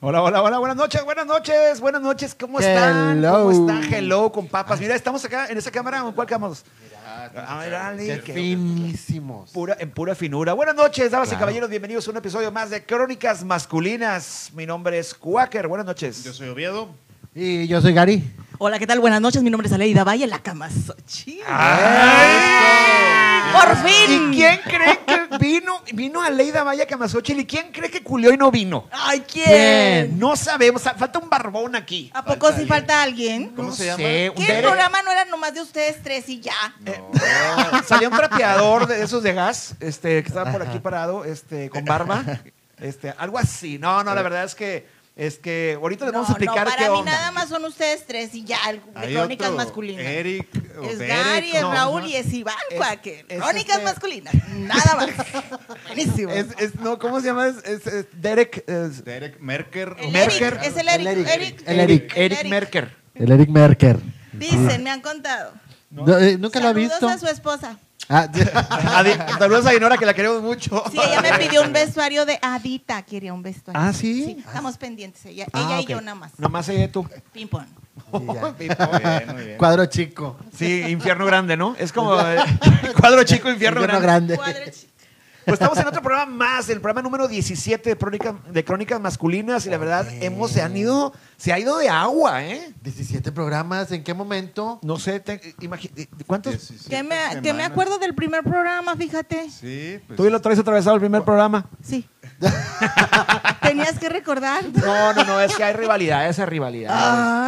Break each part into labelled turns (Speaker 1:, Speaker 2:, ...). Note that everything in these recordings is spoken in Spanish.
Speaker 1: Hola, hola, hola, buenas noches, buenas noches, buenas noches, ¿cómo están?
Speaker 2: Hello.
Speaker 1: ¿Cómo están? Hello, con papas. Mira, estamos acá en esa cámara, ¿en cuál cámara? Ah, mira, Ale, que-
Speaker 2: Finísimos.
Speaker 1: pura- en pura finura. Buenas noches, damas y
Speaker 2: Claro.
Speaker 1: caballeros, bienvenidos a un episodio más de Crónicas Masculinas. Mi nombre es Quaker, buenas noches.
Speaker 3: Yo soy Oviedo.
Speaker 2: Y yo soy Gary.
Speaker 4: Hola, ¿qué tal? Buenas noches, mi nombre es Aleida Valle, la cama
Speaker 1: Ah. ¡Ay!
Speaker 4: ¡Por fin!
Speaker 1: ¿Y quién cree que vino? Vino a Leida Maya Camasochil. ¿Y quién cree que culió y no vino?
Speaker 4: ¡Ay, quién!
Speaker 1: No sabemos. Falta un barbón aquí.
Speaker 4: ¿A poco sí falta alguien?
Speaker 3: ¿Cómo
Speaker 1: No
Speaker 3: se llama?
Speaker 1: sé, un Eh,
Speaker 4: ¿Qué el
Speaker 1: dere-
Speaker 4: programa Ah, no era nomás de ustedes tres y ya?
Speaker 1: Salió un trapeador de esos de gas, este, que estaba por aquí parado, este, con barba. Este, algo así. No, no, la verdad es que, es que ahorita les vamos a
Speaker 4: No, no,
Speaker 1: explicar
Speaker 4: para
Speaker 1: qué
Speaker 4: mí
Speaker 1: onda.
Speaker 4: nada más son ustedes tres y ya, el- de
Speaker 3: Hay
Speaker 4: crónicas
Speaker 3: otro,
Speaker 4: masculinas.
Speaker 3: Eric. o
Speaker 4: es
Speaker 3: Derek,
Speaker 4: Gary, es
Speaker 3: no,
Speaker 4: Raúl
Speaker 3: no.
Speaker 4: y es Iván
Speaker 1: Es-
Speaker 4: Cuáquer.
Speaker 1: es
Speaker 4: Crónicas
Speaker 1: este-
Speaker 4: masculinas, nada más. Buenísimo.
Speaker 1: Es- es- no, ¿cómo se llama? Es, es- es Derek. es-
Speaker 3: Derek Merker.
Speaker 4: el
Speaker 1: Merker.
Speaker 4: Eric, es el
Speaker 2: El
Speaker 4: Eric.
Speaker 2: Eric,
Speaker 4: Eric-
Speaker 2: el Eric.
Speaker 1: Eric Merker.
Speaker 2: El Eric Merker.
Speaker 4: Dicen, me han contado.
Speaker 2: No, eh, ¿Nunca lo ha
Speaker 4: Saludos
Speaker 2: visto?
Speaker 4: a su esposa.
Speaker 2: Ah,
Speaker 1: A Di- Saludos a Dinora, que la queremos mucho.
Speaker 4: Sí, ella me pidió un vestuario de Adita, quería un vestuario.
Speaker 2: ¿Ah, sí?
Speaker 4: estamos pendientes, ella,
Speaker 2: Ah,
Speaker 4: ella
Speaker 2: ok.
Speaker 4: y yo nada más.
Speaker 1: Nomás ella y tú.
Speaker 4: Ping pong.
Speaker 2: y ya.
Speaker 3: Muy bien, muy bien.
Speaker 2: Cuadro chico.
Speaker 1: Sí, infierno grande, ¿no? Es como eh, cuadro chico, infierno,
Speaker 2: Infierno
Speaker 1: grande.
Speaker 2: grande.
Speaker 4: Cuadro chico.
Speaker 1: Pues estamos en otro programa más, el programa número 17 de Crónicas, de Crónicas Masculinas y la verdad hemos, se han ido, se ha ido de agua, ¿eh?
Speaker 2: 17 programas. ¿En qué momento?
Speaker 1: No sé, te- imagi- eh, ¿cuántos?
Speaker 3: 17
Speaker 4: Que me, que me
Speaker 3: semanas.
Speaker 4: acuerdo del primer programa, fíjate.
Speaker 3: Sí, pues.
Speaker 1: Tú y lo traes atravesado el primer programa.
Speaker 4: Sí. Tenías que recordar.
Speaker 1: No, no, no, es que hay rivalidad, esa
Speaker 3: Ah.
Speaker 1: rivalidad.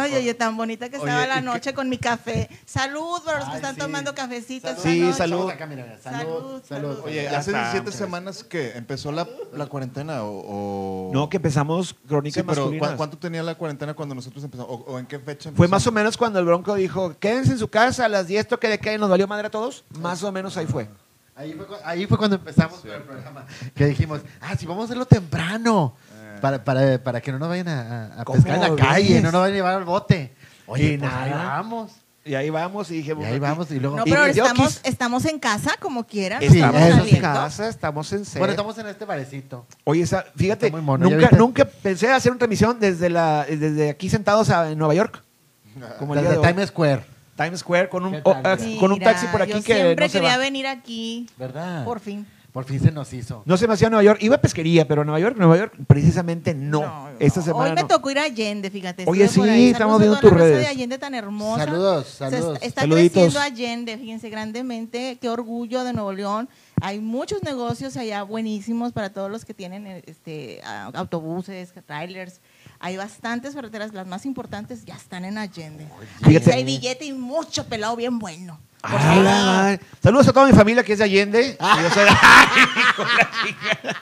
Speaker 4: Ay,
Speaker 1: pues.
Speaker 4: oye, tan bonita que estaba
Speaker 3: Oye,
Speaker 4: la
Speaker 3: ¿y
Speaker 4: noche con mi café. Salud para los que
Speaker 2: Ay,
Speaker 4: están
Speaker 2: sí.
Speaker 4: tomando cafecito. esta
Speaker 1: Sí,
Speaker 4: noche.
Speaker 1: salud.
Speaker 2: Salud acá, mira, mira. Salud,
Speaker 4: Salud,
Speaker 2: salud.
Speaker 4: salud.
Speaker 3: Oye,
Speaker 1: Ya
Speaker 3: hace
Speaker 1: está,
Speaker 3: 17
Speaker 1: hombre.
Speaker 3: semanas que empezó la, la cuarentena o, o-
Speaker 1: No, que empezamos
Speaker 3: Sí,
Speaker 1: Crónicas
Speaker 3: pero
Speaker 1: Masculinas.
Speaker 3: ¿cu- ¿cuánto tenía la cuarentena cuando nosotros empezamos? ¿O, o en qué fecha empezó?
Speaker 1: Fue más o menos cuando el Bronco dijo, quédense en su casa a las 10, toque de queda y nos valió madre a todos. Más o menos ahí fue.
Speaker 2: Ahí fue, cu- ahí fue cuando empezamos con el programa. Que dijimos, ah, sí, vamos a hacerlo temprano. Para, para, para que no nos vayan a, a- a
Speaker 1: ¿Cómo
Speaker 2: pescar en la
Speaker 1: ves?
Speaker 2: calle, no nos vayan a llevar al bote.
Speaker 1: Y
Speaker 2: Oye, pues
Speaker 1: nada.
Speaker 2: ahí vamos.
Speaker 1: Y ahí vamos y dije,
Speaker 2: Y
Speaker 1: bueno,
Speaker 2: ahí vamos y luego...
Speaker 4: No,
Speaker 1: Y-
Speaker 4: pero
Speaker 1: y yo
Speaker 4: estamos,
Speaker 1: quis-
Speaker 4: estamos en casa, como quieran.
Speaker 2: Sí,
Speaker 1: Estamos
Speaker 2: eso
Speaker 1: en
Speaker 2: sí.
Speaker 4: saliendo.
Speaker 1: casa, estamos en set.
Speaker 2: bueno, estamos en este barecito.
Speaker 1: Oye, esa- fíjate,
Speaker 2: Está muy mono, ¿ya
Speaker 1: nunca,
Speaker 2: viste?
Speaker 1: nunca pensé hacer una transmisión desde, la, desde aquí sentados a- en Nueva York. Como el día
Speaker 2: Desde
Speaker 1: de hoy.
Speaker 2: Times Square.
Speaker 1: Times Square con un,
Speaker 2: ¿Qué tal?
Speaker 1: o- ah, con un
Speaker 4: Mira,
Speaker 1: taxi por aquí
Speaker 4: yo
Speaker 1: que
Speaker 4: siempre
Speaker 1: no se, va.
Speaker 4: quería venir aquí.
Speaker 2: ¿Verdad?
Speaker 4: Por fin.
Speaker 2: Por fin se nos hizo.
Speaker 1: no se me hacía Nueva York. Iba a pesquería, pero Nueva York, Nueva York, precisamente no. Esta semana
Speaker 4: Hoy me
Speaker 1: no.
Speaker 4: tocó ir a Allende, fíjate.
Speaker 1: Oye,
Speaker 4: estuve
Speaker 1: sí,
Speaker 4: por ahí.
Speaker 1: estamos
Speaker 4: Saludos
Speaker 1: viendo
Speaker 4: a
Speaker 1: tus
Speaker 4: toda la raza
Speaker 1: redes.
Speaker 4: de Allende tan hermosa.
Speaker 2: Saludos,
Speaker 4: Se
Speaker 2: saludos.
Speaker 4: est- está
Speaker 1: Saluditos.
Speaker 4: creciendo Allende, fíjense, grandemente. Qué orgullo de Nuevo León. Hay muchos negocios allá buenísimos para todos los que tienen eh, este, a- autobuses, trailers. Hay bastantes ferreteras, las más importantes ya están en Allende. Ahí
Speaker 1: Fíjate.
Speaker 4: sí hay billete y mucho pelado bien bueno.
Speaker 1: Ah, la madre. Saludos a toda mi familia que es de Allende. Y yo soy de- Ay, hijo de la chica.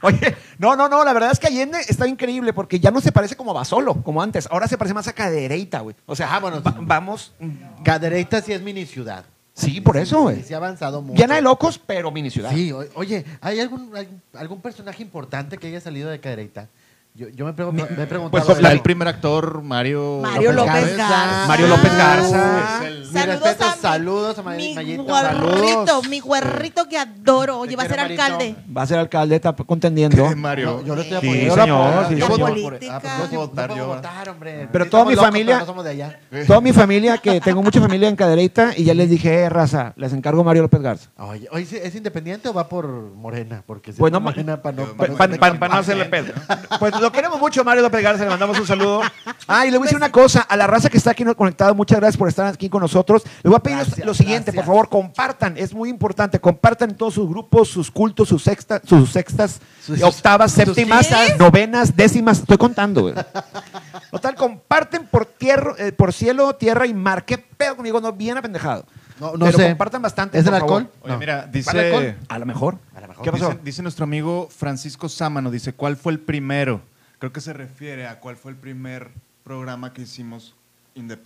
Speaker 1: Oye, no, no, no, la verdad es que Allende está increíble porque ya no se parece como a Basolo, como antes. Ahora se parece más a Cadereita, güey. O sea, ah, bueno, va- vamos.
Speaker 4: Mm.
Speaker 2: Cadereyta sí es mini ciudad.
Speaker 1: Sí, por eso,
Speaker 2: Sí,
Speaker 1: güey.
Speaker 2: se ha avanzado mucho.
Speaker 1: Llena de locos, pero mini ciudad.
Speaker 2: Sí, o- oye, ¿hay algún, hay algún personaje importante que haya salido de Cadereyta? Yo, yo me, prego- me he preguntado.
Speaker 3: Pues está
Speaker 2: eso.
Speaker 3: el primer actor, Mario.
Speaker 4: Mario López Garza.
Speaker 1: Mario López Garza.
Speaker 2: Uh,
Speaker 3: Es el-
Speaker 2: Mi respeto,
Speaker 4: mi-
Speaker 2: saludos a
Speaker 4: mi
Speaker 2: Mayita.
Speaker 4: guarrito,
Speaker 2: saludos.
Speaker 4: mi guarrito que adoro. Oye,
Speaker 2: Te
Speaker 4: va a ser
Speaker 2: quiero,
Speaker 4: alcalde.
Speaker 2: Marito.
Speaker 1: Va a ser alcalde, está contendiendo.
Speaker 3: Mario.
Speaker 2: Yo, yo lo estoy
Speaker 1: Sí,
Speaker 2: apoyando.
Speaker 1: señor,
Speaker 2: Yo lo
Speaker 1: sí,
Speaker 2: apoyo.
Speaker 1: señor.
Speaker 2: Yo voto por- ah, pues yo sí
Speaker 3: Yo puedo
Speaker 2: votar,
Speaker 3: votar,
Speaker 2: yo
Speaker 3: yo.
Speaker 2: puedo votar, hombre.
Speaker 1: Pero
Speaker 2: Sí,
Speaker 1: toda
Speaker 2: somos
Speaker 1: mi
Speaker 2: locos,
Speaker 1: familia-
Speaker 2: pero no somos de allá.
Speaker 1: Toda mi familia, que tengo mucha familia en Cadereyta, y ya les dije, eh, raza, les encargo Mario López Garza.
Speaker 2: Oye, oye, ¿sí- ¿es independiente o va por Morena? Porque si
Speaker 1: Bueno,
Speaker 2: es por Morena, para Pues no...
Speaker 1: Para
Speaker 2: pa-
Speaker 3: pa- pa-
Speaker 1: no hacerle pedo. Pues lo queremos mucho, Mario López Garza, le mandamos un saludo. Ah, y le voy a decir una cosa, a la raza que está aquí conectada, muchas gracias por estar aquí con nosotros. Les voy a pedir
Speaker 2: Gracias,
Speaker 1: lo siguiente, por
Speaker 2: gracias.
Speaker 1: favor, compartan, es muy importante, compartan en todos sus grupos, sus cultos, sus sextas, sus sextas,
Speaker 2: Sus-
Speaker 1: octavas,
Speaker 2: sus-
Speaker 1: séptimas,
Speaker 4: ¿Qué?
Speaker 1: novenas, décimas, estoy contando, güey. Total, comparten por tierra, eh, por cielo, tierra y mar. ¿Qué pedo conmigo? No, bien apendejado.
Speaker 2: No, no
Speaker 1: Pero
Speaker 2: sé.
Speaker 1: compartan bastante.
Speaker 2: ¿Es
Speaker 1: por
Speaker 2: el alcohol?
Speaker 1: favor.
Speaker 3: Oye,
Speaker 2: No.
Speaker 3: mira,
Speaker 1: ¿Vale
Speaker 3: dice.
Speaker 1: alcohol? A lo mejor.
Speaker 2: A lo mejor.
Speaker 1: ¿Qué pasó?
Speaker 3: Dice, dice nuestro amigo Francisco Sámano, dice, ¿cuál fue el primero? Creo que se refiere a cuál fue el primer programa que hicimos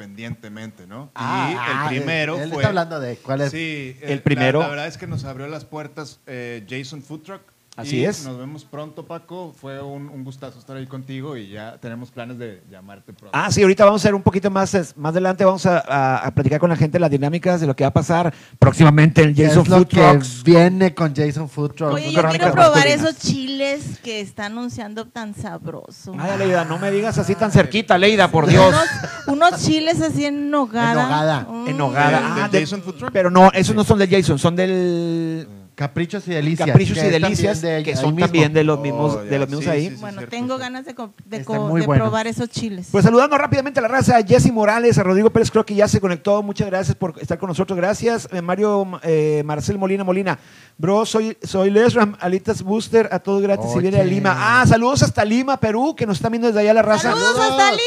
Speaker 3: independientemente, ¿no?
Speaker 2: Ah, ah,
Speaker 3: y el primero
Speaker 2: él- él
Speaker 3: fue...
Speaker 2: está hablando de cuál es.
Speaker 3: Sí,
Speaker 1: El
Speaker 3: eh,
Speaker 1: primero.
Speaker 3: La, la verdad es que nos abrió las puertas eh, Jason Food Truck
Speaker 1: Así
Speaker 3: Y
Speaker 1: es.
Speaker 3: Nos vemos pronto, Paco. Fue un, un gustazo estar ahí contigo y ya tenemos planes de llamarte pronto.
Speaker 1: Ah, sí, ahorita vamos a hacer un poquito más, es- más adelante vamos a, a- a platicar con la gente las dinámicas de lo que va a pasar próximamente en
Speaker 2: ¿Qué
Speaker 1: Jason
Speaker 2: es lo
Speaker 1: Food
Speaker 2: que
Speaker 1: Trucks.
Speaker 2: viene con Jason Food Trucks.
Speaker 4: Oye, yo
Speaker 1: crónicas
Speaker 4: quiero probar
Speaker 1: masculinas.
Speaker 4: esos chiles que está anunciando tan sabroso.
Speaker 1: Ay, Leida, no me digas así tan cerquita, Leida, por Dios.
Speaker 4: Unos, unos chiles así en nogada.
Speaker 2: En nogada,
Speaker 4: Mm.
Speaker 1: En Nogada.
Speaker 3: ¿Del-
Speaker 1: Ah,
Speaker 3: del
Speaker 1: de-
Speaker 3: Jason Food Truck?
Speaker 1: Pero no, esos no son del Jason, son del
Speaker 2: Caprichos y delicias.
Speaker 1: Caprichos
Speaker 2: que
Speaker 1: y
Speaker 2: es también
Speaker 1: Delicias,
Speaker 2: de
Speaker 1: que
Speaker 2: ahí
Speaker 1: son
Speaker 2: mismo.
Speaker 1: también de los
Speaker 3: Oh,
Speaker 1: mismos,
Speaker 3: ya,
Speaker 1: de los mismos
Speaker 3: sí,
Speaker 1: ahí.
Speaker 3: sí, sí.
Speaker 4: Bueno,
Speaker 3: cierto,
Speaker 4: tengo
Speaker 3: sí.
Speaker 4: ganas de, co- de,
Speaker 2: Están
Speaker 4: co-
Speaker 2: muy
Speaker 4: de
Speaker 2: buenos.
Speaker 4: probar esos chiles.
Speaker 1: Pues saludando rápidamente a la raza, a Jesse Morales, a Rodrigo Pérez Creo que ya se conectó. Muchas gracias por estar con nosotros. Gracias, eh, Mario eh, Marcel Molina Molina. Bro, soy, soy Lesram, Alitas Booster, a todos gratis y viene a
Speaker 2: Oye.
Speaker 1: Lima. Ah, saludos hasta Lima, Perú, que nos están viendo desde allá la raza.
Speaker 4: ¡Saludos hasta Lima!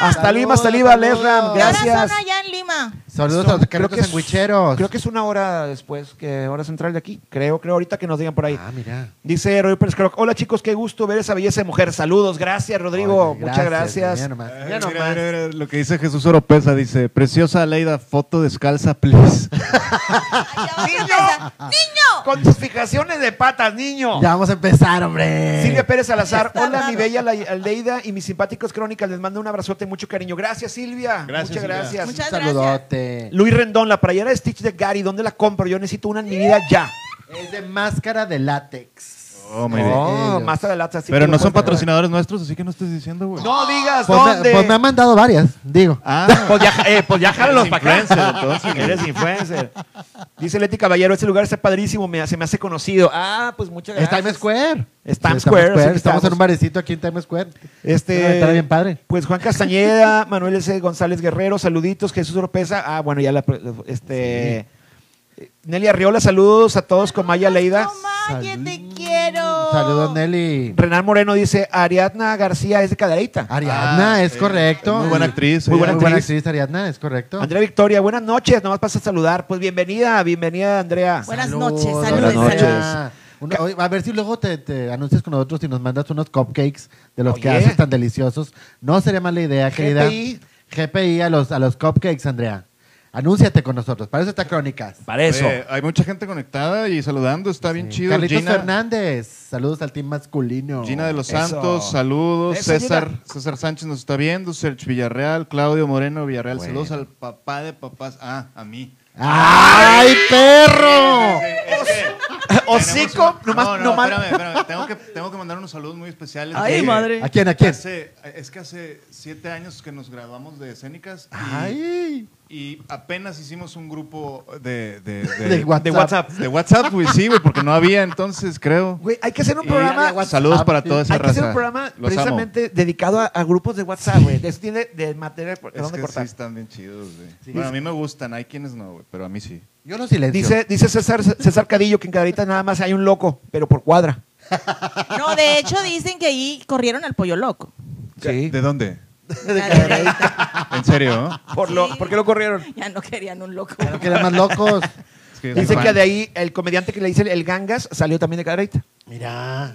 Speaker 1: Hasta
Speaker 2: Saludos,
Speaker 1: Lima, hasta Lima,
Speaker 2: saludos.
Speaker 1: Lesram,
Speaker 2: ¿Qué hora
Speaker 4: Y ahora
Speaker 1: gracias.
Speaker 4: son allá en Lima.
Speaker 2: Saludos
Speaker 1: Son-
Speaker 2: a los carritos
Speaker 1: es-
Speaker 2: sandwicheros.
Speaker 1: Creo que es una hora después, que hora central de aquí. Creo, creo ahorita que nos digan por ahí.
Speaker 2: Ah, mira.
Speaker 1: Dice Rodrigo Pérez Croc, hola chicos, qué gusto ver esa belleza de mujer. Saludos, gracias Rodrigo,
Speaker 2: Oye,
Speaker 1: muchas gracias. Eh,
Speaker 2: Mira nomás.
Speaker 3: Ay,
Speaker 2: Mira
Speaker 3: Eh, mira,
Speaker 2: nomás.
Speaker 3: mira, mira, lo que dice Jesús Oropesa dice, preciosa Leida, foto descalza, please.
Speaker 4: Allá vas a empezar. ¡Niño!
Speaker 1: Con tus fijaciones de patas, niño.
Speaker 2: Ya vamos a empezar, hombre.
Speaker 1: Silvia Pérez Salazar,
Speaker 4: Está
Speaker 1: hola mi
Speaker 4: raro.
Speaker 1: bella la- Aldeida y mis simpáticos crónicas, les mando un abrazote, mucho cariño. Gracias Silvia,
Speaker 3: Gracias,
Speaker 1: muchas
Speaker 3: Silvia.
Speaker 1: gracias.
Speaker 4: Muchas-
Speaker 2: Un saludote.
Speaker 1: Luis Rendón, la playera de Stitch de Gary, ¿dónde la compro? Yo necesito una en mi vida ya.
Speaker 2: Es de máscara de látex.
Speaker 3: Oh, my God.
Speaker 1: Oh,
Speaker 2: Ellos.
Speaker 1: más adelante. así
Speaker 3: Pero
Speaker 1: que
Speaker 3: no
Speaker 1: lo puedes
Speaker 3: son
Speaker 1: comprar.
Speaker 3: patrocinadores nuestros, así que no estés diciendo, güey.
Speaker 1: No digas
Speaker 2: Pues
Speaker 1: dónde.
Speaker 2: me, pues me han mandado varias, digo.
Speaker 3: Ah,
Speaker 1: Pues ya, eh, pues ya jálalos
Speaker 3: Eres
Speaker 1: para acá.
Speaker 3: influencer, entonces, güey.
Speaker 1: Eres influencer. Dice Leti Caballero, ese lugar está padrísimo, me, se me hace conocido. Ah, pues muchas
Speaker 2: Es
Speaker 1: gracias.
Speaker 2: Times Square.
Speaker 1: Es Times
Speaker 2: Sí, Times
Speaker 1: Square,
Speaker 2: Square.
Speaker 1: sí,
Speaker 2: Estamos, en un barecito aquí en Times Square. Una
Speaker 1: Este,
Speaker 2: ventana bien padre.
Speaker 1: Pues Juan Castañeda, Manuel S. González Guerrero, saluditos, Jesús Oropesa. Ah, bueno, ya la. Este, Nelly Arriola, saludos a todos con Maya Leida.
Speaker 4: Comaye, te
Speaker 2: Salud.
Speaker 4: quiero!
Speaker 2: Saludos, Nelly.
Speaker 1: Renan Moreno dice: Ariadna García es de Cadereyta.
Speaker 2: Ariadna,
Speaker 3: Ah,
Speaker 2: es
Speaker 3: eh,
Speaker 2: correcto.
Speaker 3: muy buena actriz,
Speaker 2: Muy
Speaker 3: ella.
Speaker 2: buena,
Speaker 1: Muy buena
Speaker 2: actriz. Ariadna, es correcto.
Speaker 1: Andrea Victoria, buenas noches, nomás pasa a saludar. Pues bienvenida, bienvenida, Andrea.
Speaker 3: Pues,
Speaker 4: Buenas noches, saludos.
Speaker 1: Buenas noches.
Speaker 2: Andrea. Una- oye, a ver si luego te, te anuncias con nosotros y nos mandas unos cupcakes de los que
Speaker 1: Oye.
Speaker 2: haces tan deliciosos. No sería mala idea, querida.
Speaker 1: GPI.
Speaker 2: GPI a los, a los cupcakes, Andrea. Anúnciate con nosotros. Para eso está Crónicas.
Speaker 1: Para eso.
Speaker 3: Oye, Eh, hay mucha gente conectada y saludando, está bien chido.
Speaker 2: Carlitos
Speaker 3: Gina,
Speaker 2: Fernández. Saludos al team masculino.
Speaker 3: Gina de los
Speaker 1: Eso.
Speaker 3: Santos, saludos.
Speaker 1: Eso,
Speaker 3: César,
Speaker 1: Gina.
Speaker 3: César Sánchez nos está viendo. Sergio Villarreal, Claudio Moreno Villarreal.
Speaker 2: Bueno.
Speaker 3: Saludos al papá de papás. Ah, a mí. Eh,
Speaker 2: ¡Ay, perro!
Speaker 1: Hocico,
Speaker 3: Tenemos un-
Speaker 1: nomás,
Speaker 3: No, no,
Speaker 1: nomás.
Speaker 3: espérame, espérame. Tengo que, tengo que mandar unos saludos muy especiales. Eh,
Speaker 4: Ay,
Speaker 3: porque
Speaker 4: madre.
Speaker 2: ¿A quién? ¿A quién?
Speaker 3: hace- es que hace siete años que nos graduamos de escénicas. y-
Speaker 2: ¡Ay!
Speaker 3: Y apenas hicimos un grupo de, de,
Speaker 2: De
Speaker 3: de-
Speaker 2: WhatsApp.
Speaker 1: De WhatsApp.
Speaker 3: de WhatsApp, güey, sí, güey, porque no había entonces, creo.
Speaker 1: Güey, hay que hacer un
Speaker 3: Y-
Speaker 1: programa.
Speaker 3: Saludos para toda esa
Speaker 1: Hay que
Speaker 3: raza.
Speaker 1: hacer un programa
Speaker 3: Los amo.
Speaker 1: precisamente dedicado a, a grupos de WhatsApp, güey. De Eso tiene de material por
Speaker 3: Es
Speaker 1: dónde
Speaker 3: que sí
Speaker 1: cortar.
Speaker 3: están bien chidos, güey. Bueno, a mí me gustan, hay quienes no, güey, pero a mí sí.
Speaker 2: Yo lo silencio.
Speaker 1: Dice, dice César, César Cadillo que en Caderita nada más hay un loco, pero por cuadra.
Speaker 4: No, de hecho dicen que ahí corrieron al pollo loco.
Speaker 1: Sí.
Speaker 3: ¿De dónde?
Speaker 4: Cadereyta.
Speaker 3: ¿En serio?
Speaker 1: Por, lo,
Speaker 4: Sí.
Speaker 1: ¿por qué lo corrieron?
Speaker 4: Ya no querían un loco.
Speaker 2: Claro que eran más locos.
Speaker 3: Es que yo soy
Speaker 1: Dice
Speaker 3: fan.
Speaker 1: que de ahí el comediante que le dice el Gangas salió también de Caderita.
Speaker 2: Mira.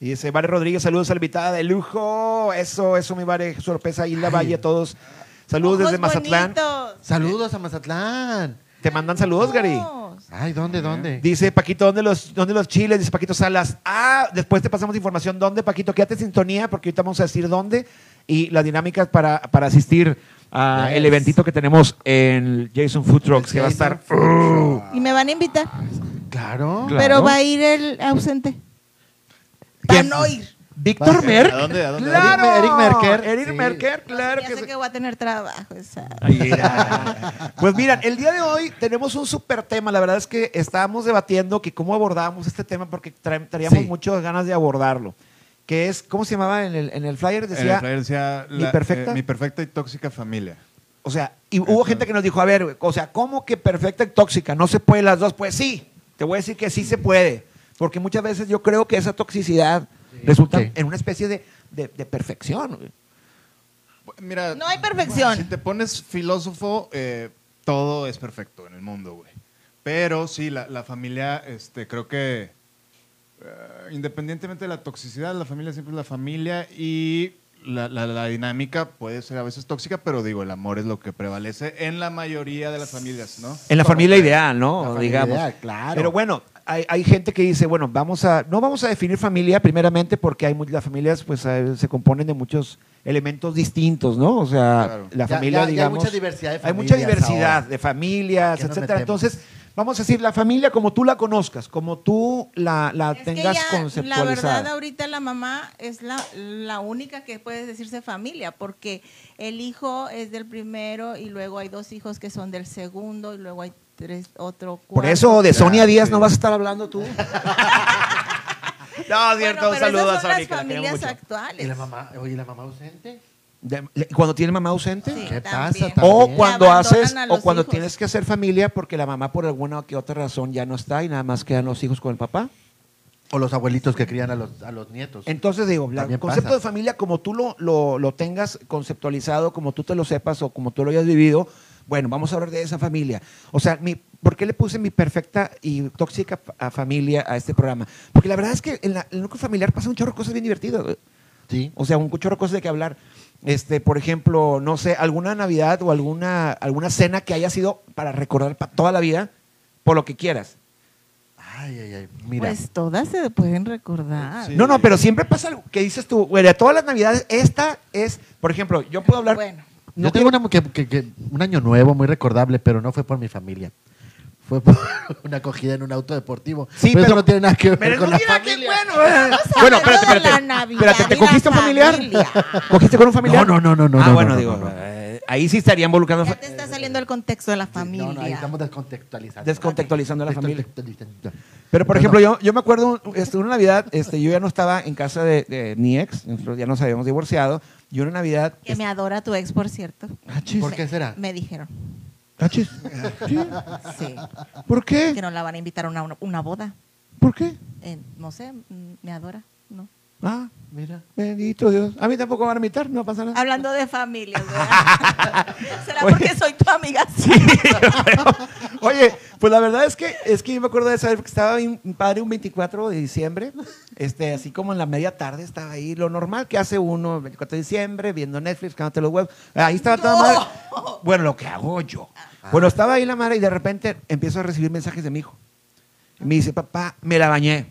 Speaker 1: Y dice, Vare Rodríguez, saludos a la invitada de lujo. Eso, eso, mi Vare, sorpresa, Isla Valle, a todos. Saludos
Speaker 4: Ojos
Speaker 1: desde Mazatlán.
Speaker 4: bonitos.
Speaker 2: Saludos a Mazatlán.
Speaker 1: Te mandan saludos, Gary.
Speaker 2: Ay, ¿dónde, dónde?
Speaker 1: Dice Paquito, ¿dónde los, ¿dónde los chiles? Dice Paquito Salas. Ah, después te pasamos información. ¿Dónde, Paquito? Quédate en sintonía porque ahorita vamos a decir dónde y las dinámicas para, para asistir al
Speaker 2: Yes.
Speaker 1: eventito que tenemos en Jason Food Trucks, que va a estar.
Speaker 4: Y me van a invitar,
Speaker 2: Claro.
Speaker 1: Claro.
Speaker 4: pero va a ir el ausente. Para
Speaker 1: ¿Quién?
Speaker 4: no ir.
Speaker 1: ¿Víctor
Speaker 2: Va-
Speaker 1: Merck?
Speaker 3: ¿A dónde? ¿A dónde?
Speaker 1: ¡Claro!
Speaker 2: Eric Merker.
Speaker 1: Eric
Speaker 2: Sí.
Speaker 1: Merker, claro
Speaker 4: ya
Speaker 1: que
Speaker 4: sé
Speaker 1: sí.
Speaker 4: que voy a tener trabajo. esa.
Speaker 1: Ay, mira. Pues miran, el día de hoy tenemos un súper tema. La verdad es que estábamos debatiendo que cómo abordamos este tema porque tra- traíamos
Speaker 2: Sí.
Speaker 1: muchas ganas de abordarlo. Que es, ¿cómo se llamaba en el, en el flyer?
Speaker 3: En el
Speaker 1: Decía,
Speaker 3: flyer Eh, decía,
Speaker 1: ¿Mi
Speaker 3: la-
Speaker 1: perfecta?
Speaker 3: eh, mi perfecta y tóxica familia.
Speaker 1: O sea, y hubo gente que nos dijo, a ver, güey, o sea, ¿cómo que perfecta y tóxica? ¿No se puede las dos? Pues sí, te voy a decir que sí se puede. Porque muchas veces yo creo que esa toxicidad resulta
Speaker 2: Sí.
Speaker 1: en una especie de, de- de perfección. güey.
Speaker 3: Mira,
Speaker 4: No hay perfección.
Speaker 3: Si te pones filósofo, eh, todo es perfecto en el mundo, güey. Pero sí, la, la familia, este, creo que eh, independientemente de la toxicidad, la familia siempre es la familia y la, la- la dinámica puede ser a veces tóxica, pero digo, el amor es lo que prevalece en la mayoría de las familias, ¿no?
Speaker 1: En la familia ideal, ¿no?
Speaker 2: La familia
Speaker 1: Digamos.
Speaker 2: ideal, claro.
Speaker 1: Pero bueno, hay, hay gente que dice, bueno, vamos a, no vamos a definir familia primeramente porque hay mu- las familias pues eh, se componen de muchos elementos distintos, ¿no? O sea,
Speaker 3: Claro.
Speaker 1: la
Speaker 2: Ya-
Speaker 1: familia,
Speaker 2: ya- ya hay
Speaker 1: digamos,
Speaker 2: mucha diversidad de
Speaker 1: hay mucha
Speaker 2: familias
Speaker 1: diversidad
Speaker 2: ahora.
Speaker 1: de familias,
Speaker 2: ¿Qué nos
Speaker 1: etcétera.
Speaker 2: metemos?
Speaker 1: Entonces, vamos a decir, la familia como tú la conozcas, como tú la, la
Speaker 4: Es que
Speaker 1: tengas
Speaker 4: ya, La
Speaker 1: conceptualizada.
Speaker 4: verdad, ahorita la mamá es la, la única que puede decirse familia, porque el hijo es del primero y luego hay dos hijos que son del segundo y luego hay tres, otro, cuarto.
Speaker 1: Por eso de Sonia
Speaker 3: Ah,
Speaker 1: Díaz
Speaker 3: sí.
Speaker 1: no vas a estar hablando tú. no,
Speaker 4: Bueno,
Speaker 1: cierto, un
Speaker 4: pero
Speaker 1: saludo a Sonia.
Speaker 4: esas son las
Speaker 1: que la queremos
Speaker 4: familias
Speaker 1: mucho.
Speaker 4: actuales.
Speaker 2: ¿Y la mamá? Oye, ¿y la mamá ausente?
Speaker 1: De- le- cuando tiene mamá ausente.
Speaker 4: Sí,
Speaker 2: ¿Qué
Speaker 4: también.
Speaker 2: pasa?
Speaker 1: O
Speaker 2: También.
Speaker 1: cuando
Speaker 4: Que abandonan
Speaker 1: haces,
Speaker 4: a los
Speaker 1: o cuando
Speaker 4: hijos.
Speaker 1: tienes que hacer familia porque la mamá por alguna que otra razón ya no está y nada más quedan los hijos con el papá.
Speaker 2: O los abuelitos que crían a los, a los nietos.
Speaker 1: Entonces digo, la- el
Speaker 2: También
Speaker 1: concepto
Speaker 2: pasa.
Speaker 1: de familia como tú lo, lo, lo tengas conceptualizado, como tú te lo sepas o como tú lo hayas vivido, bueno, vamos a hablar de esa familia. O sea, mi, ¿por qué le puse mi perfecta y tóxica fa- a familia a este programa? Porque la verdad es que en, la- en el núcleo familiar pasa un chorro de cosas bien divertidas. güey.
Speaker 2: Sí.
Speaker 1: O sea, un chorro de cosas de que hablar. Este, por ejemplo, no sé, alguna Navidad o alguna, alguna cena que haya sido para recordar para toda la vida, por lo que quieras.
Speaker 2: Ay, ay, ay. Mira.
Speaker 4: Pues todas se pueden recordar.
Speaker 3: Sí.
Speaker 1: No, no, pero siempre pasa algo que dices tú, güey, de todas las Navidades, esta es, por ejemplo, yo puedo hablar.
Speaker 4: Bueno,
Speaker 1: no
Speaker 2: yo tengo
Speaker 1: quiero-
Speaker 2: una que- que- que- un año nuevo muy recordable, pero no fue por mi familia. Fue por una acogida en un auto deportivo.
Speaker 1: Sí,
Speaker 2: pero, eso
Speaker 1: pero-
Speaker 2: no tiene nada que ver
Speaker 1: Pero
Speaker 2: con
Speaker 1: no
Speaker 2: la
Speaker 1: mira que
Speaker 2: familia.
Speaker 1: bueno. eh.
Speaker 4: Estamos
Speaker 1: Bueno,
Speaker 4: hablando
Speaker 1: espérate,
Speaker 4: de la
Speaker 1: espérate.
Speaker 4: Navidad
Speaker 1: Espérate, ¿te
Speaker 4: y la
Speaker 1: cogiste un familiar?
Speaker 4: familia.
Speaker 1: ¿Cogiste con un familiar?
Speaker 2: No, no, no, no,
Speaker 1: Ah,
Speaker 2: no,
Speaker 1: bueno,
Speaker 2: no, no,
Speaker 1: digo,
Speaker 2: no, no.
Speaker 1: eh, ahí sí estaría involucrando
Speaker 4: ya te está saliendo el contexto de la
Speaker 2: Sí,
Speaker 4: familia.
Speaker 2: No, no, ahí estamos descontextualizando.
Speaker 1: Descontextualizando a la familia.
Speaker 2: Descontextualizando.
Speaker 1: Pero, por
Speaker 2: Pero
Speaker 1: ejemplo, yo, yo me acuerdo este, una Navidad, este, yo ya no estaba en casa de, de mi ex, nosotros ya nos habíamos divorciado, y una Navidad...
Speaker 4: Que me adora tu ex, por cierto.
Speaker 1: Ah, chis.
Speaker 2: ¿Por qué será?
Speaker 4: Me dijeron.
Speaker 1: Ah, chis. Sí.
Speaker 4: Sí.
Speaker 1: ¿Por
Speaker 4: Que
Speaker 1: qué?
Speaker 4: no la van a invitar a una, una- una boda.
Speaker 1: ¿Por qué?
Speaker 4: Eh, no sé, mm, me adora. No.
Speaker 1: Ah,
Speaker 2: Mira.
Speaker 1: bendito Dios. A mí tampoco me van a invitar, no pasa nada.
Speaker 4: Hablando de familias, ¿verdad? ¿Será
Speaker 1: Oye.
Speaker 4: porque soy tu amiga? Sí.
Speaker 1: Oye, pues la verdad es que es que yo me acuerdo de saber que estaba mi padre un 24 de diciembre, este, así como en la media tarde estaba ahí, lo normal que hace uno el 24 de diciembre, viendo Netflix, cántate los web, ahí estaba toda madre. Bueno, lo que hago yo. Bueno, estaba ahí la madre y de repente empiezo a recibir mensajes de mi hijo. Y me dice, papá, me la bañé.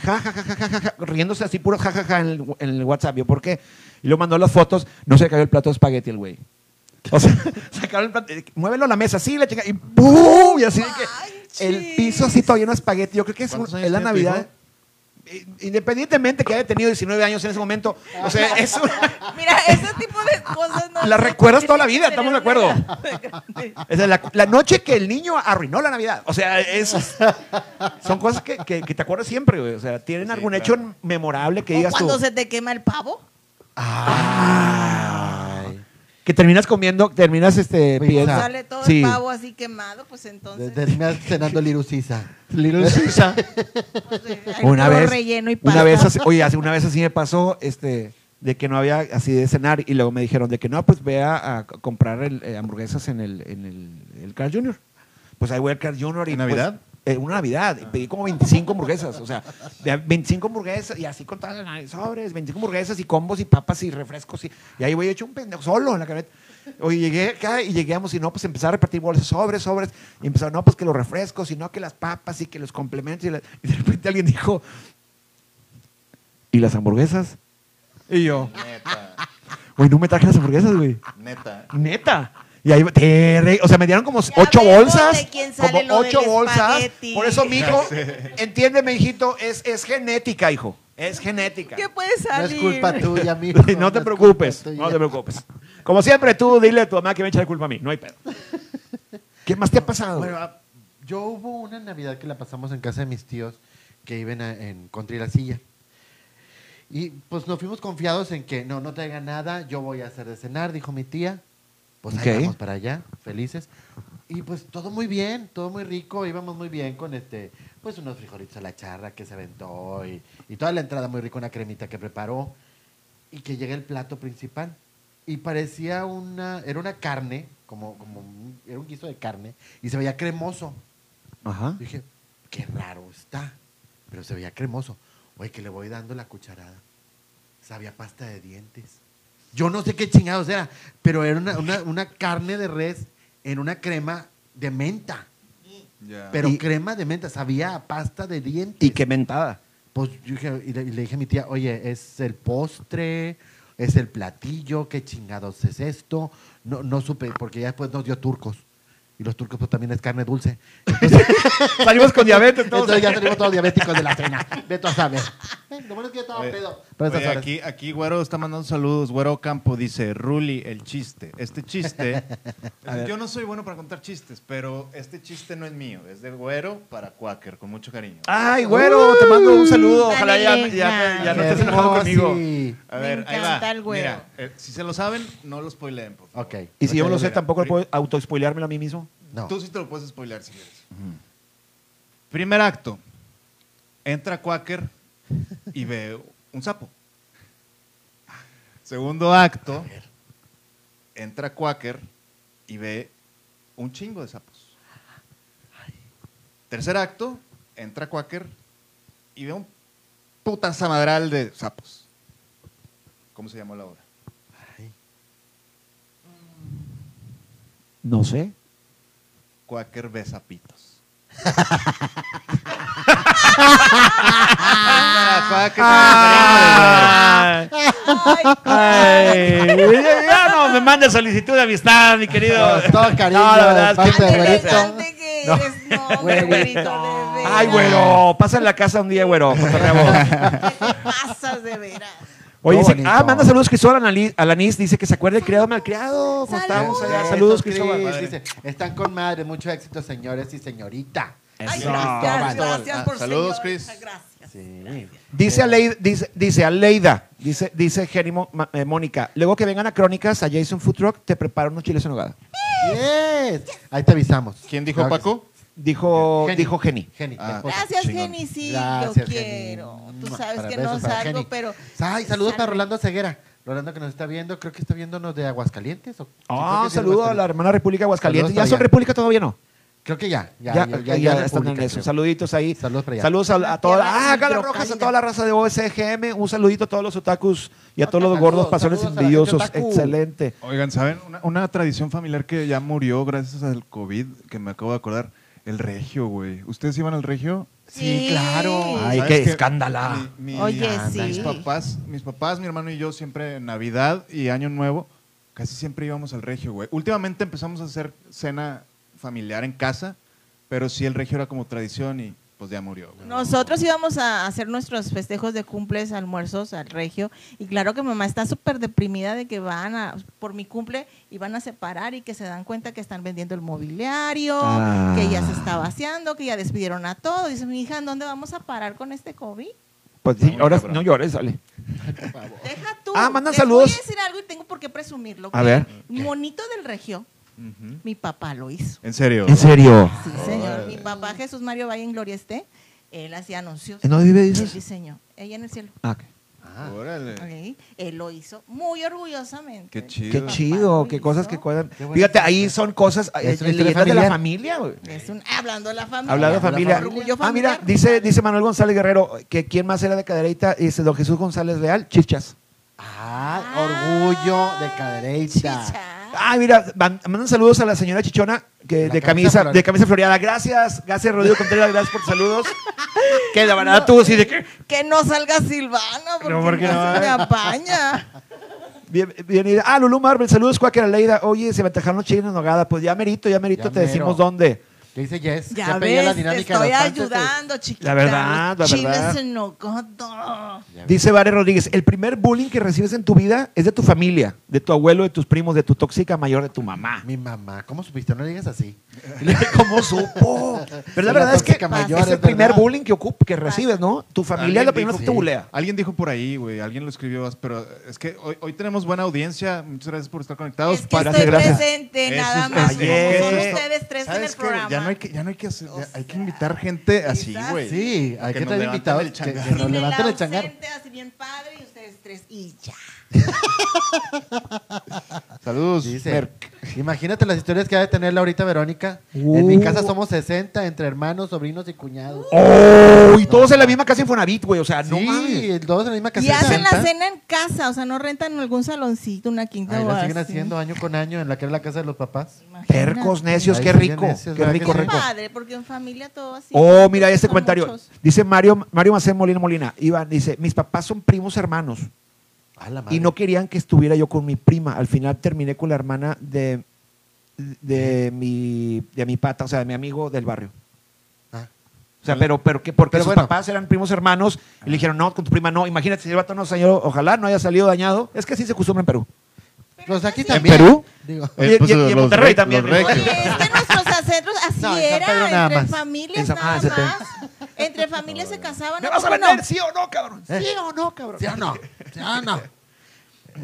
Speaker 1: Ja, ja, ja, ja, ja, ja, ja, riéndose así puro ja, ja, ja en el, en el WhatsApp. Yo, ¿por qué? Y luego mandó las fotos, no se le cayó el plato de espagueti el güey. O sea, sacaron el plato, eh, muévelo a la mesa, sí, la chica, y ¡pum! Y así de que el piso así todavía no espagueti. Yo creo que es,
Speaker 2: ¿Cuántos
Speaker 1: un-
Speaker 2: años
Speaker 1: es la
Speaker 2: tiene tu
Speaker 1: Navidad. I- Independientemente que haya tenido 19 años en ese momento, o sea, es una-
Speaker 4: Mira, ese tipo de cosas no.
Speaker 1: La
Speaker 4: no
Speaker 1: recuerdas toda la
Speaker 4: tienen
Speaker 1: vida,
Speaker 4: que
Speaker 1: estamos de
Speaker 4: tener una-
Speaker 1: es la, la noche que el niño arruinó la Navidad. O sea, esas son cosas que, que- que te acuerdas siempre, güey. O sea, tienen
Speaker 3: Sí,
Speaker 1: algún
Speaker 3: claro.
Speaker 1: hecho memorable que
Speaker 4: O
Speaker 1: digas tú.
Speaker 4: cuando se te quema el pavo.
Speaker 2: Ay.
Speaker 1: Que terminas comiendo, terminas este
Speaker 2: Oye,
Speaker 1: pidiendo-
Speaker 2: Ah,
Speaker 4: Sale todo
Speaker 1: Sí.
Speaker 4: el pavo así quemado, pues
Speaker 2: De-
Speaker 4: entonces.
Speaker 2: Terminas cenando Lirucisa.
Speaker 1: Little Caesar.
Speaker 4: pues, eh, hay
Speaker 1: una
Speaker 4: puro
Speaker 1: vez,
Speaker 4: Relleno y
Speaker 1: una
Speaker 4: pasta.
Speaker 1: vez, así- oye, hace- una vez así me pasó, este, de que no había así de cenar y luego me dijeron de que no, pues ve a, a comprar el, eh, hamburguesas en el, en el, el Carl Jr. Pues ahí voy al Carl Jr. y pues,
Speaker 3: ¿En Navidad?
Speaker 1: eh, una Navidad, y pedí como 25 hamburguesas, o sea, de- 25 hamburguesas y así con todas las sobres, 25 hamburguesas y combos y papas y refrescos y, y ahí voy hecho un pendejo solo en la camioneta. Oye, llegué acá y llegamos y no, pues empezaba a repartir bolsas, sobres, sobres y empezaron, no, pues que los refrescos y no, que las papas y que los complementos y, la- y de repente alguien dijo, ¿y las hamburguesas? Y yo,
Speaker 3: Neta,
Speaker 1: güey, no me traje las hamburguesas, güey.
Speaker 3: neta.
Speaker 1: Neta. Y ahí, te re- o sea, me dieron como ocho
Speaker 4: vemos
Speaker 1: bolsas.
Speaker 4: de quién
Speaker 1: como
Speaker 4: sale lo
Speaker 1: ocho
Speaker 4: del
Speaker 1: bolsas.
Speaker 4: espagueti.
Speaker 1: Por eso, mijo,
Speaker 3: Ya sé.
Speaker 1: entiéndeme, hijito, es, es genética, hijo. Es genética.
Speaker 4: ¿Qué puede
Speaker 2: No
Speaker 4: salir?
Speaker 2: es culpa tuya, amigo.
Speaker 1: no te
Speaker 2: es
Speaker 1: preocupes,
Speaker 2: culpa tuya.
Speaker 1: no te preocupes. Como siempre, tú dile a tu mamá que me echa la culpa a mí, no hay pedo. ¿Qué más te ha pasado?
Speaker 2: Bueno, ah, yo hubo una Navidad que la pasamos en casa de mis tíos que viven a- en Contra y la Silla. Y pues nos fuimos confiados en que no, no traigan nada, yo voy a hacer de cenar, dijo mi tía. Pues ahí
Speaker 1: Ok.
Speaker 2: vamos para allá, felices. Y pues todo muy bien, todo muy rico, íbamos muy bien con este, pues unos frijolitos a la charra que se aventó y, y toda la entrada muy rica, una cremita que preparó y que llega el plato principal. Y parecía una, era una carne, como, como un- era un guiso de carne, y se veía cremoso.
Speaker 1: Ajá.
Speaker 2: Dije, qué raro está, pero se veía cremoso. Oye, que le voy dando la cucharada. Sabía a pasta de dientes. Yo no sé qué chingados era, pero era una, una- una carne de res en una crema de menta.
Speaker 3: Ya.
Speaker 2: Pero
Speaker 1: Y-
Speaker 2: crema de menta, sabía a pasta de dientes.
Speaker 1: Y qué mentada.
Speaker 2: Pues yo dije- y le, y le dije a mi tía, oye, es el postre, es el platillo, qué chingados es esto. No, no supe, porque ya después nos dio turcos. Y los turcos pues también es carne dulce.
Speaker 1: Salimos con diabetes todos.
Speaker 2: Entonces ya salimos todos diabéticos de la cena. Vete a saber. Eh, Lo bueno es que yo estaba
Speaker 3: Oye,
Speaker 2: pedo. Pero esas
Speaker 3: oye,
Speaker 2: horas.
Speaker 3: aquí, aquí Güero está mandando saludos. Güero Campo dice, Ruli, el chiste. Este chiste... yo no soy bueno para contar chistes, pero este chiste no es mío. Es de Güero para Quaker, con mucho cariño.
Speaker 4: Ah,
Speaker 1: Ay, güero, te mando un saludo.
Speaker 4: Dale,
Speaker 1: Ojalá ya, ya,
Speaker 4: venga.
Speaker 1: ya- ya no estés enojado
Speaker 2: Hermosi.
Speaker 1: conmigo.
Speaker 3: A
Speaker 4: Me
Speaker 3: ver, ahí
Speaker 4: encanta
Speaker 3: va.
Speaker 4: el Güero.
Speaker 3: Mira, eh, si se lo saben, no lo spoileen, por favor.
Speaker 2: Ok.
Speaker 1: Y si yo no lo sé,
Speaker 3: Mira,
Speaker 1: tampoco
Speaker 3: pri-
Speaker 1: puedo autoespoileármelo a mí mismo.
Speaker 2: No.
Speaker 3: Tú sí te lo puedes spoilear si quieres. Primer acto. Entra Quaker y ve un sapo. Segundo acto. Entra Quaker y ve un chingo de sapos. Tercer acto. Entra Quaker y ve un puta samadral de sapos. ¿Cómo se llamó la obra?
Speaker 1: No sé.
Speaker 3: Quaker ve sapitos. Para Quaker,
Speaker 1: Ah. Ay, ya, ya no me manda solicitud de amistad, mi querido.
Speaker 2: Con todo cariño,
Speaker 1: No, la verdad es que-
Speaker 2: parte
Speaker 4: Ay,
Speaker 2: de
Speaker 4: qué
Speaker 2: güerito.
Speaker 4: elegante que eres, no,
Speaker 2: Güerito.
Speaker 4: güerito, de veras.
Speaker 1: Ay, güero, pasa en la casa un día, güero. cotorreamos.
Speaker 4: ¿Qué te pasas de veras?
Speaker 1: Oye,
Speaker 2: Qué
Speaker 1: dice-
Speaker 2: bonito.
Speaker 1: ah, manda saludos Cristóbal Anali- Alanis, dice que se acuerde del criado malcriado. ¿Cómo
Speaker 4: Saludos.
Speaker 1: estamos allá?
Speaker 2: Eso,
Speaker 1: Saludos,
Speaker 2: Eh, Cris,
Speaker 1: Cristóbal.
Speaker 2: dice, Están con madre, mucho éxito, señores y señorita.
Speaker 4: Ay,
Speaker 1: Eso.
Speaker 4: gracias, gracias
Speaker 3: Ah,
Speaker 4: por
Speaker 3: saludos,
Speaker 4: señores,
Speaker 3: Chris.
Speaker 4: Gracias.
Speaker 2: Sí.
Speaker 1: Dice Aleida, dice, dice Aleida, dice, dice Jerónimo Ma- eh, Mónica, luego que vengan a Crónicas a Jason Food Truck, te preparo unos chiles en hogada.
Speaker 2: Yes. Ahí te avisamos.
Speaker 3: ¿Quién dijo
Speaker 2: Claro que
Speaker 3: Paco?
Speaker 1: Dijo,
Speaker 2: Jenny.
Speaker 1: dijo Jenny.
Speaker 2: Jenny, mi
Speaker 3: Ah.
Speaker 2: esposa.
Speaker 4: Gracias,
Speaker 3: chingón.
Speaker 4: Jenny, sí, yo
Speaker 2: Gracias, Jenny.
Speaker 4: quiero. Tú
Speaker 2: Mua.
Speaker 4: sabes
Speaker 2: Para
Speaker 4: que
Speaker 2: besos
Speaker 4: no
Speaker 2: para
Speaker 4: salgo,
Speaker 2: Jenny.
Speaker 4: pero...
Speaker 2: Ay, saludos para
Speaker 4: Salud.
Speaker 2: Rolando Ceguera. Rolando que nos está viendo, creo que está viéndonos de Aguascalientes. o- sí,
Speaker 1: Ah,
Speaker 2: creo
Speaker 1: saludo
Speaker 2: que sí, de
Speaker 1: a la
Speaker 2: Aguascalientes.
Speaker 1: hermana República de Aguascalientes.
Speaker 2: Saludos para
Speaker 1: ¿Ya son
Speaker 2: allá.
Speaker 1: República todavía no?
Speaker 2: Creo que ya, ya,
Speaker 1: Ya, eh,
Speaker 2: ya,
Speaker 1: ya,
Speaker 2: ya
Speaker 1: están
Speaker 2: República,
Speaker 1: en eso.
Speaker 2: creo.
Speaker 1: Saluditos ahí.
Speaker 2: Saludos para allá.
Speaker 1: Saludos a, a toda la, ah,
Speaker 4: Tierra
Speaker 1: Gala
Speaker 4: Microcarina.
Speaker 1: Rojas, a toda la raza de OSGM. Un saludito a todos los otakus y a todos los
Speaker 2: Saludos,
Speaker 1: gordos pasones
Speaker 2: saludos a la gente
Speaker 1: envidiosos.
Speaker 2: otaku.
Speaker 1: Excelente.
Speaker 3: Oigan, ¿saben? Una, una tradición familiar que ya murió gracias al COVID, que me acabo de acordar, el regio, güey. ¿Ustedes iban al regio?
Speaker 2: Sí, claro.
Speaker 1: Ay,
Speaker 3: ¿Sabes
Speaker 1: qué escándala.
Speaker 3: Mi- mi-
Speaker 4: Oye,
Speaker 3: Mis
Speaker 4: sí.
Speaker 3: papás, mis papás, mi hermano y yo siempre en Navidad y Año Nuevo, casi siempre íbamos al regio, güey. Últimamente empezamos a hacer cena familiar en casa, pero sí el regio era como tradición y pues ya murió, güey.
Speaker 4: Nosotros íbamos a hacer nuestros festejos de cumples, almuerzos al regio y claro que mamá está súper deprimida de que van a, por mi cumple y van a separar y que se dan cuenta que están vendiendo el mobiliario,
Speaker 1: Ah.
Speaker 4: que ya se está vaciando, que ya despidieron a todo. Dice mi hija, ¿en dónde vamos a parar con este COVID?
Speaker 1: Pues sí,
Speaker 3: Muy
Speaker 1: ahora
Speaker 3: cabrón.
Speaker 1: no llores, dale.
Speaker 4: Deja tú.
Speaker 1: Ah, mandan
Speaker 4: les
Speaker 1: saludos.
Speaker 4: Voy a decir algo y tengo por qué presumirlo.
Speaker 1: A ver.
Speaker 4: Monito del regio,
Speaker 3: Ujú.
Speaker 4: mi papá lo hizo.
Speaker 3: En serio.
Speaker 1: En serio.
Speaker 4: Sí, señor. Mi papá Jesús Mario Valle en Gloria esté, él hacía anuncios.
Speaker 1: ¿En dónde ¿Eh, vive,
Speaker 4: Él
Speaker 1: dices?
Speaker 4: diseñó. Ella en el cielo.
Speaker 1: Ah, ok.
Speaker 2: Ah,
Speaker 3: Órale.
Speaker 4: Ok, Él lo hizo muy orgullosamente.
Speaker 3: Qué chido.
Speaker 1: Qué
Speaker 4: Papá
Speaker 1: chido,
Speaker 4: lo
Speaker 1: qué
Speaker 4: hizo.
Speaker 1: cosas que cuadran.
Speaker 2: Qué buena
Speaker 1: Fíjate, ahí
Speaker 2: historia.
Speaker 1: son cosas eh,
Speaker 2: Es una
Speaker 1: eh,
Speaker 2: historia
Speaker 1: leyendas de la
Speaker 2: familiar.
Speaker 1: familia, güey.
Speaker 4: Es un- hablando de la familia.
Speaker 1: Hablando de
Speaker 2: familia.
Speaker 1: familia.
Speaker 4: Orgullo
Speaker 1: Ah,
Speaker 4: familiar.
Speaker 1: mira, dice, dice Manuel González Guerrero que quién más era de cadereita. Dice don Jesús González Leal, chichas.
Speaker 2: ah, orgullo de cadereita.
Speaker 4: Ah, Chicha.
Speaker 1: Ah, mira, man- mandan saludos a la señora Chichona que,
Speaker 2: La
Speaker 1: de,
Speaker 2: camisa
Speaker 1: camisa,
Speaker 2: floreada.
Speaker 1: de camisa floreada. Gracias, gracias Rodrigo Contreras, gracias por tus saludos. que la verdad tú sí de que
Speaker 4: Que no salga Silvana, porque no,
Speaker 1: porque no,
Speaker 4: se me
Speaker 1: eh.
Speaker 4: apaña.
Speaker 1: Bien, bienvenida. ah, Lulú Marvel, saludos, Cuáquera Leida. Oye, se me atajaron los chiles en nogada. Pues ya merito, ya merito,
Speaker 2: Ya
Speaker 1: te decimos
Speaker 2: mero.
Speaker 1: dónde.
Speaker 2: ¿Qué dice Jess?
Speaker 4: Ya
Speaker 2: Siempre ella
Speaker 4: ves,
Speaker 2: la
Speaker 4: te
Speaker 2: dinámica de
Speaker 4: estoy
Speaker 2: los panchos,
Speaker 4: ayudando, chiquita.
Speaker 1: La verdad, la
Speaker 4: Chiles
Speaker 1: verdad.
Speaker 4: en nogoto.
Speaker 2: sí. Ya ves.
Speaker 1: Dice Vare Rodríguez, el primer bullying que recibes en tu vida es de tu familia, de tu abuelo, de tus primos, de tu tóxica mayor, de tu mamá.
Speaker 2: Mi mamá, ¿cómo supiste? No le digas así.
Speaker 1: ¿Cómo supo? Pero la
Speaker 2: Sí, la
Speaker 1: verdad es que
Speaker 2: tóxica mayor,
Speaker 1: es el
Speaker 2: es
Speaker 1: primer
Speaker 2: verdad.
Speaker 1: bullying que, ocup- que recibes, ¿no? Tu familia es la
Speaker 3: Alguien
Speaker 1: primera
Speaker 3: dijo-
Speaker 1: que te bulea.
Speaker 3: Alguien dijo por ahí, güey, alguien lo escribió, pero es que hoy, hoy tenemos buena audiencia. Muchas gracias por estar conectados.
Speaker 4: Es que
Speaker 1: Gracias,
Speaker 4: estoy
Speaker 1: gracias.
Speaker 4: presente,
Speaker 3: Eso
Speaker 4: nada
Speaker 3: es-
Speaker 4: más.
Speaker 1: eso
Speaker 4: como
Speaker 1: es-
Speaker 4: son
Speaker 1: eso-
Speaker 4: ustedes tres en el
Speaker 3: ¿Sabes qué?
Speaker 4: programa.
Speaker 3: Ya no hay que, ya no hay que hacer,
Speaker 4: O
Speaker 3: ya hay que
Speaker 4: sea,
Speaker 3: invitar gente así,
Speaker 4: quizás.
Speaker 3: güey.
Speaker 2: Sí, hay que, traer
Speaker 3: nos levanten
Speaker 2: invitados
Speaker 3: el
Speaker 2: que,
Speaker 3: changar.
Speaker 2: que nos
Speaker 4: Sin el
Speaker 2: levanten el changar.
Speaker 4: ausente, así bien padre, y ustedes tres, y ya.
Speaker 3: Saludos.
Speaker 2: Dice,
Speaker 1: Pues,
Speaker 3: Merck.
Speaker 2: Imagínate las historias que ha de tener ahorita Verónica. En
Speaker 1: Uh.
Speaker 2: mi casa somos 60 entre hermanos, sobrinos y cuñados.
Speaker 1: ¡Oh! Y todos en la misma casa Infonavit, güey. O sea, no mames.
Speaker 2: sí, todos en la misma casa.
Speaker 4: Y hacen la
Speaker 2: 60.
Speaker 4: cena en casa, o sea, no rentan algún saloncito, una quinta
Speaker 2: Ahí
Speaker 4: o
Speaker 2: la siguen
Speaker 4: así.
Speaker 2: haciendo año con año en la que era la casa de los papás.
Speaker 4: Imagínate.
Speaker 1: Percos necios,
Speaker 2: Ahí
Speaker 1: qué
Speaker 2: siguen
Speaker 1: rico.
Speaker 2: necios,
Speaker 1: qué
Speaker 2: ¿verdad que
Speaker 1: rico,
Speaker 2: sí?
Speaker 1: rico.
Speaker 4: Padre, porque en familia todo así.
Speaker 1: Oh, mira este
Speaker 4: Son
Speaker 1: comentario.
Speaker 4: muchos.
Speaker 1: Dice Mario, Mario Macén Molina Molina. Iván dice, mis papás son primos hermanos
Speaker 2: A la madre.
Speaker 1: y no querían que estuviera yo con mi prima. Al final terminé con la hermana de, de, mi, de mi pata, o sea, de mi amigo del barrio.
Speaker 2: Ah.
Speaker 1: O sea, pero, pero que porque
Speaker 2: Pero
Speaker 1: sus
Speaker 2: bueno. Ah.
Speaker 1: papás eran primos hermanos y le dijeron, no, con tu prima no. Imagínate si el vato no salió, ojalá no haya salido dañado. Es que así se acostumbra en Perú.
Speaker 2: Los de Pues aquí
Speaker 4: ¿En
Speaker 2: también.
Speaker 3: Perú?
Speaker 2: Digo,
Speaker 1: Y- y- y en Monterrey también,
Speaker 3: Los
Speaker 4: Oye,
Speaker 3: regios.
Speaker 4: es que nuestros ancestros así
Speaker 2: No, en San
Speaker 4: era,
Speaker 2: Pedro nada
Speaker 4: entre
Speaker 2: más.
Speaker 1: En
Speaker 4: familias
Speaker 1: San- ah,
Speaker 4: nada
Speaker 1: en San Pedro.
Speaker 4: más. Entre familias se casaban.
Speaker 1: ¿Me
Speaker 4: ¿a
Speaker 1: vas a
Speaker 4: poco no?
Speaker 1: vender? ¿Sí o no, cabrón?
Speaker 2: ¿Eh?
Speaker 1: ¿Sí o no, cabrón?
Speaker 2: ¿sí o no? ¿Sí o no?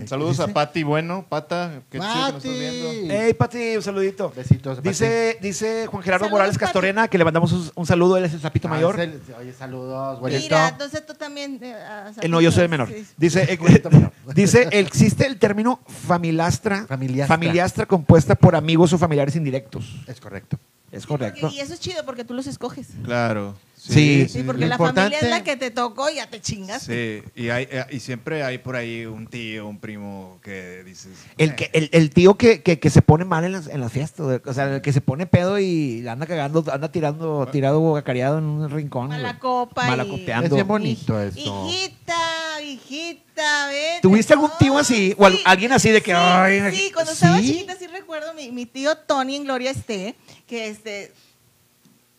Speaker 3: Saludos a Pati Bueno. Pata, qué chido que nos
Speaker 2: Pati.
Speaker 3: estás viendo.
Speaker 1: Ey, Pati, un saludito.
Speaker 2: Besitos, Pati.
Speaker 1: Dice, dice Juan Gerardo
Speaker 4: Saludos,
Speaker 1: Morales
Speaker 4: Pati.
Speaker 1: Castorena, que le mandamos un, un saludo, él es el sapito
Speaker 2: Ah,
Speaker 1: mayor.
Speaker 2: sal- Oye, saludos, güerito.
Speaker 4: Mira, entonces tú también. eh, ah,
Speaker 1: Eh, no, yo soy el menor.
Speaker 4: sí.
Speaker 1: Dice, eh,
Speaker 2: Bonito, menor.
Speaker 1: dice existe el término familiastra,
Speaker 2: Familiastra.
Speaker 1: familiastra compuesta por amigos o familiares indirectos.
Speaker 2: Es correcto.
Speaker 1: Es
Speaker 4: Sí, porque-
Speaker 1: correcto.
Speaker 4: y eso es chido porque tú los escoges.
Speaker 3: Claro.
Speaker 1: Sí.
Speaker 4: Sí, porque
Speaker 2: Lo
Speaker 4: la familia es
Speaker 2: importante-
Speaker 4: la que te tocó y ya te chingas.
Speaker 3: Sí, y, hay, eh, y siempre hay por ahí un tío, un primo que dices.
Speaker 1: El, que, el, el tío que, que- que se pone mal en las, en las fiestas, o sea, el que se pone pedo y la anda cagando, anda tirando, tirado cacareado en un rincón. güey.
Speaker 4: Mala copa. y-
Speaker 1: Malacopeando.
Speaker 2: Es bien bonito esto.
Speaker 4: Hijita, hijita, vete.
Speaker 1: ¿Tuviste algún
Speaker 4: No,
Speaker 1: tío así? O al-
Speaker 4: sí,
Speaker 1: alguien así de que,
Speaker 4: sí,
Speaker 1: ay,
Speaker 4: sí, cuando estaba
Speaker 1: ¿sí?
Speaker 4: chiquita sí recuerdo mi, mi tío Tony en Gloria esté, que este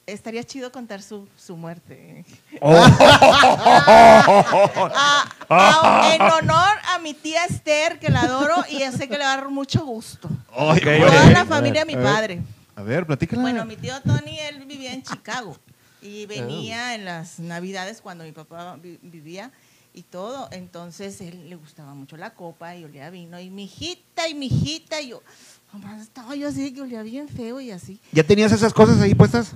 Speaker 4: estaría chido contar su, su muerte.
Speaker 1: Oh.
Speaker 4: Ah, ah, en honor a mi tía Esther, que la adoro y yo sé que le va a dar mucho gusto.
Speaker 3: Ay,
Speaker 1: Ok,
Speaker 3: güey.
Speaker 1: ok.
Speaker 4: Toda la familia de mi
Speaker 3: A ver.
Speaker 4: padre.
Speaker 3: A ver, platícala.
Speaker 4: Bueno, mi tío Tony, él vivía en Chicago y
Speaker 1: Oh.
Speaker 4: venía en las navidades cuando mi papá vi- vivía y todo. Entonces, él le gustaba mucho la copa y olía a vino. Y mi hijita, y mi hijita, y yo, nomás estaba yo así de que olía bien feo y así.
Speaker 1: ¿Ya tenías esas cosas ahí puestas?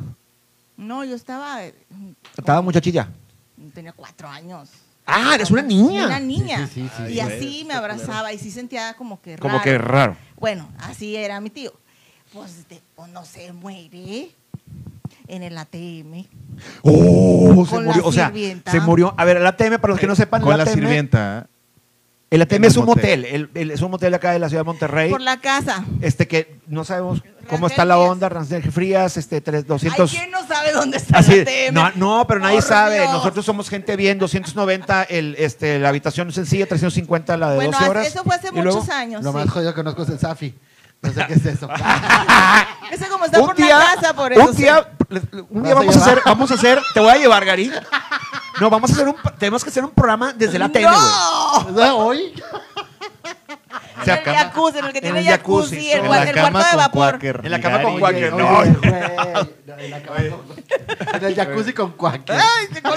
Speaker 4: No, yo estaba, eh,
Speaker 1: Estaba muchachilla.
Speaker 4: tenía cuatro años.
Speaker 1: Ah, eres una niña.
Speaker 4: Una niña.
Speaker 2: Sí, sí, sí, sí.
Speaker 4: y así me abrazaba y sí sentía como que
Speaker 1: Como
Speaker 4: raro.
Speaker 1: que raro.
Speaker 4: Bueno, así era mi tío. Pues, de- pues, no se muere en el ATM.
Speaker 1: Oh, se
Speaker 4: Con la
Speaker 1: murió. O sea,
Speaker 4: sirvienta. Eh,
Speaker 1: se murió. A ver, el ATM, para los que no sepan,
Speaker 3: Con
Speaker 1: el
Speaker 3: la
Speaker 1: ATM.
Speaker 3: sirvienta.
Speaker 1: El ATM
Speaker 3: En
Speaker 1: es
Speaker 3: un
Speaker 1: un
Speaker 3: motel.
Speaker 1: motel. el- el- es un motel acá de la ciudad de Monterrey.
Speaker 4: Por la casa.
Speaker 1: Este que no sabemos cómo
Speaker 4: Rangel
Speaker 1: está la
Speaker 4: Frías.
Speaker 1: onda. Rancel Frías, este, tres- 200.
Speaker 4: Ay, ¿quién no sabe dónde está
Speaker 1: Así,
Speaker 4: la TM?
Speaker 1: no, no, pero nadie
Speaker 4: Por
Speaker 1: sabe.
Speaker 4: Dios.
Speaker 1: Nosotros somos gente bien. 290 el, este, la habitación sencilla, 350 la de
Speaker 4: Bueno,
Speaker 1: 12 horas.
Speaker 4: eso fue hace
Speaker 1: Y luego,
Speaker 4: muchos años.
Speaker 2: Lo
Speaker 4: sí.
Speaker 2: más jodido que conozco es el Safi. No sé qué es eso.
Speaker 4: Eso como está por la casa, por eso.
Speaker 1: un día,
Speaker 4: sí.
Speaker 1: un día
Speaker 2: ¿Vas a
Speaker 1: vamos a hacer,
Speaker 2: llevar?
Speaker 1: vamos a hacer, te voy a llevar, Gary. No, vamos a hacer un, tenemos que hacer un programa desde la ATM, güey.
Speaker 4: ¡No!
Speaker 2: ¿Verdad? Hoy
Speaker 3: Se
Speaker 4: En el
Speaker 3: acaba-
Speaker 4: jacuzzi, en el que
Speaker 1: En
Speaker 4: tiene
Speaker 1: el
Speaker 4: jacuzzi,
Speaker 1: jacuzzi,
Speaker 4: el,
Speaker 1: en
Speaker 4: gua-
Speaker 1: la
Speaker 4: el cuarto de vapor.
Speaker 1: En la cama con
Speaker 3: Cuáquer.
Speaker 1: Quaker,
Speaker 2: Oye,
Speaker 1: no.
Speaker 2: oye, güey. En la cama con- en el jacuzzi con cuaque.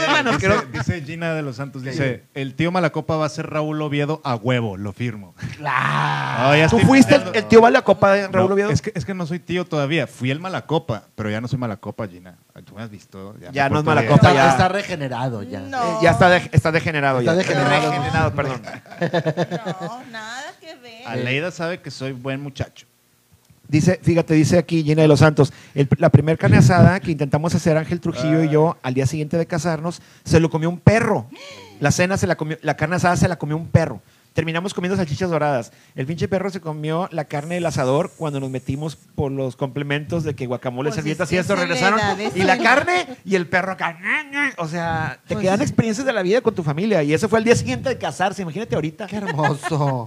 Speaker 1: Hermanos, que no-
Speaker 3: Dice, dice Gina de los Santos, dice, el tío Malacopa va a ser Raúl Oviedo a huevo, lo firmo. Claro.
Speaker 1: Tú fuiste el, el tío Vale a Copa de Raúl Oviedo.
Speaker 3: es, que, es que no soy tío todavía, fui el Malacopa, pero ya no soy Malacopa, Gina. Tú me has visto.
Speaker 1: Ya
Speaker 3: me
Speaker 1: no es
Speaker 3: porto bien.
Speaker 1: Malacopa.
Speaker 2: Está,
Speaker 1: ya.
Speaker 2: está regenerado ya.
Speaker 1: Eh,
Speaker 4: No,
Speaker 1: ya está, de- está degenerado.
Speaker 2: Está
Speaker 1: ya.
Speaker 2: degenerado.
Speaker 1: Degenerado, perdón.
Speaker 4: no, nada que ver.
Speaker 3: Aleida sabe que soy buen muchacho.
Speaker 1: Dice, fíjate, dice aquí Gina de los Santos, el- la primer carne asada que intentamos hacer Ángel Trujillo y yo
Speaker 4: Ah.
Speaker 1: al día siguiente de casarnos, se lo comió un perro. La cena se la comió, la carne asada se la comió un perro. Terminamos comiendo salchichas doradas. El pinche perro se comió la carne del asador cuando nos metimos por los complementos de que guacamole,
Speaker 4: Pues es
Speaker 1: servilletas y
Speaker 4: que
Speaker 1: esto
Speaker 4: esa es la
Speaker 1: regresaron.
Speaker 4: edad, esa
Speaker 1: Y la
Speaker 4: es la-
Speaker 1: carne y el perro acá. O sea, te
Speaker 4: Pues
Speaker 1: quedan
Speaker 4: sí.
Speaker 1: experiencias de la vida con tu familia. Y eso fue al día siguiente de casarse. Imagínate ahorita.
Speaker 2: Qué hermoso.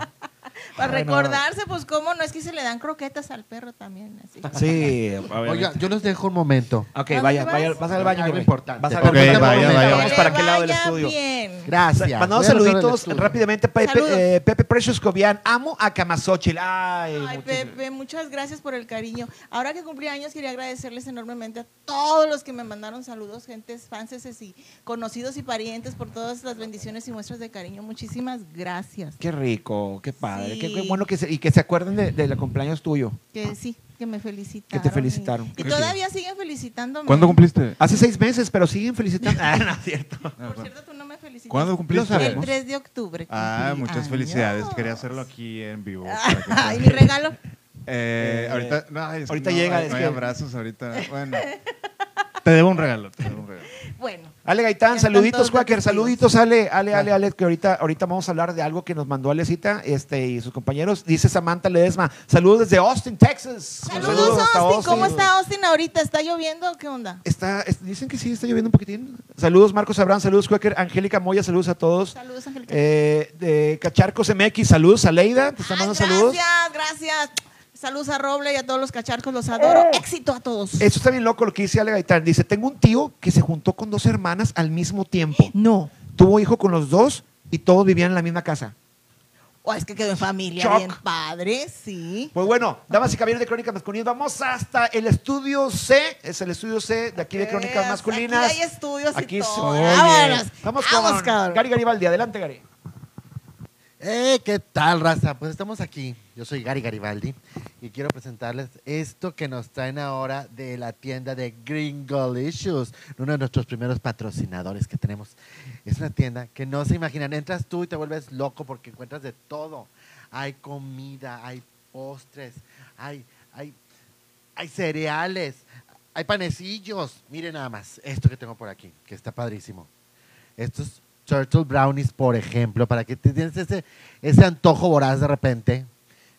Speaker 4: Para
Speaker 1: Ay, no.
Speaker 4: recordarse, pues cómo no, es que se le dan croquetas al perro también. Así.
Speaker 1: Sí,
Speaker 2: Oiga,
Speaker 1: obviamente.
Speaker 2: yo los dejo un momento.
Speaker 1: Ok,
Speaker 4: ¿Dónde
Speaker 1: vaya,
Speaker 4: vas?
Speaker 1: vaya, vas al baño,
Speaker 2: Algo
Speaker 1: mi rey.
Speaker 2: importante.
Speaker 1: Vas al
Speaker 3: Ok,
Speaker 1: baño.
Speaker 3: vaya,
Speaker 1: Vamos
Speaker 3: vaya, vaya.
Speaker 1: Vamos
Speaker 4: Que
Speaker 1: para
Speaker 4: le
Speaker 1: qué lado del
Speaker 4: vaya
Speaker 1: estudio.
Speaker 4: bien.
Speaker 2: Gracias.
Speaker 1: Mandamos
Speaker 2: Voy a resolver el
Speaker 1: saluditos
Speaker 2: estudio.
Speaker 1: rápidamente. Pepe,
Speaker 4: Saludos.
Speaker 1: eh, Pepe Precious Cobian, amo a Camasochil. Ay,
Speaker 4: Ay,
Speaker 1: muchísimas-
Speaker 4: Pepe, muchas gracias por el cariño. Ahora que cumplí años, quería agradecerles enormemente a todos los que me mandaron saludos, gentes, fanses y conocidos y parientes por todas las bendiciones y muestras de cariño. Muchísimas gracias.
Speaker 1: Qué rico, qué padre, qué, qué
Speaker 4: Sí.
Speaker 1: bueno que se, y que se acuerden de, de la cumpleaños tuyo.
Speaker 4: Que sí, que me felicitaron.
Speaker 1: Que te felicitaron.
Speaker 4: Y,
Speaker 1: Qué
Speaker 4: y todavía siguen felicitándome.
Speaker 3: ¿Cuándo cumpliste?
Speaker 1: Hace seis meses, pero siguen felicitando. Ah, no es cierto.
Speaker 4: Por cierto, tú no me felicitaste.
Speaker 3: ¿Cuándo cumpliste?
Speaker 1: Lo
Speaker 4: El
Speaker 1: sabemos.
Speaker 4: 3 de octubre.
Speaker 3: Ah,
Speaker 4: cumplí
Speaker 3: muchas
Speaker 4: años.
Speaker 3: felicidades. Quería hacerlo aquí en vivo. para que-
Speaker 4: Ay, mi regalo.
Speaker 3: Eh, ahorita no, es que
Speaker 1: ahorita
Speaker 3: no,
Speaker 1: llega,
Speaker 3: hay-
Speaker 1: es
Speaker 3: no hay
Speaker 1: que-
Speaker 3: abrazos ahorita. Bueno, te debo un regalo, te debo un regalo.
Speaker 4: Bueno,
Speaker 1: Ale Gaitán,
Speaker 4: Ya
Speaker 1: saluditos,
Speaker 4: están todos
Speaker 1: Quaker,
Speaker 4: detectivos.
Speaker 1: saluditos, Ale, Ale, Ale, Ale, que ahorita, ahorita vamos a hablar de algo que nos mandó Alecita este, y sus compañeros. Dice Samantha Ledesma, saludos desde Austin, Texas. Un
Speaker 4: saludos,
Speaker 1: saludo hasta
Speaker 4: Austin. ¿Cómo está Austin ahorita? ¿Está lloviendo? o ¿Qué onda?
Speaker 1: Está, es- dicen que sí, está lloviendo un poquitín. Saludos, Marcos Abraham, saludos, Quaker, Angélica Moya, saludos a todos.
Speaker 4: Saludos, Angélica.
Speaker 1: Eh, de Cacharcos MX, saludos a Leida, te están
Speaker 4: Ay,
Speaker 1: mandando
Speaker 4: gracias,
Speaker 1: saludos.
Speaker 4: gracias. Saludos a Roble y a todos los cacharcos, los adoro. Éxito a todos.
Speaker 1: Eso está bien loco lo que dice Ale Gaitán. Dice, tengo un tío que se juntó con dos hermanas al mismo tiempo.
Speaker 4: No.
Speaker 1: Tuvo hijo con los dos y todos vivían en la misma casa.
Speaker 4: O es que quedó en familia
Speaker 1: Shock.
Speaker 4: bien padre, sí.
Speaker 1: Pues bueno, damas y caballeros de Crónicas Masculinas, vamos hasta el estudio C, es el estudio C de aquí de Crónicas
Speaker 4: Veas,
Speaker 1: Masculinas.
Speaker 4: Pues, Aquí hay estudios y
Speaker 1: se-
Speaker 4: todo.
Speaker 1: Oye.
Speaker 4: Vámonos.
Speaker 1: Vamos,
Speaker 4: Vamos,
Speaker 1: con
Speaker 4: cabrón.
Speaker 1: Gary Garibaldi, adelante Gary.
Speaker 2: Eh, ¿qué tal, raza? Pues estamos aquí. Yo soy Gary Garibaldi y quiero presentarles esto que nos traen ahora de la tienda de Gringolicious, uno de nuestros primeros patrocinadores que tenemos. Es una tienda que no se imaginan. Entras tú y te vuelves loco porque encuentras de todo. Hay comida, hay postres, hay, hay, hay cereales, hay panecillos. Miren nada más esto que tengo por aquí, que está padrísimo. Estos Turtle Brownies, por ejemplo, para que te tienes ese, ese antojo voraz de repente.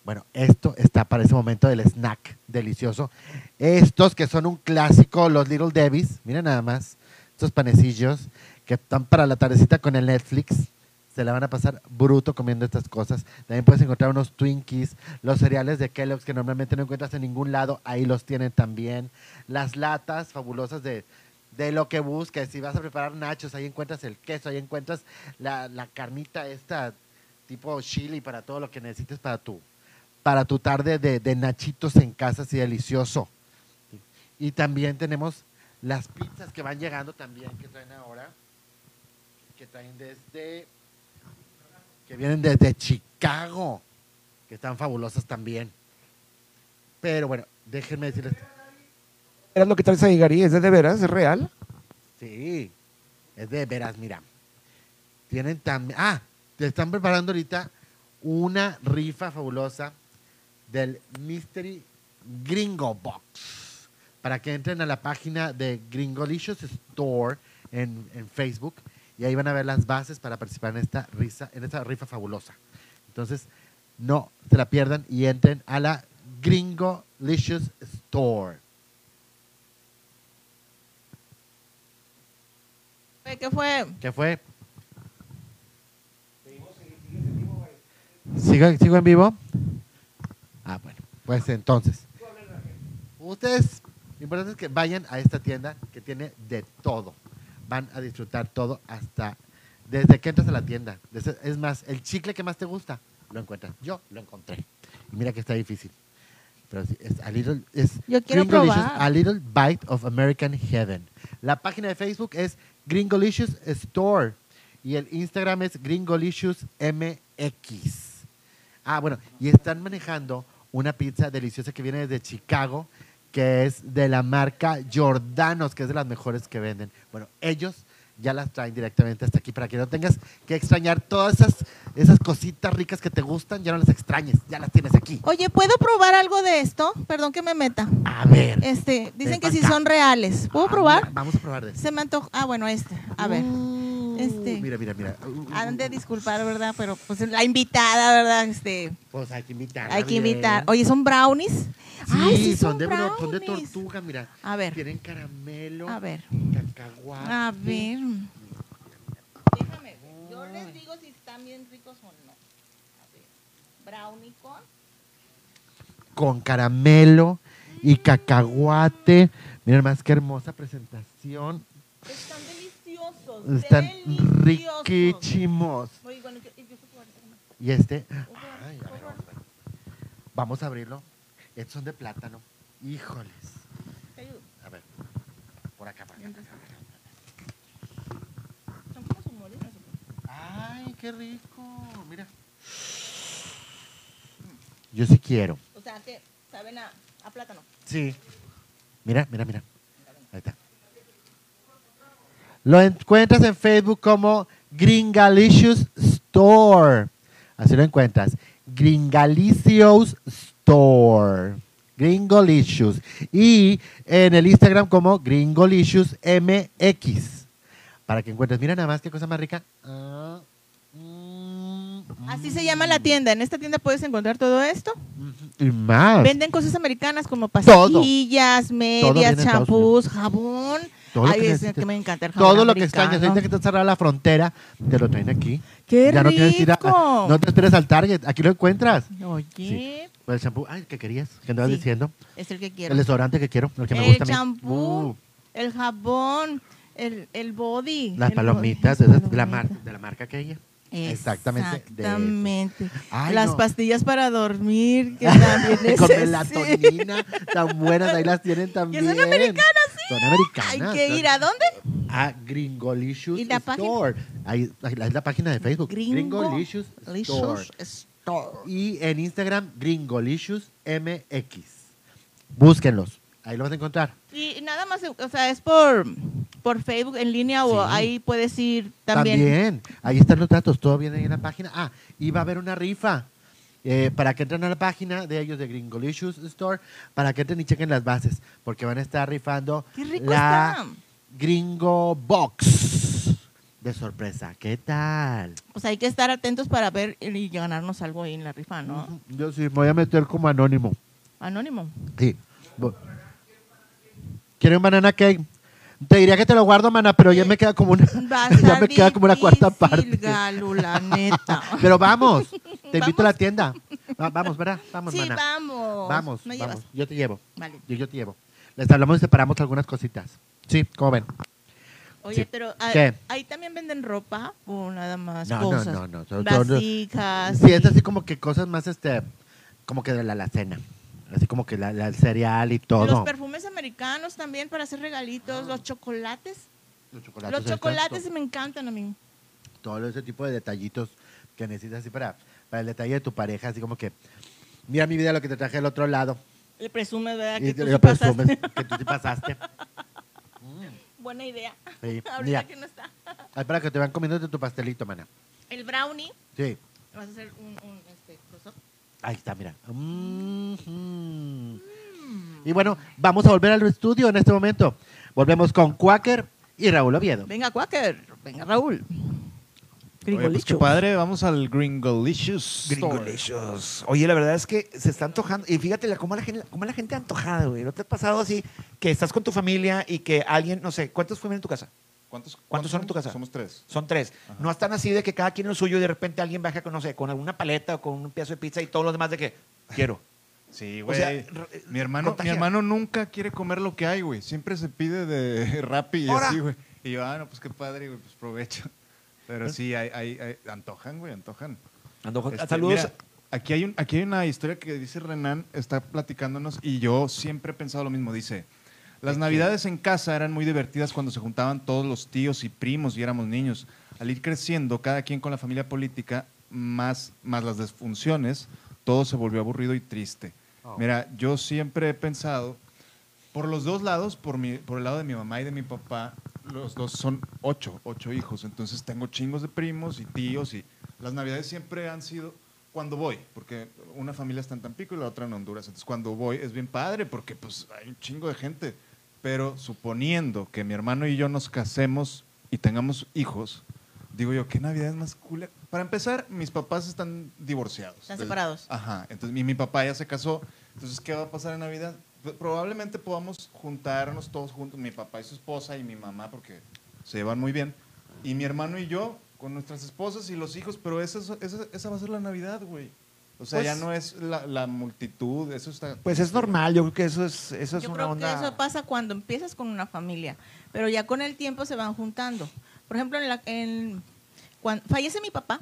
Speaker 2: Bueno, esto está para ese momento del snack delicioso. Estos que son un clásico, los Little Debbie's, miren nada más, estos panecillos que están para la tardecita con el Netflix. Se la van a pasar bruto comiendo estas cosas. También puedes encontrar unos Twinkies, los cereales de Kellogg's que normalmente no encuentras en ningún lado, ahí los tienen también. Las latas fabulosas de, de lo que busques. Si vas a preparar nachos, ahí encuentras el queso, ahí encuentras la, la carnita esta tipo chili para todo lo que necesites para tu, para tu tarde de, de nachitos en casa, así delicioso. Y también tenemos las pizzas que van llegando también, que traen ahora, que traen desde, que vienen desde Chicago, que están fabulosas también. Pero bueno, déjenme decirles...
Speaker 1: ¿Era lo que traes ahí Gary? ¿Es de, de veras? ¿Es real?
Speaker 2: Sí, es de veras, mira. Tienen también. Ah, te están preparando ahorita una rifa fabulosa del Mystery Gringo Box. Para que entren a la página de Gringolicious Store en, en Facebook y ahí van a ver las bases para participar en esta, risa, en esta rifa fabulosa. Entonces, no se la pierdan y entren a la Gringolicious Store.
Speaker 4: ¿Qué fue?
Speaker 2: ¿Qué fue? ¿Sigo, ¿Sigo en vivo? Ah, bueno. Pues entonces. Ustedes, lo importante es que vayan a esta tienda que tiene de todo. Van a disfrutar todo hasta desde que entras a la tienda. Desde- Es más, el chicle que más te gusta, lo encuentras. Yo lo encontré. Y mira que está difícil. Pero sí, es a little, es
Speaker 4: Yo quiero
Speaker 2: Gringolicious,
Speaker 4: probar.
Speaker 2: A Little Bite of American Heaven. La página de Facebook es Gringolicious Store y el Instagram es Gringolicious MX. Ah, bueno, y están manejando una pizza deliciosa que viene desde Chicago, que es de la marca Jordanos, que es de las mejores que venden. Bueno, ellos ya las traen directamente hasta aquí para que no tengas que extrañar todas esas, esas cositas ricas que te gustan, ya no las extrañes, ya las tienes aquí.
Speaker 4: Oye, ¿puedo probar algo de esto? Perdón que me meta.
Speaker 2: A ver.
Speaker 4: Este, dicen
Speaker 2: Ven
Speaker 4: que
Speaker 2: pa'
Speaker 4: si
Speaker 2: acá.
Speaker 4: son reales. ¿Puedo
Speaker 2: Ah, mira,
Speaker 4: probar?
Speaker 2: vamos a probar de
Speaker 4: Se me antoja. Ah, bueno, este. A ver.
Speaker 2: Uh,
Speaker 4: Este.
Speaker 2: Mira, mira, mira. Uh, uh,
Speaker 4: Han de disculpar, ¿verdad? Pero pues la invitada, ¿verdad? Este,
Speaker 2: Pues hay que invitar.
Speaker 4: hay que invitar. Oye, ¿son brownies?
Speaker 2: Sí,
Speaker 4: Ay, sí,
Speaker 2: son,
Speaker 4: son,
Speaker 2: de, bueno,
Speaker 4: brownies.
Speaker 2: son de tortuga, mira.
Speaker 4: A ver,
Speaker 2: Tienen caramelo,
Speaker 4: a ver,
Speaker 2: cacahuate.
Speaker 4: a ver. Déjame, yo les digo si están bien ricos o no. A ver, brownie con...
Speaker 2: Con caramelo y cacahuate. Mira, más que hermosa presentación.
Speaker 4: Están deliciosos,
Speaker 2: Están
Speaker 4: deliciosos.
Speaker 2: riquísimos.
Speaker 4: Muy bueno, que- y yo creo que-
Speaker 2: Y este, Ay, a ver, vamos, a ver. Vamos a abrirlo. Estos son de plátano. Híjoles.
Speaker 4: Te ayudo.
Speaker 2: A ver, por acá, por acá. por acá.
Speaker 4: Son como zumones, ¿no?
Speaker 2: Ay, qué rico. Mira. Yo sí quiero.
Speaker 4: O sea, que saben a, a plátano.
Speaker 2: Sí. Mira, mira, mira. Ahí está. Lo encuentras en Facebook como Gringalicious Store. Así lo encuentras. Gringalicious Store. Gringolicious. Y en el Instagram como Gringoliciousmx. Para que encuentres, mira nada más qué cosa más rica. Ah, mm,
Speaker 4: Así se llama la tienda. En esta tienda puedes encontrar todo esto.
Speaker 2: Y más.
Speaker 4: Venden cosas americanas como
Speaker 2: Todo.
Speaker 4: pastillas,
Speaker 2: viene en
Speaker 4: medias,
Speaker 2: Estados
Speaker 4: champús, jabón.
Speaker 2: Todo lo
Speaker 4: Ay,
Speaker 2: que
Speaker 4: es
Speaker 2: necesites.
Speaker 4: que me encanta el jabón
Speaker 2: Todo lo que
Speaker 4: americano.
Speaker 2: extrañas, ahorita que te cerrada la frontera, te lo traen aquí.
Speaker 4: ¡Qué
Speaker 2: ya no tienes que ir a-
Speaker 4: rico!
Speaker 2: no te esperes al Target, aquí lo encuentras.
Speaker 4: Oye,
Speaker 2: Sí. O el shampoo, ay, ¿qué querías? ¿Qué andabas
Speaker 4: Sí,
Speaker 2: diciendo?
Speaker 4: es el que quiero.
Speaker 2: El desodorante que quiero, el que me
Speaker 4: El
Speaker 2: gusta a mí.
Speaker 4: champú,
Speaker 2: Uh,
Speaker 4: el jabón, el, el body.
Speaker 2: las
Speaker 4: el
Speaker 2: palomitas,
Speaker 4: body,
Speaker 2: esas
Speaker 4: las
Speaker 2: de, la mar-
Speaker 4: palomitas.
Speaker 2: de la marca aquella. Exactamente. de eso.
Speaker 4: Exactamente.
Speaker 2: Ay,
Speaker 4: las
Speaker 2: no.
Speaker 4: pastillas para dormir, que también
Speaker 2: Con
Speaker 4: es- sí.
Speaker 2: melatonina, tan buenas, ahí las tienen también.
Speaker 4: son americanas, sí.
Speaker 2: Son americanas.
Speaker 4: Hay que ir
Speaker 2: a...
Speaker 4: a dónde?
Speaker 2: Gringolicious
Speaker 4: ¿Y la página?
Speaker 2: Store. Ahí, ahí es la página de Facebook. Gringolicious Store.
Speaker 4: Licious Store.
Speaker 2: Y en Instagram, GringoliciousMX. Búsquenlos. Ahí lo vas a encontrar.
Speaker 4: Y nada más, o sea, es por, por Facebook en línea o
Speaker 2: Sí.
Speaker 4: ahí puedes ir
Speaker 2: También.
Speaker 4: también.
Speaker 2: Ahí están los datos. Todo viene ahí en la página. Ah, y va a haber una rifa. eh, para que entren a la página de ellos de Gringolicious Store, para que entren y chequen las bases, porque van a estar rifando
Speaker 4: ¡Qué rico
Speaker 2: la
Speaker 4: está!
Speaker 2: Gringo Box de sorpresa. ¿Qué tal?
Speaker 4: Pues hay que estar atentos para ver y ganarnos algo ahí en la rifa, ¿no?
Speaker 2: Yo sí, me voy a meter como anónimo.
Speaker 4: Anónimo.
Speaker 2: Sí. Bo- ¿Quiere un banana cake? Te diría que te lo guardo, mana, pero ya me queda como una,
Speaker 4: Va a
Speaker 2: ya
Speaker 4: estar
Speaker 2: me queda como una cuarta
Speaker 4: difícil,
Speaker 2: parte.
Speaker 4: Galo, la neta.
Speaker 2: Pero vamos, te invito a
Speaker 4: Vamos.
Speaker 2: la tienda. Va- vamos, ¿verdad? Vamos,
Speaker 4: sí,
Speaker 2: mana.
Speaker 4: vamos.
Speaker 2: Vamos,
Speaker 4: Me
Speaker 2: vamos.
Speaker 4: llevas.
Speaker 2: Yo te llevo.
Speaker 4: Vale.
Speaker 2: Yo, yo te llevo. Les hablamos y separamos algunas cositas. Sí, como ven.
Speaker 4: Oye,
Speaker 2: Sí.
Speaker 4: pero ah,
Speaker 2: ¿Qué?
Speaker 4: ahí también venden ropa o nada más
Speaker 2: No, no,
Speaker 4: cosas.
Speaker 2: no, no, son- son-
Speaker 4: Vasijas.
Speaker 2: Sí, es así como que cosas más, este, como que de la alacena. Así como que la, la- el cereal y todo.
Speaker 4: Los perfumes americanos también para hacer regalitos, los chocolates.
Speaker 2: Los chocolates.
Speaker 4: Los
Speaker 2: ahí están,
Speaker 4: chocolates
Speaker 2: todo-
Speaker 4: me encantan a mí.
Speaker 2: Todo ese tipo de detallitos que necesitas así para, para el detalle de tu pareja. Así como que, mira mi vida lo que te traje del otro lado.
Speaker 4: Le presumes, ¿verdad?
Speaker 2: Y
Speaker 4: Que
Speaker 2: te
Speaker 4: tú
Speaker 2: lo
Speaker 4: sí
Speaker 2: presumes
Speaker 4: pasaste.
Speaker 2: que tú sí pasaste.
Speaker 4: Buena idea.
Speaker 2: Sí,
Speaker 4: Ahorita
Speaker 2: mira.
Speaker 4: que no está.
Speaker 2: Ay, para que te van comiéndote tu pastelito, mana.
Speaker 4: El brownie.
Speaker 2: Sí.
Speaker 4: Vas a hacer un, un, este, close-up.
Speaker 2: Ahí está, mira. Mhm. Y bueno, vamos a volver al estudio en este momento. Volvemos con Quaker y Raúl Oviedo.
Speaker 4: Venga, Quaker. Venga, Raúl.
Speaker 3: Oye, pues qué
Speaker 4: Gringolicho.
Speaker 3: padre, vamos al Gringolicious. Store.
Speaker 1: Gringolicious. Oye, la verdad es que se está antojando. Y fíjate la- cómo la gente, cómo la gente antojada, güey. ¿No te ha pasado así que estás con tu familia y que alguien, no sé, ¿cuántos fueron en tu casa?
Speaker 3: ¿Cuántos,
Speaker 1: ¿Cuántos son en
Speaker 3: somos?
Speaker 1: tu casa?
Speaker 3: Somos tres.
Speaker 1: Son tres. No están así de que cada quien lo suyo y de repente alguien baja con, no sé, con alguna paleta o con un pedazo de pizza y todos los demás de que quiero.
Speaker 3: Sí,
Speaker 1: O
Speaker 3: güey.
Speaker 1: sea, r-
Speaker 3: mi, hermano, mi
Speaker 1: contagia.
Speaker 3: hermano nunca quiere comer lo que hay, güey. Siempre se pide de Rappi y
Speaker 1: Ahora.
Speaker 3: así, güey. Y yo, ah, no, pues qué padre, güey, pues provecho. Pero sí, hay, hay- hay- antojan, güey, antojan.
Speaker 1: Antojo-
Speaker 3: Este,
Speaker 1: Saludos.
Speaker 3: mira, aquí, hay un, aquí hay una historia que dice Renan, está platicándonos y yo siempre he pensado lo mismo. Dice, las navidades en casa eran muy divertidas cuando se juntaban todos los tíos y primos y éramos niños. Al ir creciendo, cada quien con la familia política, más, más las desfunciones, todo se volvió aburrido y triste. Mira, yo siempre he pensado, por los dos lados, por, mi, por el lado de mi mamá y de mi papá, los dos son ocho, ocho hijos. Entonces tengo chingos de primos y tíos y las navidades siempre han sido cuando voy, porque una familia está en Tampico y la otra en Honduras. Entonces cuando voy es bien padre porque pues hay un chingo de gente. Pero suponiendo que mi hermano y yo nos casemos y tengamos hijos, digo yo, ¿qué navidad es más cool? Para empezar, mis papás están divorciados.
Speaker 4: Están
Speaker 3: Del-
Speaker 4: separados.
Speaker 3: Ajá, entonces mi, mi papá ya se casó. Entonces, ¿qué va a pasar en Navidad? P- Probablemente podamos juntarnos todos juntos, mi papá y su esposa y mi mamá, porque se llevan muy bien. Y mi hermano y yo, con nuestras esposas y los hijos, pero esa, es- esa, esa va a ser la Navidad, güey. O sea,
Speaker 1: Pues-
Speaker 3: ya no es la, la multitud, eso está...
Speaker 1: Pues es normal, yo creo que eso es, eso es
Speaker 4: Yo
Speaker 1: una
Speaker 4: creo
Speaker 1: onda.
Speaker 4: que eso pasa cuando empiezas con una familia, pero ya con el tiempo se van juntando. Por ejemplo, en la- en- cuando fallece mi papá,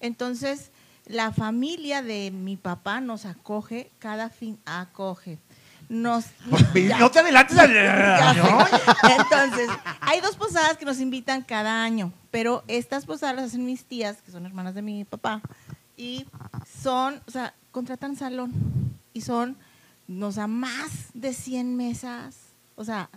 Speaker 4: entonces la familia de mi papá nos acoge, cada fin acoge. Nos, Ya.
Speaker 1: No te adelantes al.
Speaker 4: Ya
Speaker 1: ¿no?
Speaker 4: sé. Entonces, hay dos posadas que nos invitan cada año, pero estas posadas las hacen mis tías, que son hermanas de mi papá, y son, o sea, contratan salón y son, nos da más de 100 mesas, o sea,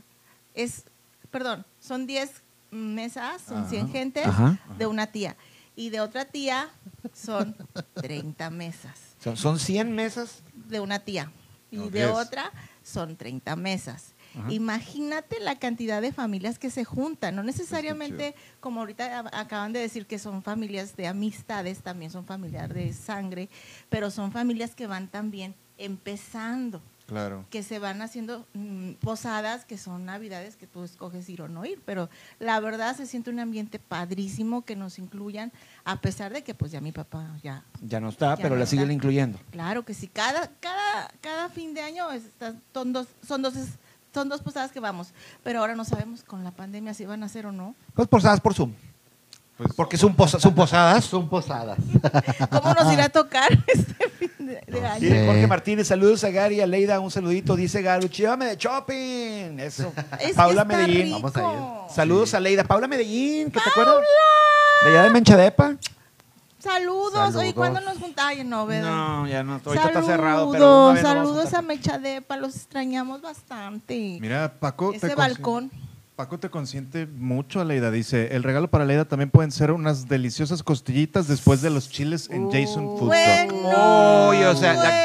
Speaker 4: es, perdón, son 10 mesas, son 100 gente
Speaker 1: ajá.
Speaker 4: de una tía, y de otra tía son 30 mesas.
Speaker 1: Son, son 100 mesas
Speaker 4: de una tía y
Speaker 3: Ok.
Speaker 4: de otra son 30 mesas. Imagínate la cantidad de familias que se juntan, no necesariamente como ahorita a- acaban de decir que son familias de amistades, también son familias de sangre, pero son familias que van también empezando
Speaker 3: Claro.
Speaker 4: que se van haciendo mm, posadas, que son navidades que tú escoges ir o no ir, pero la verdad se siente un ambiente padrísimo que nos incluyan, a pesar de que pues ya mi papá ya,
Speaker 1: Ya no está,
Speaker 4: Ya
Speaker 1: pero
Speaker 4: no
Speaker 1: la
Speaker 4: está.
Speaker 1: siguen incluyendo.
Speaker 4: claro que sí, cada, cada, cada fin de año es- está- son dos, son dos, es- son dos posadas que vamos, pero ahora no sabemos con la pandemia si van a hacer o no.
Speaker 1: Pues posadas por Zoom.
Speaker 3: Pues,
Speaker 1: Porque son, posa- son posadas.
Speaker 2: Son posadas.
Speaker 4: ¿Cómo nos irá a tocar este fin de, de año?
Speaker 2: Sí.
Speaker 1: Jorge Martínez, saludos a Gary, a Leida, un saludito. Dice Garo, llévame de shopping. Eso.
Speaker 4: Es que
Speaker 1: Paula
Speaker 4: está
Speaker 1: Medellín.
Speaker 4: rico.
Speaker 2: Vamos a
Speaker 1: Saludos a Leida. Paula Medellín, ¿qué te acuerdas? De allá de Menchadepa.
Speaker 4: Saludos. Oye, ¿cuándo nos juntamos? Ay, no, ¿verdad?
Speaker 1: ya no.
Speaker 4: saludos,
Speaker 1: una vez nos vamos
Speaker 4: saludos a,
Speaker 1: juntar.
Speaker 4: Mechadepa, los extrañamos bastante.
Speaker 3: Mira, Paco. te
Speaker 4: Ese
Speaker 3: consi-
Speaker 4: balcón.
Speaker 3: Paco te consiente mucho a Leida. Dice: el regalo para Leida también pueden ser unas deliciosas costillitas después de los chiles
Speaker 1: Uh,
Speaker 3: en Jason Food. Truck.
Speaker 4: Bueno,
Speaker 1: Oye, o sea, la-
Speaker 4: bueno,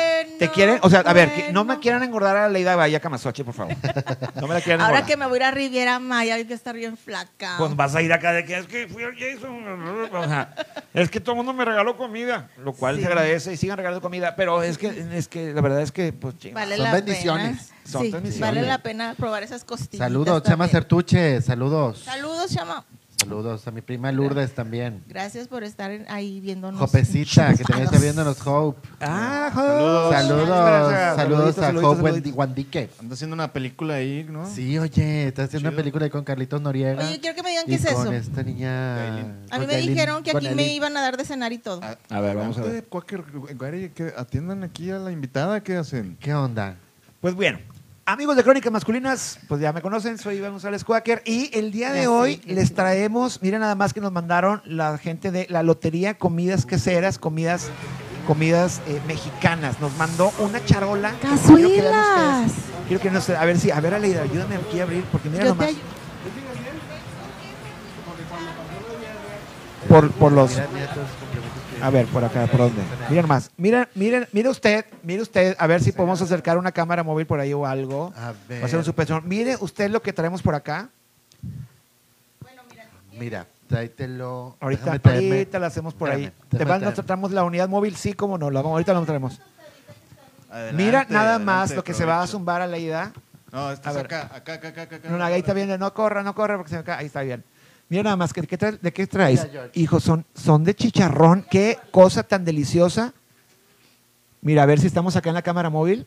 Speaker 1: ¿Te quieren? O sea, a ver, que no me
Speaker 4: bueno.
Speaker 1: quieran engordar a Leida Vaya Camasoche, por favor. No me la quieran engordar.
Speaker 4: Ahora que me voy a ir a Riviera Maya, hay que estar bien flaca.
Speaker 1: Pues vas a ir acá de que es que fui al Jason. o sea, es que todo el mundo me regaló comida. Lo cual
Speaker 4: Sí.
Speaker 1: se agradece y sigan regalando comida. Pero es que, es que la verdad es que, pues, ching-
Speaker 4: vale
Speaker 2: son
Speaker 4: la
Speaker 2: bendiciones.
Speaker 4: pena.
Speaker 1: Son
Speaker 4: Sí,
Speaker 1: bendiciones.
Speaker 4: Vale la pena probar esas costillas.
Speaker 2: Saludos, Chama Sertuche, saludos.
Speaker 4: Saludos, Chama.
Speaker 2: Saludos a mi prima Lourdes también.
Speaker 4: Gracias por estar en- ahí viéndonos.
Speaker 2: Jopecita, que también está viéndonos Hope.
Speaker 1: Ah,
Speaker 3: Saludos.
Speaker 2: Saludos,
Speaker 1: Esperanza,
Speaker 2: saludos
Speaker 1: saluditos,
Speaker 2: a
Speaker 1: saluditos,
Speaker 2: Hope Wendy
Speaker 1: saluditos.
Speaker 2: Guandique.
Speaker 3: Anda haciendo una película ahí, ¿no?
Speaker 2: Sí, oye, está haciendo una
Speaker 3: Chido.
Speaker 2: película ahí con Carlitos Noriega.
Speaker 4: Oye, quiero que me digan
Speaker 2: y
Speaker 4: qué es eso.
Speaker 2: con esta niña.
Speaker 3: Aileen.
Speaker 4: A mí
Speaker 2: con
Speaker 4: me
Speaker 2: Aileen-
Speaker 4: dijeron que
Speaker 2: con Ah,
Speaker 4: aquí me
Speaker 2: Aileen.
Speaker 4: iban a dar de cenar y todo.
Speaker 1: A ver, vamos a
Speaker 3: Aparte
Speaker 1: ver.
Speaker 3: de Quaker, Gary, que atiendan aquí a la invitada, ¿qué hacen?
Speaker 2: ¿Qué onda?
Speaker 1: Pues bueno, amigos de Crónicas Masculinas, pues ya me conocen, soy Iván González Cuáquer y el día de
Speaker 4: Ya
Speaker 1: hoy
Speaker 4: sé que
Speaker 1: les
Speaker 4: sí.
Speaker 1: traemos, miren nada más que nos mandaron la gente de la Lotería Comidas Queseras, Comidas comidas eh, mexicanas. Nos mandó una charola. Quiero que vean
Speaker 4: ¡Cazuelas!
Speaker 1: ustedes, Quiero que no sé, a ver si, a ver Aleida, ayúdame aquí a abrir, porque mira
Speaker 4: Yo te
Speaker 1: nomás,
Speaker 4: ayu-
Speaker 1: por, por los,
Speaker 2: Mira, mira todos los complementos que-
Speaker 1: a ver, por acá, por dónde. Miren más, miren, miren, mire usted, mire usted, a ver si podemos acercar una cámara móvil por ahí o algo. Va
Speaker 2: A
Speaker 1: a ser un
Speaker 2: ver.
Speaker 1: supersón. Mire usted lo que traemos por acá.
Speaker 2: Mira, tráetelo.
Speaker 1: Ahorita,
Speaker 2: Déjame traerme.
Speaker 1: ahorita la hacemos por ahí.
Speaker 2: Espérame,
Speaker 1: ¿Te
Speaker 2: déjame
Speaker 1: van,
Speaker 2: traerme.
Speaker 1: nos tratamos la unidad móvil? Sí, cómo no. La, vamos- ahorita la traemos. Mira nada más lo que se va a zumbar a la ida.
Speaker 3: No, estás
Speaker 1: A ver.
Speaker 3: acá, acá, acá, acá, acá.
Speaker 1: No, la gaita viene, no corra, no corra, porque se me cae. Ahí está bien. Mira nada más, ¿de qué, tra- de qué traes?
Speaker 2: Mira, George.
Speaker 1: Hijo, son, son de chicharrón. Qué cosa tan deliciosa. Mira, a ver si estamos acá en la cámara móvil.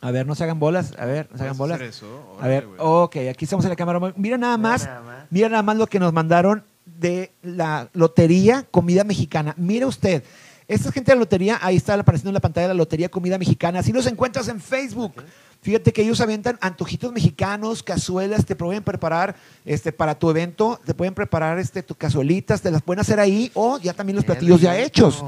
Speaker 1: A ver, no se hagan bolas. A ver, no se hagan
Speaker 3: ¿Vas a
Speaker 1: bolas.
Speaker 3: hacer eso?
Speaker 1: A
Speaker 3: Órale,
Speaker 1: ver, oh.
Speaker 3: güey.
Speaker 1: ok, aquí estamos en la cámara. móvil. Mira nada
Speaker 2: Mira
Speaker 1: más,
Speaker 2: nada más.
Speaker 1: mira nada más lo que nos mandaron de la lotería comida mexicana. Mira usted, esta gente de la lotería, ahí está apareciendo en la pantalla la lotería comida mexicana. Así los encuentras en Facebook. Fíjate que ellos avientan antojitos mexicanos, cazuelas, te pueden preparar este, para tu evento, te pueden preparar este, tus cazuelitas, te las pueden hacer ahí o ya también los
Speaker 2: Qué
Speaker 1: platillos ya
Speaker 2: rico.
Speaker 1: hechos.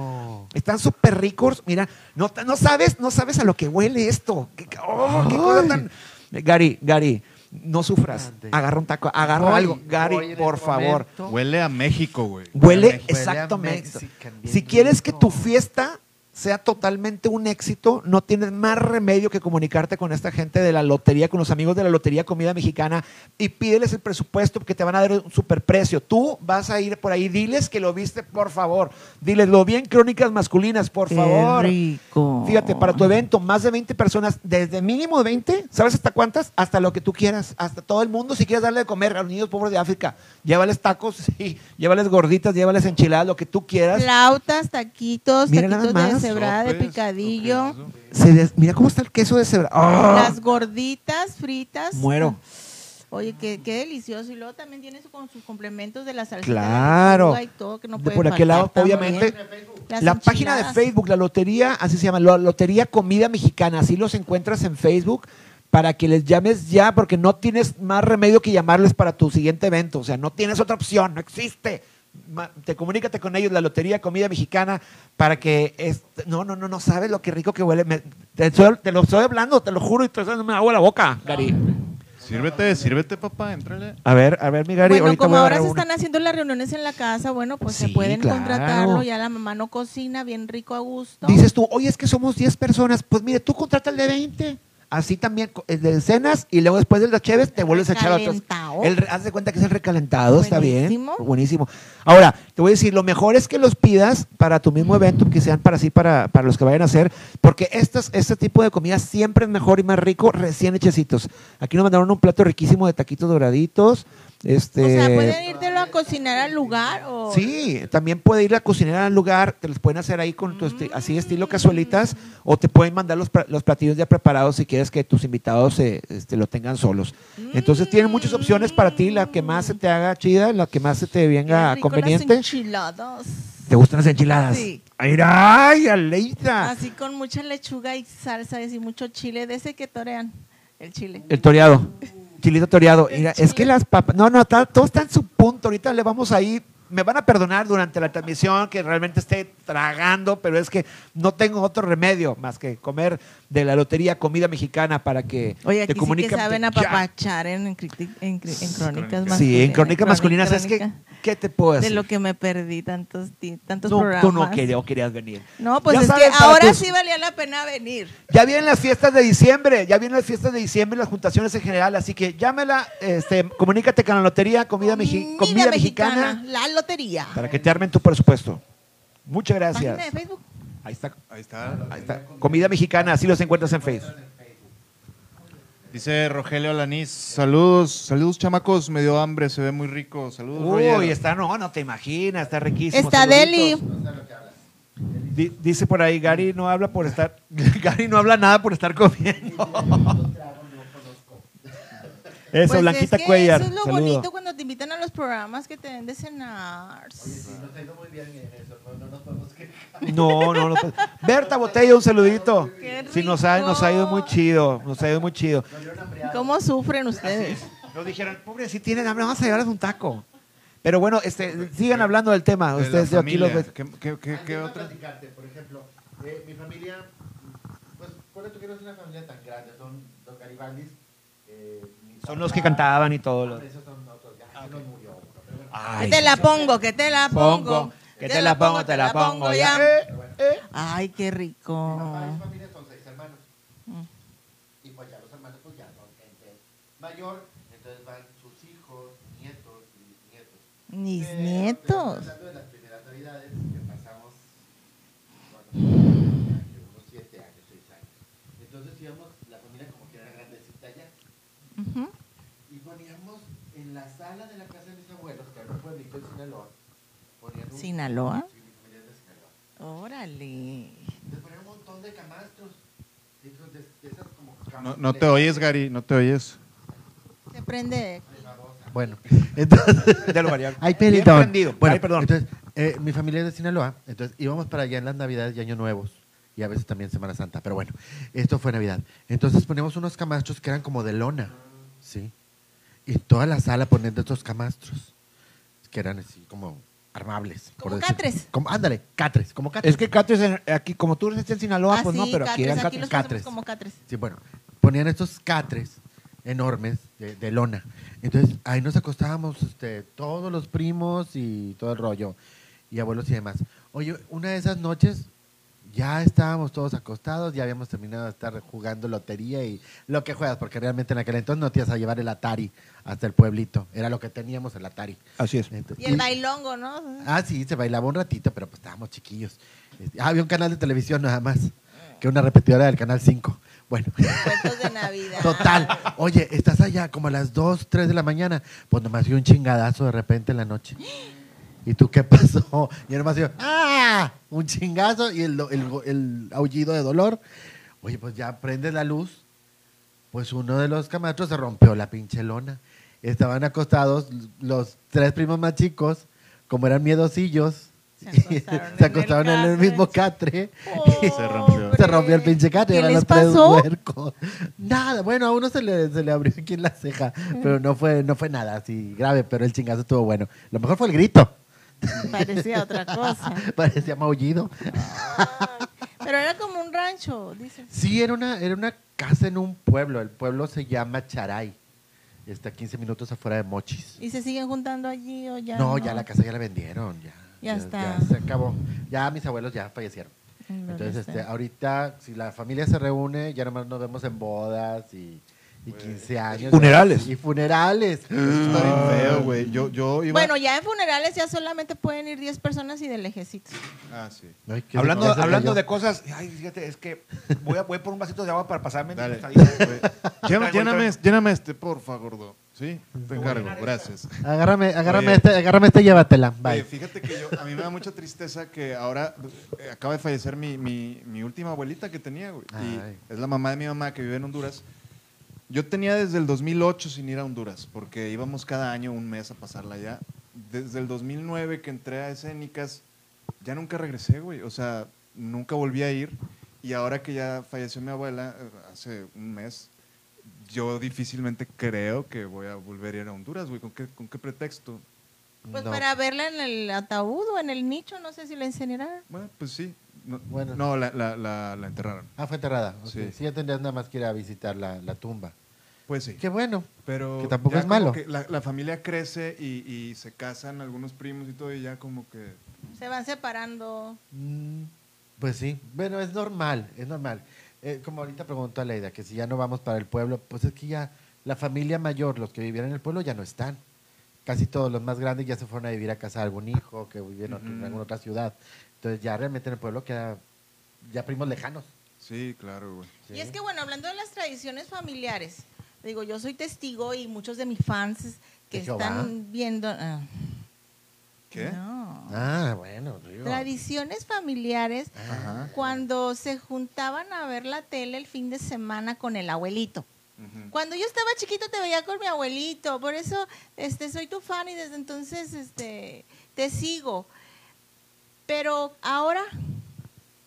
Speaker 1: Están súper ricos. Mira, no, ta- no sabes, no sabes a lo que huele esto. Qué, ca- oh, qué cosa tan- Gary, Gary, no sufras.
Speaker 2: Grande.
Speaker 1: Agarra un taco, agarra
Speaker 2: Voy,
Speaker 1: algo.
Speaker 2: voy
Speaker 1: Gary,
Speaker 2: en
Speaker 1: por
Speaker 2: este
Speaker 1: favor.
Speaker 2: momento.
Speaker 3: Huele a México, güey.
Speaker 1: Huele
Speaker 3: a
Speaker 2: Huele
Speaker 3: México.
Speaker 2: a
Speaker 1: exactamente.
Speaker 2: Mexican, bien
Speaker 1: Si quieres que tu
Speaker 2: rico.
Speaker 1: fiesta sea totalmente un éxito, no tienes más remedio que comunicarte con esta gente de la lotería, con los amigos de la lotería comida mexicana y pídeles el presupuesto porque te van a dar un superprecio. Tú vas a ir por ahí, diles que lo viste, por favor. Diles lo bien crónicas masculinas, por
Speaker 4: Qué
Speaker 1: favor.
Speaker 4: rico.
Speaker 1: Fíjate, para tu evento, más de 20 personas, desde mínimo 20, ¿sabes hasta cuántas? Hasta lo que tú quieras, hasta todo el mundo. Si quieres darle de comer a los niños pobres de África, llévales tacos, sí, llévales gorditas, llévales enchiladas, lo que tú quieras.
Speaker 4: Flautas, taquitos,
Speaker 1: Mira nada
Speaker 4: taquitos de
Speaker 1: más.
Speaker 4: cebrada, de
Speaker 3: Sopes,
Speaker 4: picadillo,
Speaker 3: sopes, pues, eso.
Speaker 1: Se des- Mira cómo está el queso de cebra. ¡Ah!
Speaker 4: las gorditas fritas.
Speaker 1: Muero.
Speaker 4: Oye, qué, qué delicioso. Y luego también tiene su- con sus complementos de la salsa.
Speaker 1: Claro.
Speaker 4: y todo, que no
Speaker 1: De
Speaker 4: puede
Speaker 1: por aquel
Speaker 4: faltar
Speaker 1: lado,
Speaker 4: también.
Speaker 1: obviamente.
Speaker 4: Las
Speaker 1: la página de
Speaker 4: enchiladas.
Speaker 1: Facebook, la lotería, así se llama, la Lotería Comida Mexicana, así los encuentras en Facebook para que les llames ya, porque no tienes más remedio que llamarles para tu siguiente evento, o sea, no tienes otra opción, no existe. Ma- Te comunícate con ellos, la Lotería Comida Mexicana, para que... est- no, no, no, no sabes lo que rico que huele. Me- te, estoy- te lo estoy hablando, te lo juro, y te estoy haciendo me agua la boca, Gary.
Speaker 3: Sírvete, sírvete, papá, entrale.
Speaker 1: A ver, a ver, mi Gary,
Speaker 4: bueno,
Speaker 1: ahorita
Speaker 4: como
Speaker 1: voy a
Speaker 4: ahora
Speaker 1: agarrar
Speaker 4: se
Speaker 1: una.
Speaker 4: están haciendo las reuniones en la casa, bueno, pues
Speaker 1: Sí,
Speaker 4: se pueden
Speaker 1: claro.
Speaker 4: contratarlo, ya la mamá no cocina, bien rico a gusto.
Speaker 1: Dices tú, oye, es que somos 10 personas. Pues mire, tú contrata el de 20. Así también, co- el de cenas y luego después del de Cheves te vuelves a echar otros.
Speaker 4: Recalentado.
Speaker 1: El, re- haz de cuenta que es el recalentado, está bien.
Speaker 4: Buenísimo.
Speaker 1: Buenísimo. Ahora, te voy a decir, lo mejor es que los pidas para tu mismo evento, que sean para sí, para, para los que vayan a hacer, porque estas, este tipo de comida siempre es mejor y más rico recién hechecitos. Aquí nos mandaron un plato riquísimo de taquitos doraditos. Este,
Speaker 4: o sea, pueden irte a cocinar al lugar o
Speaker 1: Sí, también puede ir a cocinar al lugar, te los pueden hacer ahí con tu
Speaker 4: Mm.
Speaker 1: esti- así estilo cazuelitas o te pueden mandar los, pra- los platillos ya preparados si quieres que tus invitados eh, este, lo tengan solos. Entonces tienen
Speaker 4: Mm.
Speaker 1: muchas opciones para ti, la que más se te haga chida, la que más se te
Speaker 4: Qué
Speaker 1: venga
Speaker 4: rico Las
Speaker 1: conveniente.
Speaker 4: enchiladas.
Speaker 1: ¿Te gustan las enchiladas?
Speaker 4: Sí.
Speaker 1: Ay, ay, Aleita.
Speaker 4: Así con mucha lechuga y salsa y mucho chile, de ese que torean, el chile.
Speaker 1: El toreado. Chilito toreado.
Speaker 4: El
Speaker 1: Mira, es
Speaker 4: chile.
Speaker 1: que las papas. No, no, está- todo está en su punto. Ahorita le vamos a ir. Me van a perdonar durante la transmisión que realmente esté tragando, pero es que no tengo otro remedio más que comer de la lotería comida mexicana para que
Speaker 4: Oye,
Speaker 1: te
Speaker 4: aquí sí que
Speaker 1: comuniquen.
Speaker 4: saben
Speaker 1: Ya.
Speaker 4: apapachar en, en, criti- en cri- en crónicas masculinas.
Speaker 1: Sí, en crónica masculina. ¿Sabes qué?
Speaker 4: crónica.
Speaker 1: ¿Qué te puedo
Speaker 4: De
Speaker 1: decir?
Speaker 4: lo que me perdí tantos, ti- tantos
Speaker 1: No,
Speaker 4: programas.
Speaker 1: tú no querías, querías venir.
Speaker 4: No, pues
Speaker 1: Ya
Speaker 4: es
Speaker 1: saben,
Speaker 4: que
Speaker 1: para
Speaker 4: ahora
Speaker 1: tus-
Speaker 4: sí valía la pena venir.
Speaker 1: Ya vienen las fiestas de diciembre, ya vienen las fiestas de diciembre y las juntaciones en general, así que llámela, este, comunícate con la lotería comida, Meji- comida mexicana.
Speaker 4: La lotería.
Speaker 1: Para que te armen tu presupuesto. Muchas gracias.
Speaker 4: Página de Facebook.
Speaker 1: Ahí está,
Speaker 3: Ahí está.
Speaker 1: ahí está. Comida mexicana, así los encuentras en Facebook.
Speaker 3: Dice Rogelio Alanís, saludos, saludos chamacos, me dio hambre, se ve muy rico, saludos Roger.
Speaker 1: Uy, está, no, no te imaginas, está riquísimo.
Speaker 4: Está Deli.
Speaker 1: saluditos. Di- dice por ahí, Gary no habla por estar, Gary no habla nada por estar comiendo. Eso,
Speaker 4: Pues
Speaker 1: Blanquita
Speaker 4: es que
Speaker 1: Cuellar.
Speaker 4: Eso es lo
Speaker 1: saludo.
Speaker 4: bonito cuando te invitan a los programas que te den de cenar.
Speaker 2: Nos ha ido muy bien en eso, no, no nos podemos quejar.
Speaker 1: No, no, no. pues. Berta Botella, un saludito.
Speaker 4: Qué
Speaker 1: Sí, nos ha, nos ha ido
Speaker 4: rico.
Speaker 1: muy chido, nos ha ido muy chido.
Speaker 4: ¿Cómo sufren ustedes?
Speaker 1: Nos dijeron, pobre, si tienen hambre, vamos a llevarles un taco. Pero bueno, este, sigan hablando del tema.
Speaker 3: De la
Speaker 1: Ustedes yo aquí los ves-
Speaker 3: familia. ¿Qué, qué, qué-
Speaker 2: Ah,
Speaker 3: qué
Speaker 2: yo iba a
Speaker 3: otra?
Speaker 2: platicarte, por ejemplo, eh, mi familia, pues, por eso que no es una familia tan grande, son los Garibaldis. eh, mi
Speaker 1: Son
Speaker 2: papá,
Speaker 1: los que cantaban y todo.
Speaker 2: ah,
Speaker 1: Lo...
Speaker 2: Esos son otros, ya se nos murió uno, pero bueno.
Speaker 4: Que
Speaker 1: Ay,
Speaker 4: te la pongo, que te la pongo.
Speaker 1: que te la pongo, te la pongo ya. eh.
Speaker 4: Ay, qué rico.
Speaker 2: Mi papá y su familia son seis hermanos. Y pues ya los hermanos pues ya son gente mayor, entonces van sus hijos, nietos y bisnietos.
Speaker 4: Mis
Speaker 2: Pero, pero
Speaker 4: nietos.
Speaker 2: Hablando de las primeras navidades que pasamos, bueno, unos siete años, seis años. Entonces íbamos, la familia como que era grandecita ya,
Speaker 4: Ujú.
Speaker 2: y poníamos en la sala de la casa de mis abuelos, que era un pueblito en Sinaloa, ponían un...
Speaker 4: ¿Sinaloa?
Speaker 2: Sí, mi familia es de Sinaloa.
Speaker 4: Órale.
Speaker 2: Les ponían un montón de camastros, entonces, de, de esas como
Speaker 3: No,
Speaker 2: camastros
Speaker 3: no te oyes, Gary, no te oyes.
Speaker 4: Se prende.
Speaker 2: Bueno, entonces...
Speaker 1: De lo variable.
Speaker 2: Ay,
Speaker 1: Bien
Speaker 2: perdón.
Speaker 1: prendido.
Speaker 2: Bueno,
Speaker 1: Ay, perdón.
Speaker 2: Entonces, eh, mi familia es de Sinaloa, entonces íbamos para allá en las Navidades y Año Nuevos. Y a veces también Semana Santa, pero bueno, esto fue Navidad. Entonces poníamos unos camastros que eran como de lona, ¿sí? Y toda la sala poniendo estos camastros, que eran así como armables.
Speaker 4: Como
Speaker 2: decir-
Speaker 4: catres.
Speaker 2: Como, ándale, catres, como catres.
Speaker 1: Es que Catres, en- aquí, como tú estás en Sinaloa,
Speaker 4: Ah,
Speaker 1: pues no,
Speaker 4: sí,
Speaker 1: pero aquí
Speaker 4: catres,
Speaker 1: eran
Speaker 4: aquí los
Speaker 1: Catres.
Speaker 4: conocemos
Speaker 2: catres.
Speaker 4: como catres.
Speaker 2: Sí, bueno, ponían estos catres enormes de, de lona. Entonces, ahí nos acostábamos este, todos los primos y todo el rollo, y abuelos y demás. Oye, una de esas noches ya estábamos todos acostados, ya habíamos terminado de estar jugando lotería y lo que juegas, porque realmente en aquel entonces no te ibas a llevar el Atari hasta el pueblito. Era lo que teníamos, el Atari.
Speaker 1: Así es.
Speaker 2: Entonces-
Speaker 4: Y el bailongo, ¿no?
Speaker 2: Ah, sí, se bailaba un ratito, pero pues estábamos chiquillos. Este, Ah, había un canal de televisión nada más, que una repetidora del canal 5. Bueno.
Speaker 4: Cuentos de Navidad.
Speaker 2: Total. Oye, estás allá como a las 2, 3 de la mañana. Pues nomás dio un chingadazo de repente en la noche. ¿Y tú qué pasó? Y nomás dio, ¡ah! Un chingazo y el, do- el go- el aullido de dolor. Oye, pues ya prendes la luz. Pues uno de los camastros se rompió la pinche lona. Estaban acostados los tres primos más chicos, como eran miedosillos.
Speaker 4: Se acostaron en
Speaker 2: se
Speaker 4: el
Speaker 2: acostaron en el
Speaker 4: catre. Oh.
Speaker 2: mismo catre.
Speaker 3: Se rompió.
Speaker 2: Se rompió el pinche catre.
Speaker 4: ¿Qué
Speaker 2: eran
Speaker 4: les
Speaker 2: los tres
Speaker 4: pasó?
Speaker 2: puercos. Nada, bueno, a uno se le, se le abrió aquí en la ceja, pero no fue, no fue nada así grave, pero el chingazo estuvo bueno. Lo mejor fue el grito.
Speaker 4: Parecía otra cosa.
Speaker 2: Parecía maullido.
Speaker 4: Pero era como un rancho, dices.
Speaker 2: Sí, era una, era una casa en un pueblo. El pueblo se llama Charay. este, a 15 minutos afuera de Mochis.
Speaker 4: ¿Y se siguen juntando allí o ya?
Speaker 2: no, ya la casa ya la vendieron, ya.
Speaker 4: Ya está.
Speaker 2: se acabó. Ya mis abuelos ya fallecieron.
Speaker 4: Mm,
Speaker 2: Entonces,
Speaker 4: ya
Speaker 2: este,
Speaker 4: está.
Speaker 2: ahorita, si la familia se reúne, ya nomás nos vemos en bodas y, y 15 años.
Speaker 1: Funerales.
Speaker 2: Y funerales.
Speaker 3: Ah, Está
Speaker 1: Ah.
Speaker 3: bien feo, güey. Yo, yo iba.
Speaker 4: Bueno, ya en funerales ya solamente pueden ir 10 personas y de lejecitos.
Speaker 3: Ah, sí.
Speaker 2: Ay, qué
Speaker 1: Hablando,
Speaker 2: rico.
Speaker 1: hablando de cosas, ay, fíjate, es que voy a, voy por un vasito de agua para pasarme.
Speaker 3: Dale.
Speaker 1: Está bien.
Speaker 3: güey. Llena- lléname, lléname este, porfa, gordo. Sí, te encargo. Gracias.
Speaker 2: Agárrame, agárrame,
Speaker 3: Oye.
Speaker 2: este, agárrame este y llévatela. Bye.
Speaker 3: Oye, fíjate que yo, a mí me da mucha tristeza que ahora eh, acaba de fallecer mi, mi- mi última abuelita que tenía, güey.
Speaker 2: Ay.
Speaker 3: Y es la mamá de mi mamá que vive en Honduras. Yo tenía desde el 2008 sin ir a Honduras, porque íbamos cada año un mes a pasarla allá. Desde el 2009 que entré a Escénicas, ya nunca regresé, güey. O sea, nunca volví a ir. Y ahora que ya falleció mi abuela, eh, hace un mes, yo difícilmente creo que voy a volver a ir a Honduras, güey. ¿Con qué, con qué pretexto?
Speaker 4: Pues
Speaker 2: No.
Speaker 4: para verla en el ataúd o en el nicho, no sé si la incineraron.
Speaker 3: Bueno, pues sí. No,
Speaker 2: Bueno.
Speaker 3: no la, la, la, la enterraron.
Speaker 2: Ah, fue enterrada. ok.
Speaker 3: Sí.
Speaker 2: Sí. ya tendrías nada más que ir a visitar la, la tumba.
Speaker 3: Pues sí.
Speaker 2: Qué bueno.
Speaker 3: Pero
Speaker 2: que tampoco
Speaker 3: ya
Speaker 2: es
Speaker 3: como
Speaker 2: malo.
Speaker 3: que La, la familia crece y, y se casan algunos primos y todo, y ya como que.
Speaker 4: Se van separando.
Speaker 2: Mm, Pues sí, bueno, es normal, es normal. Eh, como ahorita preguntó Aleida, que si ya no vamos para el pueblo, pues es que ya la familia mayor, los que vivían en el pueblo, ya no están. Casi todos los más grandes ya se fueron a vivir a casa de algún hijo que vivía en, otro- en
Speaker 3: Ujú.
Speaker 2: alguna otra ciudad. Entonces ya realmente en el pueblo queda ya primos lejanos.
Speaker 3: Sí, claro, güey.
Speaker 2: ¿sí?
Speaker 4: Y es que, bueno, hablando de las tradiciones familiares, digo, yo soy testigo y muchos de mis fans que
Speaker 2: ¿De Jehová?
Speaker 4: están viendo... ah,
Speaker 3: ¿Qué?
Speaker 4: no.
Speaker 2: Ah, bueno, digo. Ah.
Speaker 4: Tradiciones familiares
Speaker 3: Ajá.
Speaker 4: cuando se juntaban a ver la tele el fin de semana con el abuelito.
Speaker 3: Ujú.
Speaker 4: Cuando yo estaba chiquito te veía con mi abuelito, por eso este, soy tu fan y desde entonces este, te sigo. Pero ahora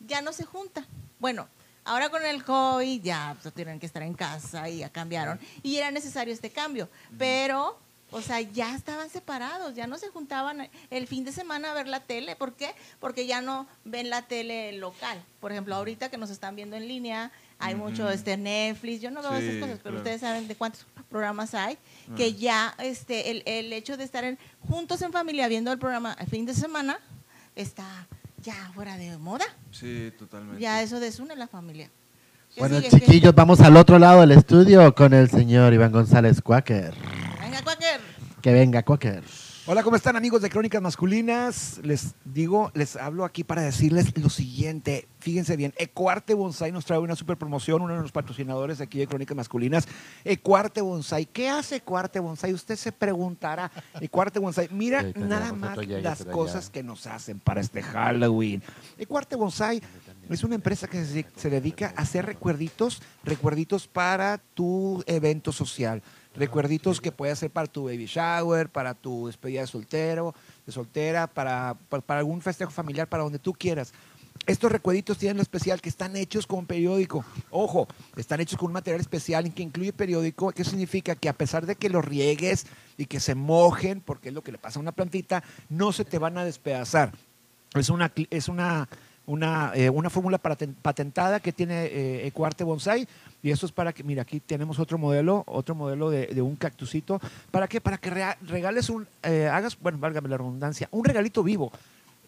Speaker 4: ya no se junta. Bueno, ahora con el COVID ya pues, tienen que estar en casa y ya cambiaron. Y era necesario este cambio. Pero, o sea, ya estaban separados, ya no se juntaban el fin de semana a ver la tele. ¿Por qué? Porque ya no ven la tele local. Por ejemplo, ahorita que nos están viendo en línea, hay mucho
Speaker 3: Ujú.
Speaker 4: este Netflix, yo no veo
Speaker 3: Sí,
Speaker 4: esas cosas, pero
Speaker 3: claro.
Speaker 4: ustedes saben de cuántos programas hay, que ya este el, el hecho de estar en- juntos en familia viendo el programa el fin de semana está ya fuera de moda.
Speaker 3: Sí, totalmente.
Speaker 4: Ya eso desune la familia. ¿Qué
Speaker 2: Bueno,
Speaker 4: sigue? ¿Qué?
Speaker 2: chiquillos, vamos al otro lado del estudio con el señor Iván González Cuáquer.
Speaker 4: Venga, Quaker.
Speaker 2: Que venga, Cuáquer.
Speaker 1: Hola, ¿cómo están amigos de Crónicas Masculinas? Les digo, les hablo aquí para decirles lo siguiente. Fíjense bien, Ecuarte Bonsai nos trae una super promoción, uno de los patrocinadores aquí de Crónicas Masculinas. Ecuarte Bonsai, ¿qué hace Ecuarte Bonsai? Usted se preguntará. Ecuarte Bonsai, mira
Speaker 2: Sí, tenemos
Speaker 1: nada
Speaker 2: otro
Speaker 1: más
Speaker 2: Jaeger
Speaker 1: las
Speaker 2: por allá.
Speaker 1: cosas que nos hacen para este Halloween. Ecuarte Bonsai es una empresa que se, se dedica a hacer recuerditos, recuerditos para tu evento social. Recuerditos que puede ser para tu baby shower, para tu despedida de soltero, de soltera, para, pa- para algún festejo familiar, para donde tú quieras. Estos recuerditos tienen lo especial que están hechos con periódico. Ojo, están hechos con un material especial que incluye periódico, que significa que a pesar de que los riegues y que se mojen, porque es lo que le pasa a una plantita, no se te van a despedazar. Es una, cl- es una, una, eh, una fórmula paten- patentada que tiene eh, Ecuarte Bonsai. Y esto es para que, mira, aquí tenemos otro modelo, otro modelo de, de un cactusito. ¿Para qué? Para que rea- regales un, eh, hagas, bueno, válgame la redundancia, un regalito vivo.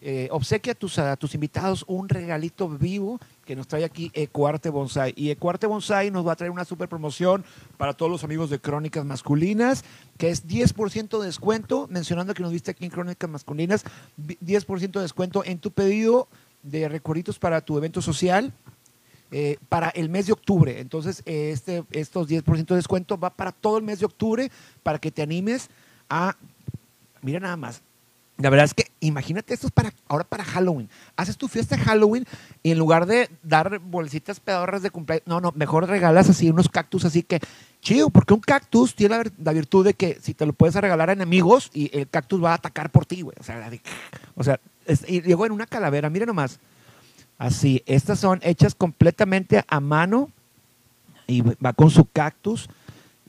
Speaker 1: Eh, obsequia a tus, a tus invitados un regalito vivo que nos trae aquí Ecuarte Bonsai. Y Ecuarte Bonsai nos va a traer una super promoción para todos los amigos de Crónicas Masculinas, que es 10% de descuento, mencionando que nos viste aquí en Crónicas Masculinas, vi- 10% de descuento en tu pedido de recuerditos para tu evento social eh, para el mes de octubre. Entonces, eh, este, estos 10% de descuento va para todo el mes de octubre para que te animes a. Mira nada más. La verdad es que imagínate esto es para ahora para Halloween. Haces tu fiesta de Halloween y en lugar de dar bolsitas pedorras de cumpleaños, no, no, mejor regalas así unos cactus así que chido, porque un cactus tiene la, vir- la virtud de que si te lo puedes regalar a enemigos y el cactus va a atacar por ti, güey. O sea, de- o sea, es- y luego en una calavera, mira nomás. Así, estas son hechas completamente a mano y va con su cactus.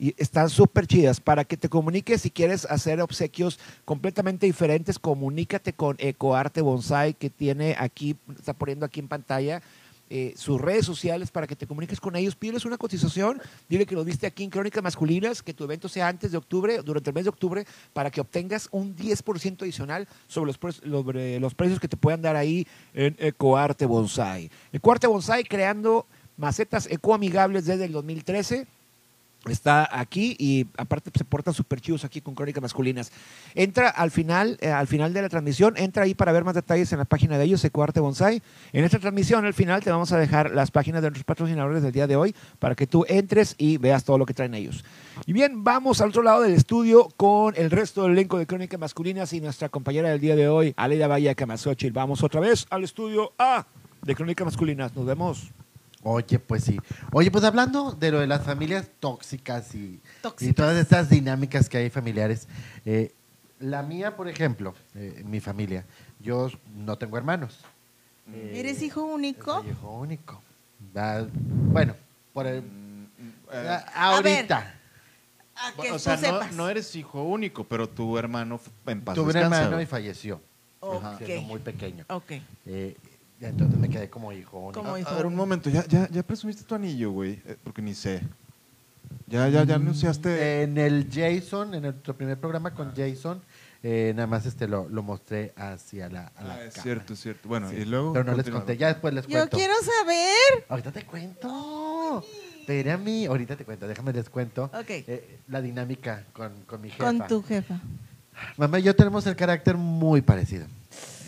Speaker 1: Y están súper chidas. Para que te comuniques si quieres hacer obsequios completamente diferentes, comunícate con Ecoarte Bonsai que tiene aquí, está poniendo aquí en pantalla eh, sus redes sociales para que te comuniques con ellos, pídeles una cotización, dile que lo viste aquí en Crónicas Masculinas, que tu evento sea antes de octubre, durante el mes de octubre, para que obtengas un 10% adicional sobre los, pre- sobre los precios que te puedan dar ahí en Ecoarte Bonsai. Ecoarte Bonsai creando macetas ecoamigables desde el 2013 está aquí y aparte se portan súper chidos aquí con Crónicas Masculinas. Entra al final, eh, al final de la transmisión, entra ahí para ver más detalles en la página de ellos, Ecuarte Bonsai. En esta transmisión, al final, te vamos a dejar las páginas de nuestros patrocinadores del día de hoy para que tú entres y veas todo lo que traen ellos. Y bien, vamos al otro lado del estudio con el resto del elenco de Crónicas Masculinas y nuestra compañera del día de hoy, Aleida Valle Camasochil. Vamos otra vez al estudio A de Crónicas Masculinas. Nos vemos.
Speaker 2: Oye, pues sí. Oye, pues hablando de lo de las familias tóxicas y,
Speaker 4: Tóxicas.
Speaker 2: y todas estas dinámicas que hay familiares. eh, la mía, por ejemplo, eh, mi familia, yo no tengo hermanos. Eh,
Speaker 4: ¿Eres hijo único?
Speaker 2: soy hijo único. Va- bueno, por el,
Speaker 3: Eh,
Speaker 2: a- ahorita.
Speaker 4: A A que
Speaker 3: o
Speaker 4: tú
Speaker 3: sea, no,
Speaker 4: sepas.
Speaker 3: no eres hijo único, pero tu hermano f- en paz
Speaker 2: Tuve un
Speaker 3: descansa,
Speaker 2: hermano
Speaker 3: güey.
Speaker 2: y falleció.
Speaker 4: Ok.
Speaker 2: Siendo muy pequeño.
Speaker 4: Ok.
Speaker 2: Eh, entonces me quedé como hijo único.
Speaker 4: Como hijo
Speaker 3: A ver, un
Speaker 4: único.
Speaker 3: momento, ya, ya, ya presumiste tu anillo, güey, Eh, porque ni sé. Ya, ya, ya
Speaker 2: Mm,
Speaker 3: anunciaste.
Speaker 2: En el Jason, en nuestro primer programa con Jason, eh, nada más este lo, lo mostré hacia la, a la
Speaker 3: Ah, es
Speaker 2: cámara.
Speaker 3: cierto, es cierto. Bueno,
Speaker 2: Sí,
Speaker 3: y luego.
Speaker 2: Pero no les
Speaker 3: continúa.
Speaker 2: conté, ya después les
Speaker 4: Yo
Speaker 2: cuento.
Speaker 4: quiero saber.
Speaker 2: Ahorita te cuento. Espérame, ahorita te cuento, déjame les cuento.
Speaker 4: Ok.
Speaker 2: eh, la dinámica con, con mi jefa.
Speaker 4: Con tu jefa.
Speaker 2: Mamá y yo tenemos el carácter muy parecido.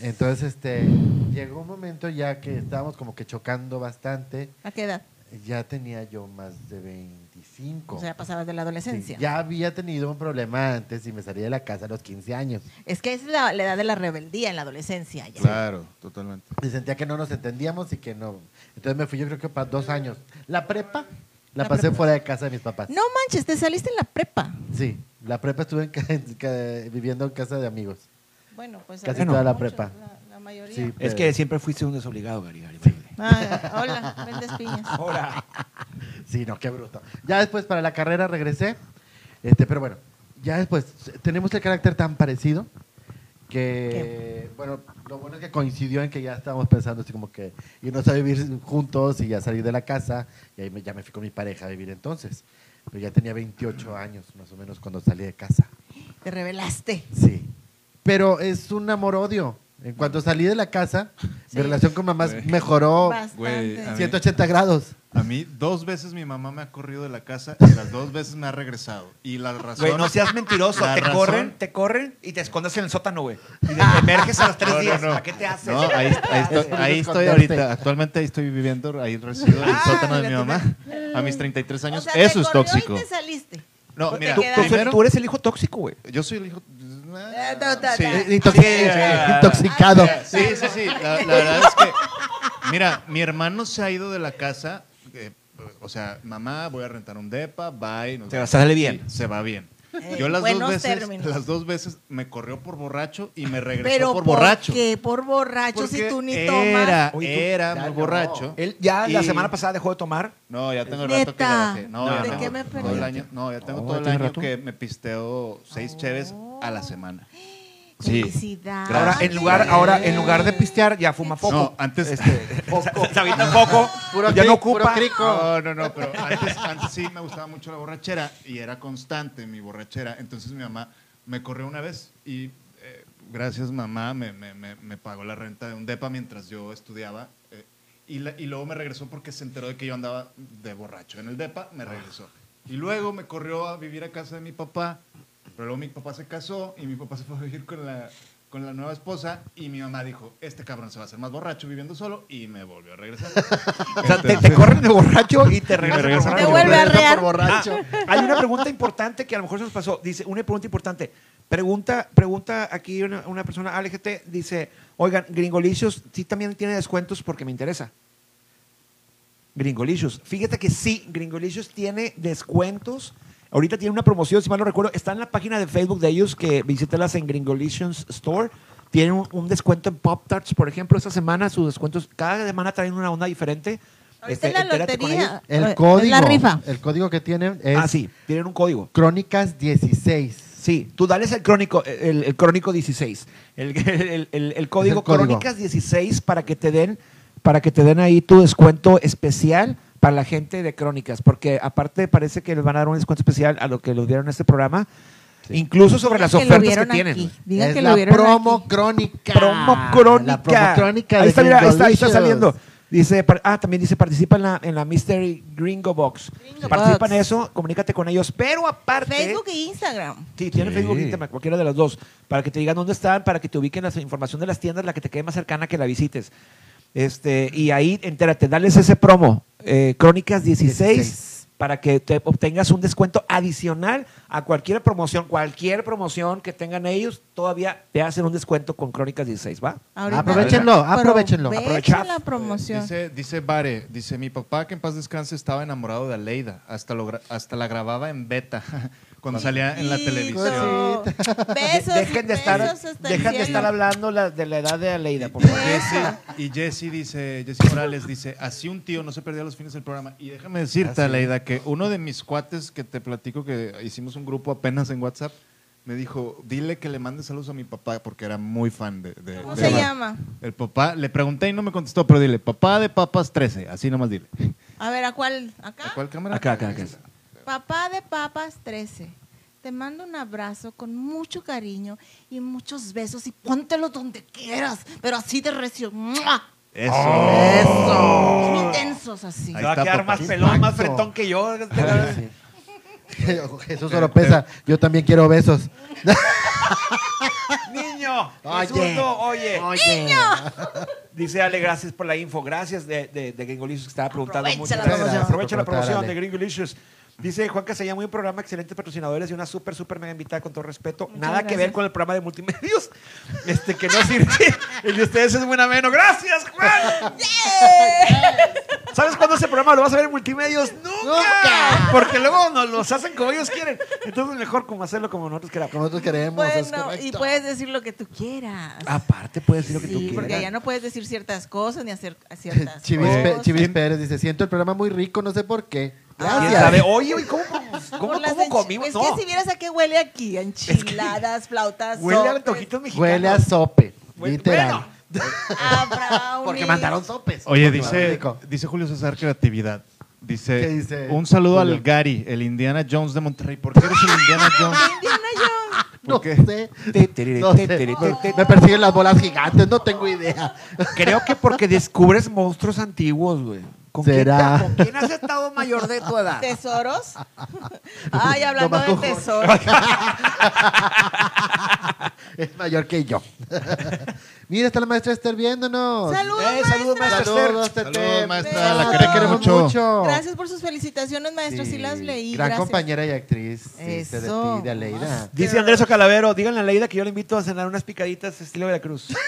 Speaker 2: Entonces, este, llegó un momento ya que estábamos como que chocando bastante.
Speaker 4: ¿A qué edad?
Speaker 2: Ya tenía yo más de 25.
Speaker 4: O sea, pasabas de
Speaker 2: Sí,
Speaker 4: la adolescencia.
Speaker 2: ya había tenido un problema antes y me salí de la casa a los 15 años.
Speaker 4: Es que es la, la edad de la rebeldía en la adolescencia. ya.
Speaker 3: Claro, totalmente.
Speaker 2: Y sentía que no nos entendíamos y que no. Entonces me fui yo creo que para dos años. La prepa la,
Speaker 4: La
Speaker 2: pasé
Speaker 4: prepa.
Speaker 2: fuera de casa de mis papás.
Speaker 4: No manches, te saliste en la prepa.
Speaker 2: Sí, la prepa estuve en ca- en ca- viviendo en casa de amigos.
Speaker 4: Bueno, pues.
Speaker 2: Casi
Speaker 4: a
Speaker 1: toda
Speaker 2: la
Speaker 4: muchos,
Speaker 2: prepa.
Speaker 4: La, la mayoría.
Speaker 2: Sí.
Speaker 1: Es que siempre fuiste un desobligado, Gary. Gary.
Speaker 4: Ah, hola, vendes piñas.
Speaker 1: Ahora.
Speaker 2: Sí, no, qué bruto. Ya después para la carrera regresé. Este, pero bueno, ya después tenemos el carácter tan parecido que, bueno, lo bueno es que coincidió en que ya estábamos pensando así como que irnos a vivir juntos y ya salir de la casa. Y ahí me- ya me fui con mi pareja a vivir entonces. Pero ya tenía 28 años más o menos cuando salí de casa.
Speaker 4: Te revelaste.
Speaker 2: Sí. Pero es un amor-odio. En cuanto salí de la casa,
Speaker 4: Sí.
Speaker 2: mi relación con mamás
Speaker 3: Güey.
Speaker 2: mejoró
Speaker 4: Bastante.
Speaker 3: güey, a mí-
Speaker 2: 180 grados.
Speaker 3: A mí dos veces mi mamá me ha corrido de la casa y las dos veces me ha regresado. Y la razón...
Speaker 1: Güey, no seas mentiroso.
Speaker 3: La
Speaker 1: Te
Speaker 3: razón-
Speaker 1: corren, te corren y te escondes en el sótano, güey. Y de- emerges a los tres
Speaker 3: No, no,
Speaker 1: días.
Speaker 3: no.
Speaker 1: ¿A qué te haces?
Speaker 3: No, ahí, ahí estoy, ahí estoy ahorita. Actualmente ahí estoy viviendo, ahí resido en el
Speaker 4: Ah,
Speaker 3: sótano de mi
Speaker 4: mira, tú
Speaker 3: mamá. A mis 33 años.
Speaker 4: O sea,
Speaker 3: Eso
Speaker 4: te
Speaker 3: es
Speaker 4: corrió
Speaker 3: tóxico.
Speaker 4: Y te saliste.
Speaker 3: No, mira,
Speaker 1: tú,
Speaker 4: quedas-
Speaker 1: tú-
Speaker 3: primero,
Speaker 1: tú eres el hijo tóxico, güey.
Speaker 3: yo soy el hijo...
Speaker 4: no, no,
Speaker 3: Sí.
Speaker 4: no.
Speaker 2: Eh, intoxi-
Speaker 3: Sí.
Speaker 2: Intoxicado.
Speaker 3: Sí, sí, sí. La, la verdad es que, mira, mi hermano se ha ido de la casa. eh, o sea, mamá, voy a rentar un depa, bye. nos
Speaker 1: Te
Speaker 3: vemos.
Speaker 1: sale bien.
Speaker 3: Sí, se va bien.
Speaker 4: Eh,
Speaker 3: Yo las dos,
Speaker 4: buenos
Speaker 3: veces,
Speaker 4: términos.
Speaker 3: las dos veces me corrió por borracho y me regresó
Speaker 4: Pero
Speaker 3: por borracho.
Speaker 4: Que por borracho, si
Speaker 3: Porque
Speaker 4: tú ni
Speaker 3: era,
Speaker 4: tomas.
Speaker 1: Oye, tú- Eh,
Speaker 3: era
Speaker 2: Ya
Speaker 3: muy
Speaker 2: no.
Speaker 3: borracho.
Speaker 1: Él ya la
Speaker 3: Y-
Speaker 1: semana pasada dejó de tomar.
Speaker 3: No, ya tengo el
Speaker 4: Neta.
Speaker 3: rato que la bajé. No,
Speaker 4: No,
Speaker 3: ya
Speaker 4: ¿de
Speaker 3: tengo
Speaker 4: qué me
Speaker 3: todo
Speaker 4: perdí?
Speaker 3: el año, no, ya tengo
Speaker 1: No,
Speaker 3: todo
Speaker 1: ya
Speaker 3: el
Speaker 1: Oh, tiene
Speaker 3: año
Speaker 1: rato.
Speaker 3: que me pisteo seis cheves a la semana. Sí.
Speaker 4: Felicidad.
Speaker 1: Ahora, en lugar, ahora, en lugar de pistear, ya fuma poco.
Speaker 3: No,
Speaker 1: este,
Speaker 3: antes...
Speaker 1: Se avienta un poco,
Speaker 2: Puro
Speaker 1: ya
Speaker 2: cri-
Speaker 1: no ocupa.
Speaker 2: puro crico.
Speaker 3: No, no, no, pero antes, antes sí me gustaba mucho la borrachera y era constante mi borrachera. Entonces mi mamá me corrió una vez y eh, gracias mamá me, me- me- me pagó la renta de un DEPA mientras yo estudiaba. eh, y, la- y luego me regresó porque se enteró de que yo andaba de borracho en el DEPA, me regresó. Y luego me corrió a vivir a casa de mi papá, pero luego mi papá se casó y mi papá se fue a vivir con la, con la nueva esposa y mi mamá dijo, este cabrón se va a hacer más borracho viviendo solo y me volvió a regresar.
Speaker 1: O sea, te, te corren de borracho y te regresan por
Speaker 3: regresan
Speaker 1: borracho.
Speaker 4: Te vuelve a rear.
Speaker 2: borracho.
Speaker 1: Ah, hay una pregunta importante que a lo mejor se nos pasó. Dice, una pregunta importante. Pregunta, pregunta aquí una, una persona, ALGT, dice, oigan, Gringolicious sí también tiene descuentos porque me interesa. Gringolicious. Fíjate que sí, Gringolicious tiene descuentos. Ahorita tiene una promoción, si mal no recuerdo. Está en la página de Facebook de ellos que visítelas en Gringolicious Store. Tienen un, un descuento en Pop Tarts, por ejemplo, esta semana sus descuentos, cada semana traen una onda diferente. Este,
Speaker 4: Ahorita en la
Speaker 1: entérate con
Speaker 4: lotería.
Speaker 1: ellos.
Speaker 2: El
Speaker 4: Eh,
Speaker 2: código.
Speaker 4: la rifa.
Speaker 2: El código que tienen es
Speaker 1: Ah, sí, tienen un código.
Speaker 2: Crónicas 16.
Speaker 1: Sí, tú dales el crónico, el, el crónico 16. El, el- el- el código
Speaker 2: código.
Speaker 1: Crónicas 16 para que te den para que te den ahí tu descuento especial para la gente de Crónicas, porque aparte parece que les van a dar un descuento especial a lo que los vieron en este programa, incluso sobre las
Speaker 4: Digan que lo
Speaker 1: ofertas que
Speaker 4: vieron
Speaker 1: tienen.
Speaker 4: aquí. Digan
Speaker 2: es
Speaker 4: que
Speaker 2: la
Speaker 4: lo vieron
Speaker 2: promo
Speaker 4: aquí.
Speaker 2: crónica.
Speaker 1: Promo crónica.
Speaker 2: La promo crónica de
Speaker 1: ahí está, mira, ahí está, ahí está
Speaker 2: Gringolicious.
Speaker 1: saliendo. Dice, par- ah, también dice, participa en la, en la Mystery Gringo Box.
Speaker 4: Gringo
Speaker 1: participa
Speaker 4: Box.
Speaker 1: en eso, comunícate con ellos, pero aparte...
Speaker 4: Facebook e Instagram.
Speaker 1: Sí, tiene
Speaker 2: Sí.
Speaker 1: Facebook e Instagram, cualquiera de las dos, para que te digan dónde están, para que te ubiquen la información de las tiendas, la que te quede más cercana que la visites. Este, y ahí, entérate, dales ese promo, eh, Crónicas 16,
Speaker 2: 16.
Speaker 1: para que te obtengas un descuento adicional a cualquier promoción, cualquier promoción que tengan ellos, todavía te hacen un descuento con Crónicas 16, ¿va?
Speaker 4: Ahorita-
Speaker 2: Aprovechenlo,
Speaker 4: Pero
Speaker 2: aprovechenlo.
Speaker 4: aprovechen
Speaker 1: Aprovechad.
Speaker 4: la promoción.
Speaker 3: Dice, dice Bare, dice, mi papá que en paz descanse estaba enamorado de Aleida, hasta, lo gra- hasta la grababa en beta, cuando salía en la televisión.
Speaker 4: Cosito. Besos,
Speaker 1: dejen de estar,
Speaker 4: besos hasta el
Speaker 1: dejen de
Speaker 4: cielo.
Speaker 1: estar hablando la- de la edad de Aleida, por
Speaker 3: Y
Speaker 1: favor.
Speaker 3: Jesse- Y Jesse dice, Jesse Morales dice, así un tío no se perdía los fines del programa. Y déjame decirte, Aleida, que uno de mis cuates que te platico que hicimos un grupo apenas en WhatsApp, me dijo, dile que le mande saludos a mi papá porque era muy fan de... de-
Speaker 4: ¿Cómo
Speaker 3: de
Speaker 4: se
Speaker 3: Bar.
Speaker 4: llama?
Speaker 3: El papá, le pregunté y no me contestó, pero dile, papá de papas 13, así nomás dile.
Speaker 4: A ver, ¿a cuál? ¿Acá?
Speaker 3: ¿A cuál cámara?
Speaker 1: Acá, acá, acá.
Speaker 4: Papá de Papas 13. Te mando un abrazo con mucho cariño y muchos besos y póntelo donde quieras, pero así de recio. ¡Mua!
Speaker 3: Eso.
Speaker 1: Oh.
Speaker 4: Muy tensos así.
Speaker 3: Ahí
Speaker 1: Se va a
Speaker 3: está,
Speaker 1: quedar
Speaker 3: papá.
Speaker 1: más pelón, más
Speaker 2: Impacto.
Speaker 1: fretón que yo.
Speaker 2: Jesús Oropesa, yo también quiero besos.
Speaker 1: Niño,
Speaker 2: Oye.
Speaker 1: Jesundo, oye.
Speaker 2: Oye.
Speaker 1: Dice Ale, gracias por la info. Gracias de, de, de Gringolicious, que estaba preguntando mucho.
Speaker 4: Aprovecha la
Speaker 1: Gracias.
Speaker 2: promoción.
Speaker 1: Aprovecha la promoción
Speaker 2: Ale.
Speaker 1: de Gringolicious. Dice Juan Casella, muy un programa, excelentes patrocinadores y una súper, súper mega invitada, con todo respeto.
Speaker 4: Muchas
Speaker 1: Nada que
Speaker 4: gracias.
Speaker 1: ver con el programa de multimedios, este que no sirve. el de ustedes es buen ameno. ¡Gracias, Juan!
Speaker 4: Eh,
Speaker 1: ¿Sabes cuándo ese programa lo vas a ver en multimedios? ¡Nunca! Porque luego nos los hacen como ellos quieren. Entonces mejor como hacerlo como nosotros
Speaker 2: Como
Speaker 1: queramos.
Speaker 2: nosotros queremos, es
Speaker 4: Bueno,
Speaker 2: correcto.
Speaker 4: y pues, puedes decir lo que tú quieras.
Speaker 1: Aparte, puedes decir Ah, lo que tú
Speaker 4: Sí,
Speaker 1: quieras.
Speaker 4: porque ya no puedes decir ciertas cosas ni hacer ciertas
Speaker 2: Chivis, Pe-
Speaker 4: cosas.
Speaker 2: Chivis Pérez dice, siento el programa muy rico, no sé por qué.
Speaker 1: ¿Quién
Speaker 2: Gracias.
Speaker 1: sabe? Oye, oye, ¿cómo, cómo,
Speaker 4: Por las
Speaker 1: cómo
Speaker 4: enchi-
Speaker 1: comimos?
Speaker 4: Es
Speaker 1: No.
Speaker 4: que si vieras a qué huele aquí, enchiladas, flautas,
Speaker 1: Huele a
Speaker 4: sopes,
Speaker 1: antojitos mexicanos.
Speaker 2: Huele a sope,
Speaker 1: Bueno,
Speaker 2: literal.
Speaker 4: a brownies.
Speaker 2: Porque mandaron sopes.
Speaker 3: Oye,
Speaker 2: Porque mandaron
Speaker 3: dice,
Speaker 2: rico.
Speaker 3: dice Julio César Creatividad. Dice,
Speaker 2: ¿Qué dice,
Speaker 3: un saludo
Speaker 2: Julio?
Speaker 3: al Gary, el Indiana Jones de Monterrey. ¿Por qué eres el Indiana Jones?
Speaker 4: Indiana Jones.
Speaker 2: No
Speaker 3: ¿Por qué?
Speaker 2: sé. No sé. Me persiguen las bolas gigantes, no tengo idea.
Speaker 1: Creo que porque descubres monstruos antiguos, güey. ¿Con quién
Speaker 2: ¿Será?
Speaker 1: te- ¿Con quién has estado mayor de tu edad?
Speaker 4: Este ¿Tesoros? Ay, hablando
Speaker 2: Nomás
Speaker 4: de
Speaker 2: con-
Speaker 4: tesoros.
Speaker 2: Es mayor que yo. Mira, está la maestra Esther viéndonos.
Speaker 4: Saludos,
Speaker 1: Eh, saludos,
Speaker 4: maestra.
Speaker 1: maestra.
Speaker 2: Saludos,
Speaker 3: Saludos,
Speaker 2: Tete.
Speaker 3: maestra,
Speaker 4: la
Speaker 2: Te
Speaker 4: queremos
Speaker 3: mucho.
Speaker 4: Gracias por sus felicitaciones, maestra. Sí, las leí.
Speaker 2: Gran
Speaker 4: gracias.
Speaker 2: compañera y actriz. Sí,
Speaker 4: Eso.
Speaker 2: de ti, de Aleida.
Speaker 1: Dice Andrés Ocalavero, díganle a Leida que yo le invito a cenar unas picaditas estilo Veracruz.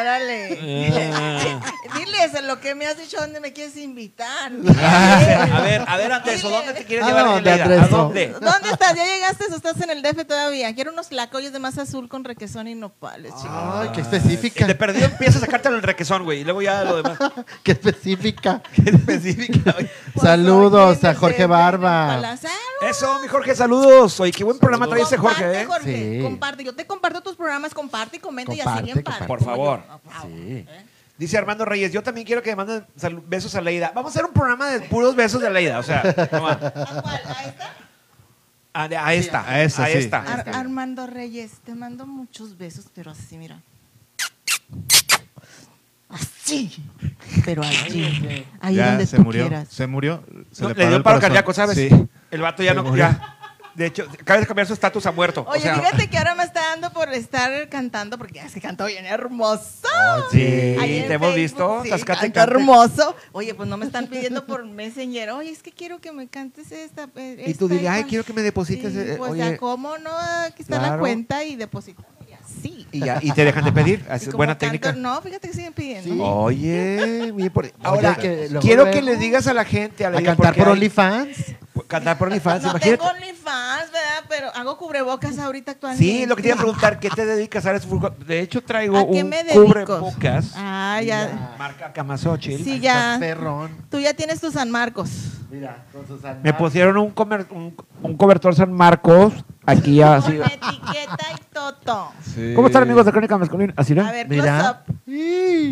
Speaker 4: Órale. Ah.
Speaker 1: Eh.
Speaker 4: Diles lo que me has dicho, ¿dónde me quieres invitar?
Speaker 1: a ver, a ver, Andrés, ¿dónde te quieres
Speaker 2: ¿A
Speaker 1: llevar
Speaker 2: Ah, dónde,
Speaker 1: Leida? ¿A
Speaker 2: Andreso?
Speaker 1: dónde?
Speaker 4: ¿Dónde estás? ¿Ya llegaste o estás en el DF todavía? Quiero unos tlacoyos de masa azul con requesón y nopales, chicos.
Speaker 2: Ay, qué
Speaker 1: Que
Speaker 3: Eh,
Speaker 2: específica.
Speaker 1: te perdido empieza a sacarte el requesón, güey, y luego ya lo demás.
Speaker 2: Qué específica.
Speaker 1: Qué específica, güey.
Speaker 2: Saludos a Jorge Barba.
Speaker 1: Eso, mi Jorge, saludos. Oye, qué buen programa trae ese
Speaker 4: Comparte,
Speaker 1: Jorge, ¿eh?
Speaker 4: Jorge,
Speaker 2: Sí.
Speaker 4: comparte. Yo te comparto tus programas, comparte y comenta y así
Speaker 2: Comparte,
Speaker 4: bien padre. Ah, eh.
Speaker 1: Por
Speaker 2: comparte.
Speaker 1: favor.
Speaker 2: Sí.
Speaker 1: Dice Armando Reyes, yo también quiero que me manden salu- besos a Leida. Vamos a hacer un programa de puros besos de Leida, o sea, no va. Ah,
Speaker 4: ¿A cuál? ¿A esta?
Speaker 1: a, a esta,
Speaker 3: a esa,
Speaker 1: a
Speaker 3: sí.
Speaker 1: esta.
Speaker 4: Ar- Armando Reyes, te mando muchos besos, pero así, mira. Así, pero allí. Ahí
Speaker 3: Ya,
Speaker 4: donde
Speaker 3: se
Speaker 4: tú
Speaker 3: murió,
Speaker 4: quieras.
Speaker 3: se murió. Se
Speaker 1: No, le
Speaker 3: paró
Speaker 1: dio
Speaker 3: el
Speaker 1: paro
Speaker 3: corazón.
Speaker 1: cardíaco, ¿sabes?
Speaker 3: Sí.
Speaker 1: El vato ya
Speaker 3: Se
Speaker 1: no,
Speaker 3: murió.
Speaker 1: ya. De hecho, acaba de cambiar su estatus a muerto. o
Speaker 4: Oye,
Speaker 1: sea,
Speaker 4: fíjate que ahora me está dando por estar cantando, porque ya es que cantó bien hermoso.
Speaker 1: Sí,
Speaker 4: Ahí en
Speaker 1: te hemos
Speaker 4: Facebook,
Speaker 1: visto.
Speaker 4: sí,
Speaker 1: Tascate
Speaker 4: canta
Speaker 1: cante.
Speaker 4: hermoso. Oye, pues no me están pidiendo por Messenger. Oye, es que quiero que me cantes esta. eh,
Speaker 1: Y tú
Speaker 4: esta,
Speaker 1: dile, ay,
Speaker 4: cual".
Speaker 1: quiero que me deposites,
Speaker 4: Y,
Speaker 1: eh,
Speaker 4: pues,
Speaker 1: oye.
Speaker 4: ya, ¿cómo no? Aquí está la
Speaker 1: Claro.
Speaker 4: cuenta y depositamos. Y así.
Speaker 1: Y, ya, y te dejan de pedir. Así
Speaker 4: Y
Speaker 1: es
Speaker 4: como
Speaker 1: buena
Speaker 4: canto,
Speaker 1: técnica.
Speaker 4: No, fíjate que siguen pidiendo.
Speaker 2: Sí.
Speaker 1: Oye, mi por- ahora
Speaker 2: que luego
Speaker 1: quiero
Speaker 2: luego-
Speaker 1: que le digas a la gente a,
Speaker 2: A
Speaker 1: Leida,
Speaker 2: cantar
Speaker 1: porque
Speaker 2: por
Speaker 1: hay-
Speaker 2: OnlyFans.
Speaker 1: Cantar por OnlyFans,
Speaker 4: No
Speaker 1: imagínate.
Speaker 4: tengo OnlyFans, ¿verdad? Pero hago cubrebocas ahorita actualmente.
Speaker 1: Sí, lo que te iba a preguntar, ¿qué te dedicas a eso? De hecho, traigo
Speaker 4: ¿A qué
Speaker 1: un
Speaker 4: me dedico?
Speaker 1: cubrebocas.
Speaker 4: Ah, ya.
Speaker 1: Marca Camasochil.
Speaker 4: Sí,
Speaker 2: Estás
Speaker 4: ya.
Speaker 2: Perrón.
Speaker 4: Tú ya tienes tu San Marcos.
Speaker 2: Mira, con sus
Speaker 1: Me pusieron un, comer- un, un cobertor San Marcos aquí así.
Speaker 4: Con etiqueta y Toto.
Speaker 3: Sí.
Speaker 1: ¿Cómo están amigos de Crónica Masculina? Así
Speaker 4: A
Speaker 1: era.
Speaker 4: ver,
Speaker 2: Mira.
Speaker 4: close up.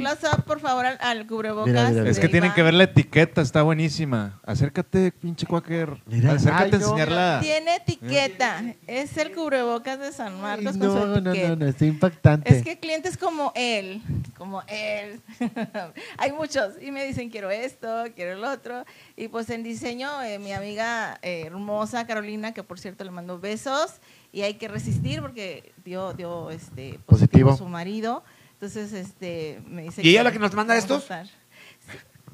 Speaker 4: Close up, por favor, al, al cubrebocas.
Speaker 2: Mira, mira, mira.
Speaker 3: Es que
Speaker 4: de
Speaker 3: tienen
Speaker 4: Iván.
Speaker 3: que ver la etiqueta, está buenísima. Acércate, pinche cuáquer.
Speaker 2: Mira.
Speaker 3: Acércate
Speaker 2: Ay,
Speaker 3: a
Speaker 2: no.
Speaker 3: enseñarla.
Speaker 4: Tiene etiqueta. Es el cubrebocas de San Marcos con
Speaker 2: no,
Speaker 4: su
Speaker 2: no,
Speaker 4: etiqueta.
Speaker 2: no, no, está impactante.
Speaker 4: Es que clientes como él, como él, hay muchos y me dicen quiero esto, quiero el otro. Y pues en diseño, eh, mi amiga eh, hermosa Carolina, que por cierto le mando besos, y hay que resistir porque dio, dio este, positivo,
Speaker 2: Positivo.
Speaker 4: su marido. Entonces, este, me dice.
Speaker 1: ¿Y ella la que nos manda
Speaker 4: vamos a
Speaker 1: estos?
Speaker 4: estar.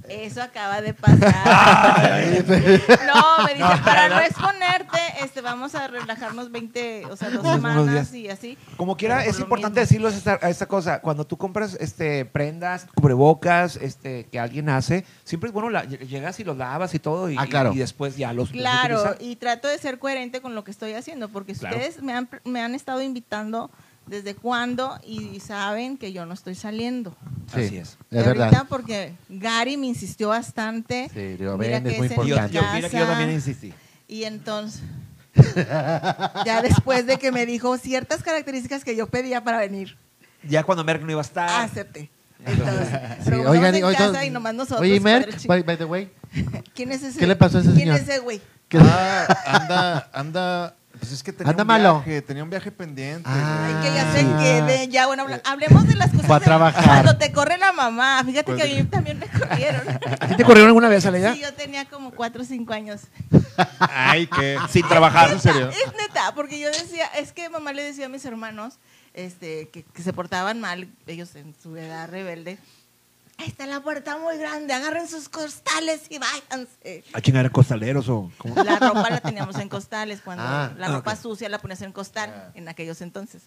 Speaker 4: Eso acaba de pasar. no, me dice, para no exponerte, este, vamos a relajarnos 20, o sea, dos
Speaker 3: Unos
Speaker 4: semanas
Speaker 3: días.
Speaker 4: y así.
Speaker 1: Como quiera,
Speaker 4: Por
Speaker 1: es
Speaker 4: lo
Speaker 1: importante
Speaker 4: mismo.
Speaker 1: decirles esta, esta cosa. Cuando tú compras este, prendas, cubrebocas, este, que alguien hace, siempre es bueno, la- ll- llegas y los lavas y todo, y,
Speaker 2: Ah, claro.
Speaker 1: y después ya los los
Speaker 4: Claro,
Speaker 1: utilizas.
Speaker 4: y trato de ser coherente con lo que estoy haciendo, porque
Speaker 1: Claro.
Speaker 4: ustedes me han, me han estado invitando desde cuándo y saben que yo no estoy saliendo.
Speaker 2: Sí,
Speaker 1: Así es.
Speaker 4: Y
Speaker 2: Es verdad.
Speaker 4: ahorita porque Gary me insistió bastante.
Speaker 2: Sí, digo,
Speaker 4: Mira
Speaker 2: ven,
Speaker 4: que
Speaker 2: es muy
Speaker 4: es en
Speaker 1: Y Yo,
Speaker 2: importante.
Speaker 1: yo- mira que yo también insistí.
Speaker 4: Y entonces, ya después de que me dijo ciertas características que yo pedía para venir,
Speaker 1: Ya cuando Merck no iba a estar.
Speaker 4: acepté. Entonces,
Speaker 2: Sí,
Speaker 4: pero
Speaker 2: oigan,
Speaker 4: en
Speaker 2: y- oigan-
Speaker 4: casa y nomás nosotros.
Speaker 2: Oye,
Speaker 4: padre,
Speaker 2: Merck,
Speaker 4: chi-
Speaker 2: by, by the way,
Speaker 4: ¿quién es ese?
Speaker 2: ¿qué le pasó a ese
Speaker 4: ¿Quién
Speaker 2: señor?
Speaker 4: es ese güey?
Speaker 2: que-
Speaker 3: Ah, anda, anda. Pues es que tenía
Speaker 2: Anda
Speaker 3: un
Speaker 2: malo.
Speaker 3: viaje, tenía un viaje pendiente.
Speaker 2: Ah.
Speaker 4: Ay,
Speaker 3: güey.
Speaker 4: que ya se
Speaker 2: Sí.
Speaker 4: quede. Ya, bueno, habla- hablemos de las cosas.
Speaker 2: Fue a
Speaker 4: de-
Speaker 2: trabajar.
Speaker 4: Cuando te corre la mamá. Fíjate que a mí
Speaker 3: Cuando-
Speaker 4: también me corrieron.
Speaker 1: ¿A ti te corrieron alguna vez, Aleida?
Speaker 4: Sí, yo tenía como 4 o 5 años.
Speaker 3: Ay, que.
Speaker 1: Sin trabajar.
Speaker 3: ¿En serio?
Speaker 4: Es neta, porque yo decía, es que mamá le decía a mis hermanos este, que, que se portaban mal, ellos en su edad rebelde. Ahí está la puerta muy grande, agarren sus costales y váyanse.
Speaker 1: ¿A chingar eran costaleros o cómo?
Speaker 4: La ropa la teníamos en costales, cuando
Speaker 2: Ah,
Speaker 4: la
Speaker 1: ah,
Speaker 4: ropa
Speaker 1: ok.
Speaker 4: sucia la ponías en costal en aquellos entonces,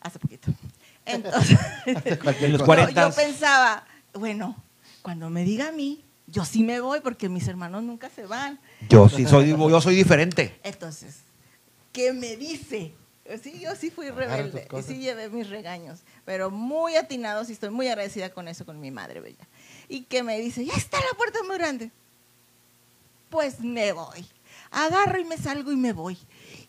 Speaker 4: hace poquito. Entonces,
Speaker 1: En los
Speaker 4: yo-
Speaker 1: 40.
Speaker 4: Yo, pensaba, bueno, cuando me diga a mí, yo sí me voy porque mis hermanos nunca se van.
Speaker 1: Yo sí soy, yo soy diferente.
Speaker 4: Entonces, ¿qué me dice? Sí, yo sí fui rebelde,
Speaker 2: tus cosas.
Speaker 4: sí llevé mis regaños, pero muy atinados y estoy muy agradecida con eso, con mi madre bella. Y que me dice, ya está la puerta muy grande. Pues me voy. Agarro y me salgo y me voy.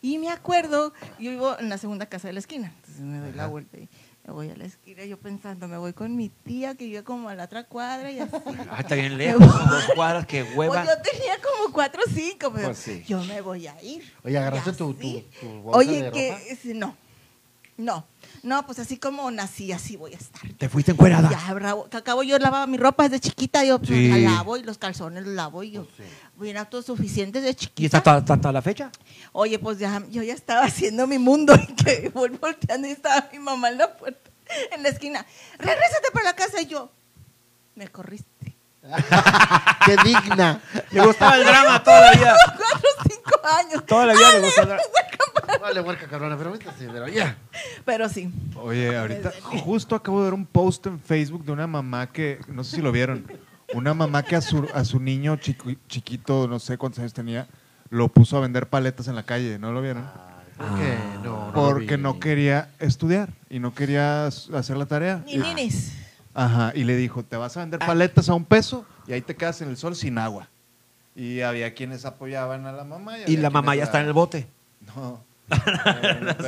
Speaker 4: Y me acuerdo, yo vivo en la segunda casa de la esquina, entonces me doy la vuelta y me voy a la esquina, yo pensando, me voy con mi tía que vive como a la otra cuadra y así.
Speaker 1: Ah, está bien lejos. Dos cuadras, qué hueva.
Speaker 4: Pues yo tenía como cuatro o cinco, pero
Speaker 1: Pues sí.
Speaker 4: yo me voy a ir.
Speaker 2: Oye, ¿agarraste tu-
Speaker 4: así.
Speaker 2: tu- tu bolsa
Speaker 4: Oye,
Speaker 2: de
Speaker 4: que
Speaker 2: ropa?
Speaker 4: es- no, no, no, pues así como nací, así voy a estar.
Speaker 1: Te fuiste encuerada.
Speaker 4: Ya, bravo, que acabo yo lavaba mi ropa desde chiquita, yo pues,
Speaker 1: Sí. Pues
Speaker 4: la lavo y los calzones los lavo y yo bien autosuficiente desde
Speaker 1: ¿Y está
Speaker 4: chiquita.
Speaker 1: hasta, hasta- hasta la fecha?
Speaker 4: Oye, pues ya, yo ya estaba haciendo mi mundo y que voy volteando y estaba mi mamá en la puerta, en la esquina. Regrésate para la casa y yo, me corriste.
Speaker 2: qué digna.
Speaker 1: Le gustaba el drama toda la vida.
Speaker 4: Cuatro o cinco años.
Speaker 1: Toda la vida le gustaba el drama.
Speaker 2: Vale, huerca cabrona, pero ahorita sí, pero ya.
Speaker 4: Ah, Pero sí.
Speaker 3: Oye, ahorita justo acabo de ver un post en Facebook de una mamá que, no sé si lo vieron, una mamá que a su, a su niño chiqui- chiquito, no sé cuántos años tenía, lo puso a vender paletas en la calle, ¿no lo vieron?
Speaker 1: Ah.
Speaker 2: ¿Por qué? No, no lo
Speaker 3: Porque
Speaker 2: vi.
Speaker 3: no quería estudiar y no quería s- hacer la tarea.
Speaker 4: Ni ninis.
Speaker 3: Ajá, y le dijo, te vas a vender paletas a un peso y ahí te quedas en el sol sin agua. Y había quienes apoyaban a la mamá.
Speaker 1: Y la mamá ya está en el bote.
Speaker 3: No.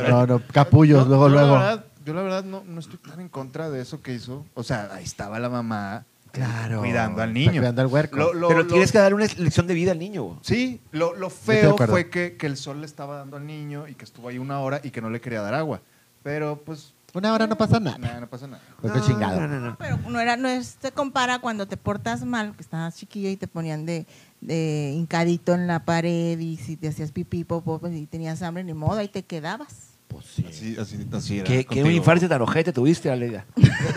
Speaker 2: No, no, capullos, luego,
Speaker 3: yo
Speaker 2: luego.
Speaker 3: La verdad, yo la verdad no, no estoy tan en contra de eso que hizo. O sea, ahí estaba la mamá
Speaker 2: Claro.
Speaker 3: cuidando al
Speaker 2: Está
Speaker 3: niño.
Speaker 2: cuidando al huerco.
Speaker 3: Lo- lo-
Speaker 1: Pero
Speaker 3: lo-
Speaker 1: tienes que darle una lección de vida al niño.
Speaker 3: Sí, lo, lo
Speaker 2: estoy de
Speaker 3: feo
Speaker 2: acuerdo.
Speaker 3: fue que, que el sol le estaba dando al niño y que estuvo ahí una hora y que no le quería dar agua. Pero pues,
Speaker 2: Una hora no pasa nada.
Speaker 3: nada, no pasa nada.
Speaker 2: Pues qué chingado.
Speaker 1: No, no, no.
Speaker 4: Pero no era, no es- se compara cuando te portas mal, que estabas chiquillo y te ponían de, de hincadito en la pared y si te hacías pipí, popó, pues, y tenías hambre, ni modo, ahí te quedabas.
Speaker 3: Así, así, así era
Speaker 1: Que,
Speaker 3: contigo.
Speaker 1: un infarto tan ojete tuviste, Aleida.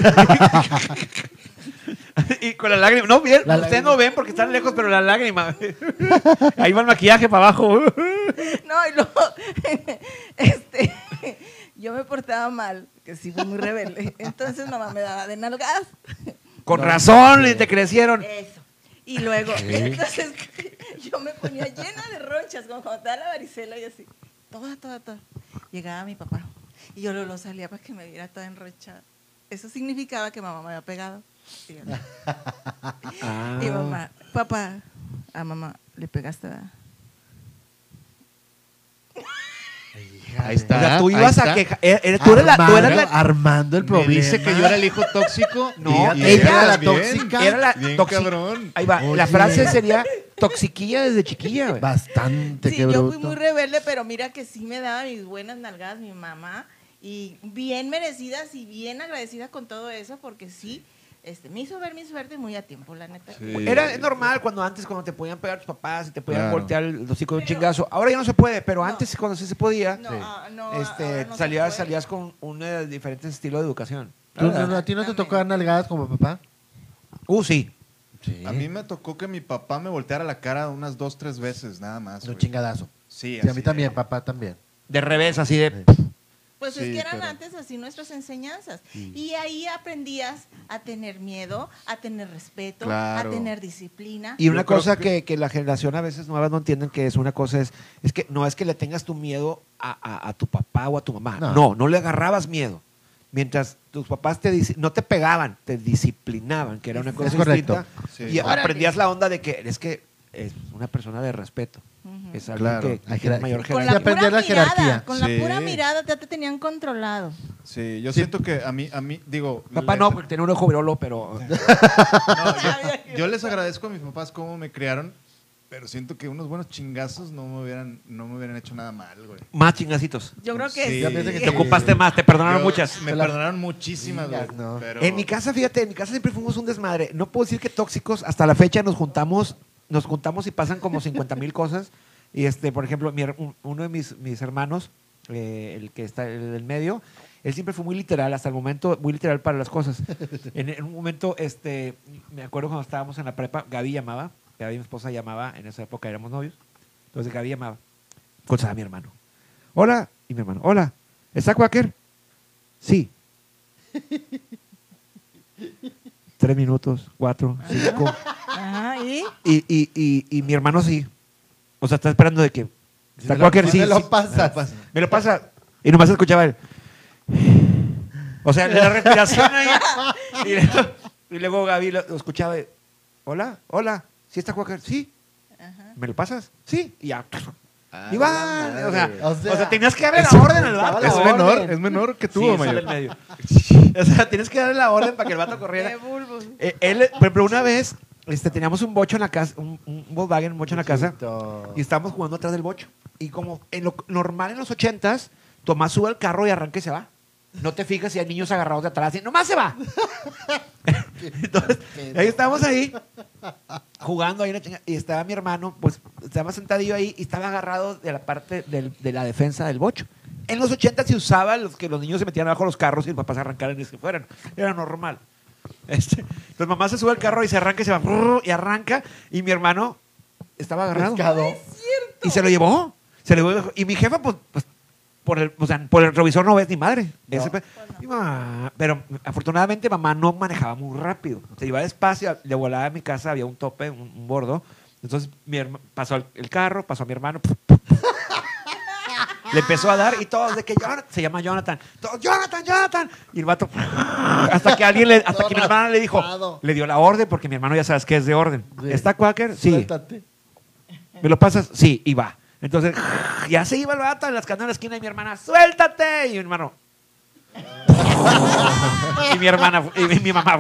Speaker 1: y con la lágrima. No, bien,
Speaker 2: La
Speaker 1: ustedes
Speaker 2: lágrima.
Speaker 1: no ven porque están lejos, pero la lágrima. Ahí va el maquillaje para abajo.
Speaker 4: No, y luego, este, yo me portaba mal, que sí fui muy rebelde. Entonces mamá me daba de nalgas.
Speaker 1: Con razón, te crecieron.
Speaker 4: Eso. Y luego, entonces yo me ponía llena de ronchas, como cuando te da la varicela y así. Toda, toda, toda. Llegaba mi papá y yo lo, lo salía para que me viera toda enrochada. Eso significaba que mamá me había pegado. Y, yo,
Speaker 1: Ah.
Speaker 4: y mamá, papá, a mamá le pegaste. ¿verdad?".
Speaker 2: Fíjate.
Speaker 3: Ahí está.
Speaker 1: o sea, tú
Speaker 3: ahí
Speaker 1: ibas a
Speaker 3: está.
Speaker 1: quejar. eh, eh, Tú eres la. Tú eras
Speaker 2: Armando-
Speaker 1: la
Speaker 2: Armando el
Speaker 3: Me
Speaker 2: problema.
Speaker 3: dice que yo era el hijo tóxico.
Speaker 1: No,
Speaker 3: Y
Speaker 1: ella
Speaker 3: era
Speaker 1: era
Speaker 2: la
Speaker 3: bien,
Speaker 2: tóxica.
Speaker 1: era la
Speaker 3: bien
Speaker 1: toxi-
Speaker 3: cabrón.
Speaker 1: Ahí va.
Speaker 2: Oye.
Speaker 1: La frase sería toxiquilla desde chiquilla, güey.
Speaker 2: Bastante,
Speaker 4: Sí,
Speaker 2: qué
Speaker 4: yo fui
Speaker 2: bruto.
Speaker 4: muy rebelde, pero mira que sí me daba mis buenas nalgadas mi mamá. Y bien merecidas y bien agradecida con todo eso, porque sí, este, me hizo ver mi suerte muy a tiempo, la neta.
Speaker 3: Sí.
Speaker 1: Era es normal cuando antes, cuando te podían pegar tus papás y te podían
Speaker 3: Claro.
Speaker 1: voltear el hocico de un
Speaker 4: Pero-
Speaker 1: chingazo. Ahora ya no se puede, pero
Speaker 4: No.
Speaker 1: antes, cuando sí se podía,
Speaker 4: No,
Speaker 2: Sí.
Speaker 4: ah, no, ahora
Speaker 1: este,
Speaker 4: no se
Speaker 1: salías,
Speaker 4: puede.
Speaker 1: salías con un eh, diferente estilo de educación. la
Speaker 2: ¿Tú,
Speaker 1: verdad.
Speaker 2: no, no, ¿A ti no te tocó dar nalgadas como papá?
Speaker 1: Uh, sí.
Speaker 2: Sí.
Speaker 3: A mí me tocó que mi papá me volteara la cara unas dos, tres veces, nada más.
Speaker 2: De un
Speaker 3: güey.
Speaker 2: chingadazo.
Speaker 3: Sí,
Speaker 2: Sí,
Speaker 3: así
Speaker 2: a mí
Speaker 3: de-
Speaker 2: también, papá también.
Speaker 1: De revés, así de.
Speaker 4: Pues es
Speaker 3: Sí,
Speaker 4: que eran
Speaker 3: pero-
Speaker 4: antes así nuestras enseñanzas. Y ahí aprendías a tener miedo, a tener respeto,
Speaker 3: Claro.
Speaker 4: a tener disciplina.
Speaker 1: Y una
Speaker 3: Yo creo
Speaker 1: cosa que, que la generación a veces nueva no entienden que es una cosa es, es que no es que le tengas tu miedo a, a- a tu papá o a tu mamá. No.
Speaker 2: No.
Speaker 1: no, le agarrabas miedo. Mientras tus papás te dis- no te pegaban, te disciplinaban, que era una cosa
Speaker 2: Es correcto.
Speaker 1: distinta.
Speaker 3: Sí.
Speaker 1: Y
Speaker 3: Órale.
Speaker 1: aprendías la onda de que es que es una persona de respeto.
Speaker 4: Ujú.
Speaker 1: Es algo
Speaker 3: Claro.
Speaker 1: que, que tiene
Speaker 2: Hay jerar-
Speaker 1: mayor
Speaker 4: con
Speaker 2: Hay
Speaker 4: la
Speaker 1: jerarquía.
Speaker 2: que
Speaker 4: pura
Speaker 2: aprender la
Speaker 4: mirada,
Speaker 2: jerarquía.
Speaker 4: con la
Speaker 3: Sí.
Speaker 4: pura mirada ya te tenían controlado.
Speaker 3: Sí, yo siento que a mí, a mí, digo.
Speaker 1: Papá
Speaker 3: le-
Speaker 1: no, porque tenía un ojo virolo, pero...
Speaker 3: No, yo, yo les agradezco a mis papás cómo me criaron, pero siento que unos buenos chingazos no me hubieran, no me hubieran hecho nada mal, güey.
Speaker 1: Más chingacitos.
Speaker 4: Yo creo que
Speaker 3: Sí.
Speaker 4: sí.
Speaker 3: Ya piensa que
Speaker 1: Te ocupaste más, te perdonaron
Speaker 3: Yo-
Speaker 1: muchas.
Speaker 3: Me
Speaker 2: Te la-
Speaker 3: perdonaron muchísimas, güey.
Speaker 2: Chingas, no.
Speaker 3: pero-
Speaker 1: En mi casa, fíjate, en mi casa siempre fuimos un desmadre. No puedo decir que tóxicos. Hasta la fecha nos juntamos, nos juntamos y pasan como 50 mil cosas. Y este, por ejemplo, mi her- un- uno de mis, mis hermanos, eh, el que está en el medio, él siempre fue muy literal, hasta el momento, muy literal para las cosas. En, en un momento, este, me acuerdo cuando estábamos en la prepa, Gaby llamaba, Gaby, mi esposa, llamaba, en esa época éramos novios. Entonces Gaby llamaba, contestaba a mi hermano. Hola, y mi hermano, hola, ¿está Quaker? Sí, tres minutos, cuatro, cinco.
Speaker 4: Ajá, ¿y?
Speaker 1: Y, y, y, y mi hermano sí. O sea, está esperando de que. Está
Speaker 2: me
Speaker 1: Quaker,
Speaker 2: lo,
Speaker 1: sí.
Speaker 2: me
Speaker 1: sí.
Speaker 2: lo pasas.
Speaker 1: Me lo pasa. Y nomás escuchaba él. O sea, la respiración ahí. Y, luego- y luego Gaby lo, lo escuchaba. y, Hola, hola. ¿Sí está Quaker? Sí. ¿Me lo pasas? Sí. Y ya. pues,
Speaker 3: Ah,
Speaker 1: Y va.
Speaker 3: madre,
Speaker 1: O sea,
Speaker 3: güey.
Speaker 1: o
Speaker 2: O
Speaker 1: sea,
Speaker 2: sea,
Speaker 1: tenías que darle la orden al vato.
Speaker 2: la
Speaker 3: Es
Speaker 2: orden.
Speaker 3: menor, es menor que tú,
Speaker 1: Sí,
Speaker 3: o
Speaker 1: sale en
Speaker 3: mayor.
Speaker 1: medio. O sea, tienes que darle la orden para que el vato corriera.
Speaker 4: Qué bulbos.
Speaker 1: Eh, él, por ejemplo, una vez este, teníamos un bocho en la casa, un, un Volkswagen, un bocho en la casa, y estábamos jugando atrás del bocho. Y como en lo normal en los ochentas, Tomás sube al carro y arranca y se va. No te fijas si hay niños agarrados de atrás y nomás se va. Entonces, ahí estábamos ahí, jugando ahí, una chinga- y estaba mi hermano, pues estaba sentadillo ahí y estaba agarrado de la parte del- de la defensa del bocho. En los 80 se usaba los que los niños se metían abajo de los carros y los papás arrancaran y se fueran. Era normal. Este, entonces mamá se sube al carro y se arranca y se va brrr, y arranca y mi hermano estaba agarrado
Speaker 2: Pescado.
Speaker 1: y se lo llevó. Se lo llevó. y mi jefa, pues, pues, por el, o sea, por el revisor no ves ni madre. Ese pe- Y mamá- pero afortunadamente mamá no manejaba muy rápido. Se iba despacio, le volaba a mi casa, había un tope, un, un bordo. Entonces mi herma- pasó el, el carro, pasó a mi hermano. Le empezó a dar y todos de que Jonathan, se llama Jonathan, todos, Jonathan, Jonathan. Y el vato, hasta que alguien, le, hasta que mi hermana le dijo,
Speaker 2: Raspado.
Speaker 1: le dio la orden, porque mi hermano ya sabes que es de orden.
Speaker 2: Sí.
Speaker 1: ¿Está Quaker? Sí.
Speaker 2: Suéltate.
Speaker 1: ¿Me lo pasas? Sí, y va. Entonces, ya se iba el vato en las canales de la esquina y mi hermana, ¡suéltate! Y mi hermano. y mi hermana, y mi, mi mamá.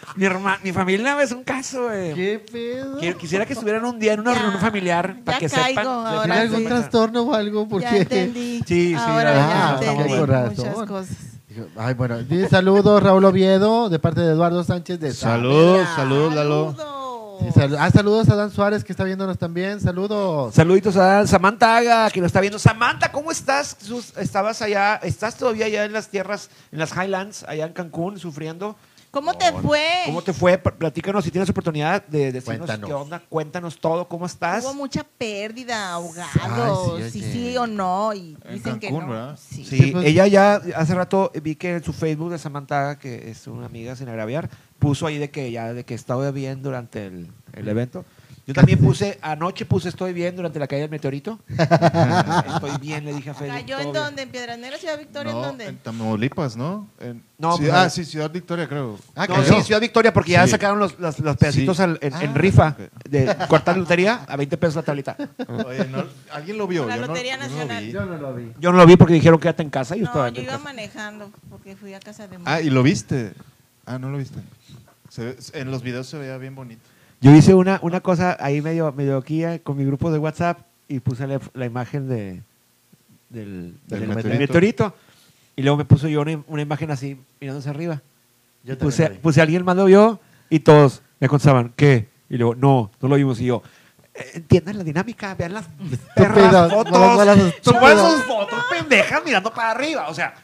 Speaker 1: mi, herma- mi familia es un caso, güey.
Speaker 2: ¿Qué pedo?
Speaker 1: Qui- Quisiera que estuvieran un día en una
Speaker 4: Ya,
Speaker 1: reunión familiar para
Speaker 4: ya
Speaker 1: que
Speaker 4: caigo
Speaker 1: sepan.
Speaker 4: ahora
Speaker 2: ¿Tiene algún
Speaker 4: sí.
Speaker 2: trastorno o algo? Porque...
Speaker 4: Ya entendí.
Speaker 1: Sí, sí,
Speaker 4: Ahora
Speaker 1: la
Speaker 4: ya
Speaker 2: verdad,
Speaker 4: entendí
Speaker 2: estamos con
Speaker 4: muchas
Speaker 2: razón.
Speaker 4: cosas.
Speaker 2: Dijo, Ay, bueno. Dice saludos, Raúl Oviedo, de parte de Eduardo Sánchez de Sa-
Speaker 3: Saludos, saludos, Lalo.
Speaker 4: Saludos.
Speaker 2: Sí, sal- ah, saludos a Dan Suárez, que está viéndonos también. Saludos.
Speaker 1: Saluditos a Samantha Haga, que lo está viendo. Samantha, ¿cómo estás? Sus- estabas allá, estás todavía allá en las tierras, en las Highlands, allá en Cancún, sufriendo.
Speaker 4: ¿Cómo te fue?
Speaker 1: ¿Cómo te fue? Pl- Platícanos si tienes oportunidad de decirnos
Speaker 2: Cuéntanos.
Speaker 1: qué onda. Cuéntanos todo, ¿cómo estás?
Speaker 4: Hubo mucha pérdida, ahogados,
Speaker 2: Ay, sí,
Speaker 4: si
Speaker 2: oye.
Speaker 4: sí o no, y
Speaker 3: En
Speaker 4: dicen que
Speaker 3: Cancún,
Speaker 4: no.
Speaker 3: ¿verdad?
Speaker 4: Sí.
Speaker 1: Sí,
Speaker 2: pues-
Speaker 1: ella ya hace rato vi que en su Facebook de Samantha, Haga, que es una amiga sin agraviar, puso ahí de que ya de que estaba bien durante el, el evento Yo también puse, anoche puse estoy bien durante la caída del meteorito. estoy bien, le dije a Fede.
Speaker 4: ¿Cayó
Speaker 1: todo
Speaker 4: en
Speaker 1: bien.
Speaker 4: dónde? ¿En Piedras Negras, Ciudad Victoria?
Speaker 3: No,
Speaker 4: ¿En dónde?
Speaker 3: en Tamaulipas, ¿no? En-
Speaker 1: No,
Speaker 3: Ciudad-
Speaker 1: pues,
Speaker 3: ah, sí, Ciudad Victoria, creo. Ah,
Speaker 1: No,
Speaker 3: cayó.
Speaker 1: sí, Ciudad Victoria, porque ya
Speaker 3: Sí.
Speaker 1: sacaron los, los- los pedacitos
Speaker 3: Sí.
Speaker 1: al- en, en
Speaker 3: Ah,
Speaker 1: rifa
Speaker 3: ok.
Speaker 1: de cortar lotería a 20 pesos la tablita.
Speaker 3: Oye, no, alguien lo vio.
Speaker 4: La
Speaker 3: yo no-
Speaker 4: Lotería
Speaker 3: yo no lo
Speaker 4: Nacional.
Speaker 3: vi.
Speaker 2: Yo no lo vi.
Speaker 1: Yo no lo vi porque dijeron quédate en casa y yo estaba
Speaker 4: No,
Speaker 1: en
Speaker 4: yo iba
Speaker 1: casa.
Speaker 4: manejando porque fui a casa de
Speaker 3: Ah, ¿y lo viste? Ah, no lo viste. Se ve- en los videos se veía bien bonito.
Speaker 1: Yo hice una, una cosa ahí medio, medio aquí eh, con mi grupo de WhatsApp y puse la, la imagen de, del,
Speaker 3: Del
Speaker 1: del
Speaker 3: meteorito.
Speaker 1: meteorito. Y luego me puso yo una, una imagen así mirándose arriba.
Speaker 2: Yo
Speaker 1: Puse,
Speaker 2: también lo vi.
Speaker 1: puse alguien más lo vio y todos me contestaban, ¿qué? Y luego, no, no lo vimos. Y yo, "Eh, entiendan la dinámica, vean las perras
Speaker 2: Estúpidos,
Speaker 1: fotos.
Speaker 2: no las veas estúpido.
Speaker 1: Suban sus fotos pendejas mirando para arriba. O sea,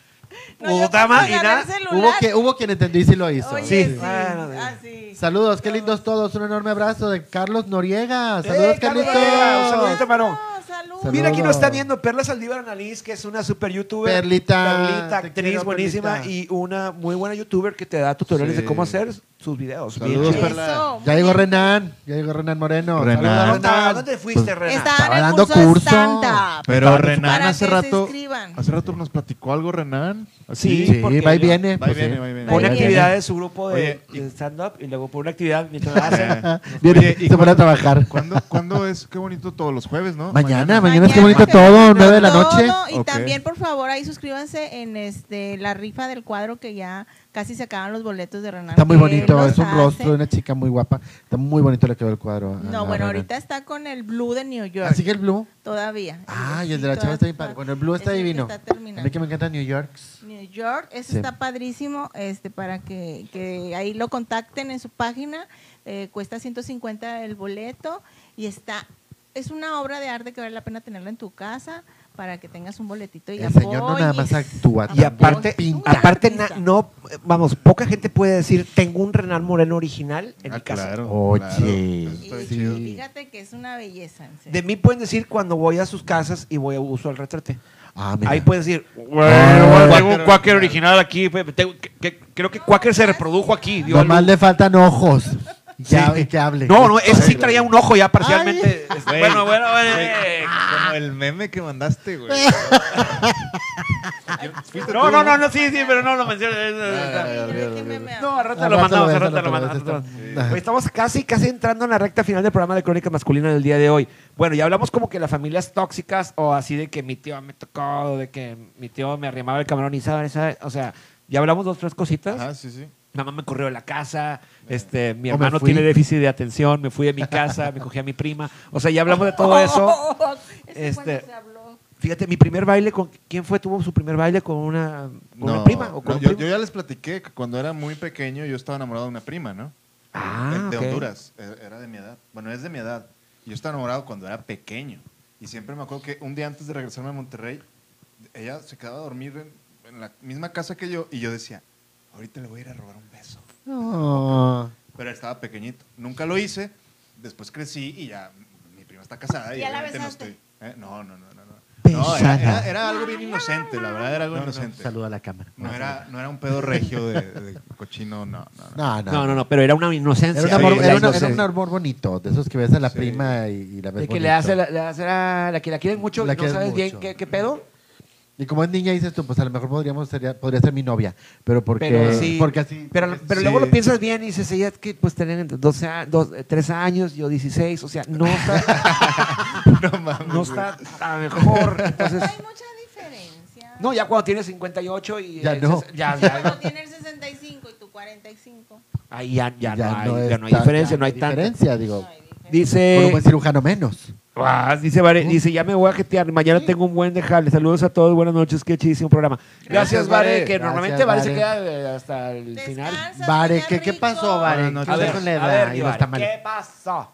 Speaker 4: No, yo
Speaker 1: puta
Speaker 4: puse a ver
Speaker 1: máquina.
Speaker 4: celular.
Speaker 2: eh, pues, Hubo, que, hubo quien entendió y sí lo hizo.
Speaker 4: Oye,
Speaker 1: Sí.
Speaker 4: sí.
Speaker 1: Bueno,
Speaker 4: Ah, sí.
Speaker 2: Saludos, qué lindos todos. Un enorme abrazo de Carlos Noriega.
Speaker 1: ¡Eh,
Speaker 2: Saludos,
Speaker 1: Carlos
Speaker 2: Carlitos.
Speaker 1: Noriega! Un saludito, mano.
Speaker 4: No, salud.
Speaker 2: Salud.
Speaker 1: Mira, aquí nos
Speaker 2: Saludos.
Speaker 1: está viendo Perla Saldívar Analiz, que es una super youtuber.
Speaker 2: Perlita,
Speaker 1: Perlita,
Speaker 2: te
Speaker 1: actriz
Speaker 2: quiero,
Speaker 1: buenísima
Speaker 2: Perlita.
Speaker 1: y una muy buena youtuber que te da tutoriales
Speaker 3: Sí.
Speaker 1: de cómo hacer sus videos. Bien
Speaker 3: Saludos,
Speaker 1: chido.
Speaker 4: Eso,
Speaker 3: Perla.
Speaker 4: muy
Speaker 2: Ya llegó
Speaker 4: bien.
Speaker 2: Renan. Ya llegó Renan Moreno.
Speaker 3: Renan.
Speaker 2: Saludos,
Speaker 1: ¿Dónde, dónde fuiste, Renan?
Speaker 4: Estaba en
Speaker 2: Estaba
Speaker 4: el
Speaker 2: dando
Speaker 4: curso, de
Speaker 2: curso.
Speaker 4: stand-up.
Speaker 3: Pero
Speaker 2: Para que
Speaker 3: Renan hace
Speaker 4: se
Speaker 3: rato.
Speaker 4: inscriban.
Speaker 3: Hace rato nos platicó algo, Renan.
Speaker 1: Sí,
Speaker 2: Sí,
Speaker 1: porque
Speaker 2: va y
Speaker 1: yo-
Speaker 2: viene. pues,
Speaker 3: va y viene, va y viene.
Speaker 1: Pone
Speaker 4: Ahí
Speaker 1: actividades de su grupo de,
Speaker 3: Oye, y- Eh.
Speaker 1: de stand-up y luego pone una actividad mientras la hacen.
Speaker 2: Viene,
Speaker 3: Oye, ¿y
Speaker 2: se pone a
Speaker 3: cuándo-
Speaker 2: trabajar.
Speaker 3: ¿Cuándo, ¿Cuándo es? Qué bonito todos los jueves, ¿no?
Speaker 2: Mañana, Ah, mañana es que bonito
Speaker 4: se
Speaker 2: todo,
Speaker 4: reúne
Speaker 2: 9 de la
Speaker 4: todo,
Speaker 2: noche.
Speaker 4: Y
Speaker 3: Ok.
Speaker 4: también, por favor, ahí suscríbanse en este la rifa del cuadro que ya casi se acaban los boletos de Renan.
Speaker 2: Está muy
Speaker 4: que
Speaker 2: bonito,
Speaker 4: los
Speaker 2: es un
Speaker 4: hace.
Speaker 2: rostro de una chica muy guapa. Está muy bonito le quedó el cuadro. a- a
Speaker 4: No, bueno,
Speaker 2: Renan.
Speaker 4: ahorita está con el blue de New York.
Speaker 2: Así que el blue.
Speaker 4: Todavía.
Speaker 2: Ah,
Speaker 4: Sí,
Speaker 2: y el de la chava
Speaker 4: todavía
Speaker 2: está bien padre. Bueno, el blue está
Speaker 4: es el que
Speaker 2: divino.
Speaker 4: está
Speaker 2: a mí que
Speaker 4: terminando.
Speaker 2: me encanta New York.
Speaker 4: New York, eso
Speaker 2: Sí.
Speaker 4: está padrísimo, este, para que, que ahí lo contacten en su página, eh, cuesta 150 el boleto y está, es una obra de arte que vale la pena tenerla en tu casa para que tengas un boletito y
Speaker 2: El señor no nada
Speaker 4: apoyes.
Speaker 2: más actúa,
Speaker 1: Y
Speaker 2: también
Speaker 1: aparte,
Speaker 2: pinta.
Speaker 1: aparte
Speaker 4: Artista.
Speaker 1: na- no, vamos, poca gente puede decir, tengo un Renan Moreno original en
Speaker 3: Ah,
Speaker 1: mi casa.
Speaker 3: claro,
Speaker 2: Oye.
Speaker 3: claro. Eso está
Speaker 4: Y
Speaker 3: bien
Speaker 2: Sí.
Speaker 3: chido.
Speaker 4: Fíjate que es una belleza. en serio.
Speaker 1: De mí pueden decir cuando voy a sus casas y voy a uso al retrete.
Speaker 2: Ah, mira.
Speaker 1: Ahí puedes decir,
Speaker 2: Ah,
Speaker 1: bueno, tengo un
Speaker 3: Quaker
Speaker 1: Quaker
Speaker 3: original".
Speaker 1: original aquí. pe- tengo- que- que- creo que Quaker se reprodujo aquí. dio a
Speaker 2: Nomás
Speaker 1: luz.
Speaker 2: le faltan ojos. Ya,
Speaker 1: Sí.
Speaker 2: que hable.
Speaker 1: No, eh. no, ese sí traía un ojo ya parcialmente.
Speaker 2: Ay.
Speaker 1: Este, bueno, bueno, bueno.
Speaker 3: Güey,
Speaker 1: eh.
Speaker 3: Como el meme que mandaste, güey. ¿Fuiste
Speaker 1: No,
Speaker 3: tú,
Speaker 1: no, no, no, sí, sí, pero no lo mencioné.
Speaker 4: Ay, yo dije, me- me-
Speaker 1: No, al rato
Speaker 2: Ah,
Speaker 1: lo
Speaker 2: al rato
Speaker 1: mandamos,
Speaker 2: lo
Speaker 1: al rato lo
Speaker 2: ves,
Speaker 1: mandamos.
Speaker 2: al rato lo
Speaker 1: al rato
Speaker 2: ves,
Speaker 1: lo
Speaker 2: está-
Speaker 1: mandamos. Pues Estamos casi, casi entrando en la recta final del programa de Crónica Masculina del día de hoy. Bueno, ya hablamos como que las familias tóxicas o así de que mi tío me tocó, de que mi tío me arrimaba el camarón y ¿sabes? ¿sabes? O sea, ya hablamos dos, tres cositas.
Speaker 3: Ah, sí, sí.
Speaker 1: Mamá me corrió de la casa, este, mi
Speaker 2: O me
Speaker 1: hermano
Speaker 2: fui.
Speaker 1: tiene déficit de atención, me fui de mi casa, me cogí a mi prima. O sea, ya hablamos de
Speaker 4: Oh,
Speaker 1: todo eso.
Speaker 4: Es que
Speaker 1: Este,
Speaker 4: cuando se habló,
Speaker 1: Fíjate, mi primer baile con quién fue tuvo su primer baile con una, con una prima o con
Speaker 3: no,
Speaker 1: un
Speaker 3: yo,
Speaker 1: primo?
Speaker 3: yo ya les platiqué que cuando era muy pequeño yo estaba enamorado de una prima, ¿no?
Speaker 1: Ah,
Speaker 3: de
Speaker 1: ok.
Speaker 3: Honduras. Era e, era de mi edad. Bueno, es de mi edad. Yo estaba enamorado cuando era pequeño. Y siempre me acuerdo que un día antes de regresarme a Monterrey, ella se quedaba a dormir en, en la misma casa que yo. Y yo decía, ahorita le voy a ir a robar un beso.
Speaker 2: No.
Speaker 3: Pero estaba pequeñito. Nunca lo hice. Después crecí y ya mi prima está casada. Y
Speaker 4: Ya la
Speaker 3: obviamente no
Speaker 4: besaste.
Speaker 3: estoy. ¿eh? No, no, no, no. no. No, era,
Speaker 2: Besada.
Speaker 3: era- era algo bien inocente, la verdad era algo
Speaker 2: No, no,
Speaker 3: inocente.
Speaker 2: saluda a la cámara.
Speaker 3: No era, no era un pedo regio de, de cochino, no, no, no.
Speaker 2: No, no.
Speaker 1: No, no, no, pero era una inocencia.
Speaker 2: Era un
Speaker 3: Sí,
Speaker 2: amor,
Speaker 3: sí,
Speaker 2: era
Speaker 3: sí,
Speaker 2: una-
Speaker 3: sí.
Speaker 2: era un amor bonito, de esos que ves a la
Speaker 3: Sí.
Speaker 2: prima y, y la ves
Speaker 1: De que
Speaker 2: bonito.
Speaker 1: le hace, la, le hace la, la que la quieren mucho
Speaker 2: La
Speaker 1: y no
Speaker 2: quieren
Speaker 1: sabes bien
Speaker 2: mucho.
Speaker 1: qué, qué pedo.
Speaker 2: Y como es niña dices tú, pues a lo mejor podríamos sería- podría ser mi novia, pero porque,
Speaker 1: Pero sí.
Speaker 2: porque así...
Speaker 1: Pero, pero
Speaker 3: Sí.
Speaker 1: luego lo piensas bien y dices, ella es que pues tenían entre 12, a- dos- eh, 13 años, yo 16, o sea, no está,
Speaker 3: No mames.
Speaker 1: no está a lo mejor. Entonces,
Speaker 4: Hay mucha diferencia.
Speaker 1: no, ya cuando tienes 58 y...
Speaker 2: Ya
Speaker 1: eh,
Speaker 2: no.
Speaker 1: ses- Ya,
Speaker 4: Cuando
Speaker 1: ya,
Speaker 4: tienes 65 y tú 45.
Speaker 1: ahí ya, ya no hay, ya no hay
Speaker 2: está-
Speaker 1: diferencia,
Speaker 2: ya
Speaker 1: no hay tanta.
Speaker 2: diferencia, digo.
Speaker 4: No hay diferencia.
Speaker 2: Por un
Speaker 1: Dice...
Speaker 2: buen cirujano menos.
Speaker 1: Ah, dice, Vare, dice, ya me voy a jetear, mañana tengo un buen dejable. Saludos a todos, buenas noches, qué chidísimo programa. Gracias,
Speaker 3: Gracias,
Speaker 1: Vare,
Speaker 3: Vare.
Speaker 1: que
Speaker 2: Gracias,
Speaker 1: normalmente Vare se
Speaker 2: Vare.
Speaker 1: queda eh, hasta el final.
Speaker 4: Descansa,
Speaker 2: Vare,
Speaker 4: sueña
Speaker 2: ¿qué, ¿qué
Speaker 4: rico.
Speaker 2: pasó, Vare?
Speaker 3: Buenas
Speaker 2: ¿Qué
Speaker 1: A ver,
Speaker 3: noches.
Speaker 2: pasó con la
Speaker 1: a
Speaker 2: edad
Speaker 1: ver,
Speaker 2: y
Speaker 1: mi
Speaker 2: los
Speaker 1: Vare,
Speaker 2: tamales?
Speaker 1: ¿qué pasó?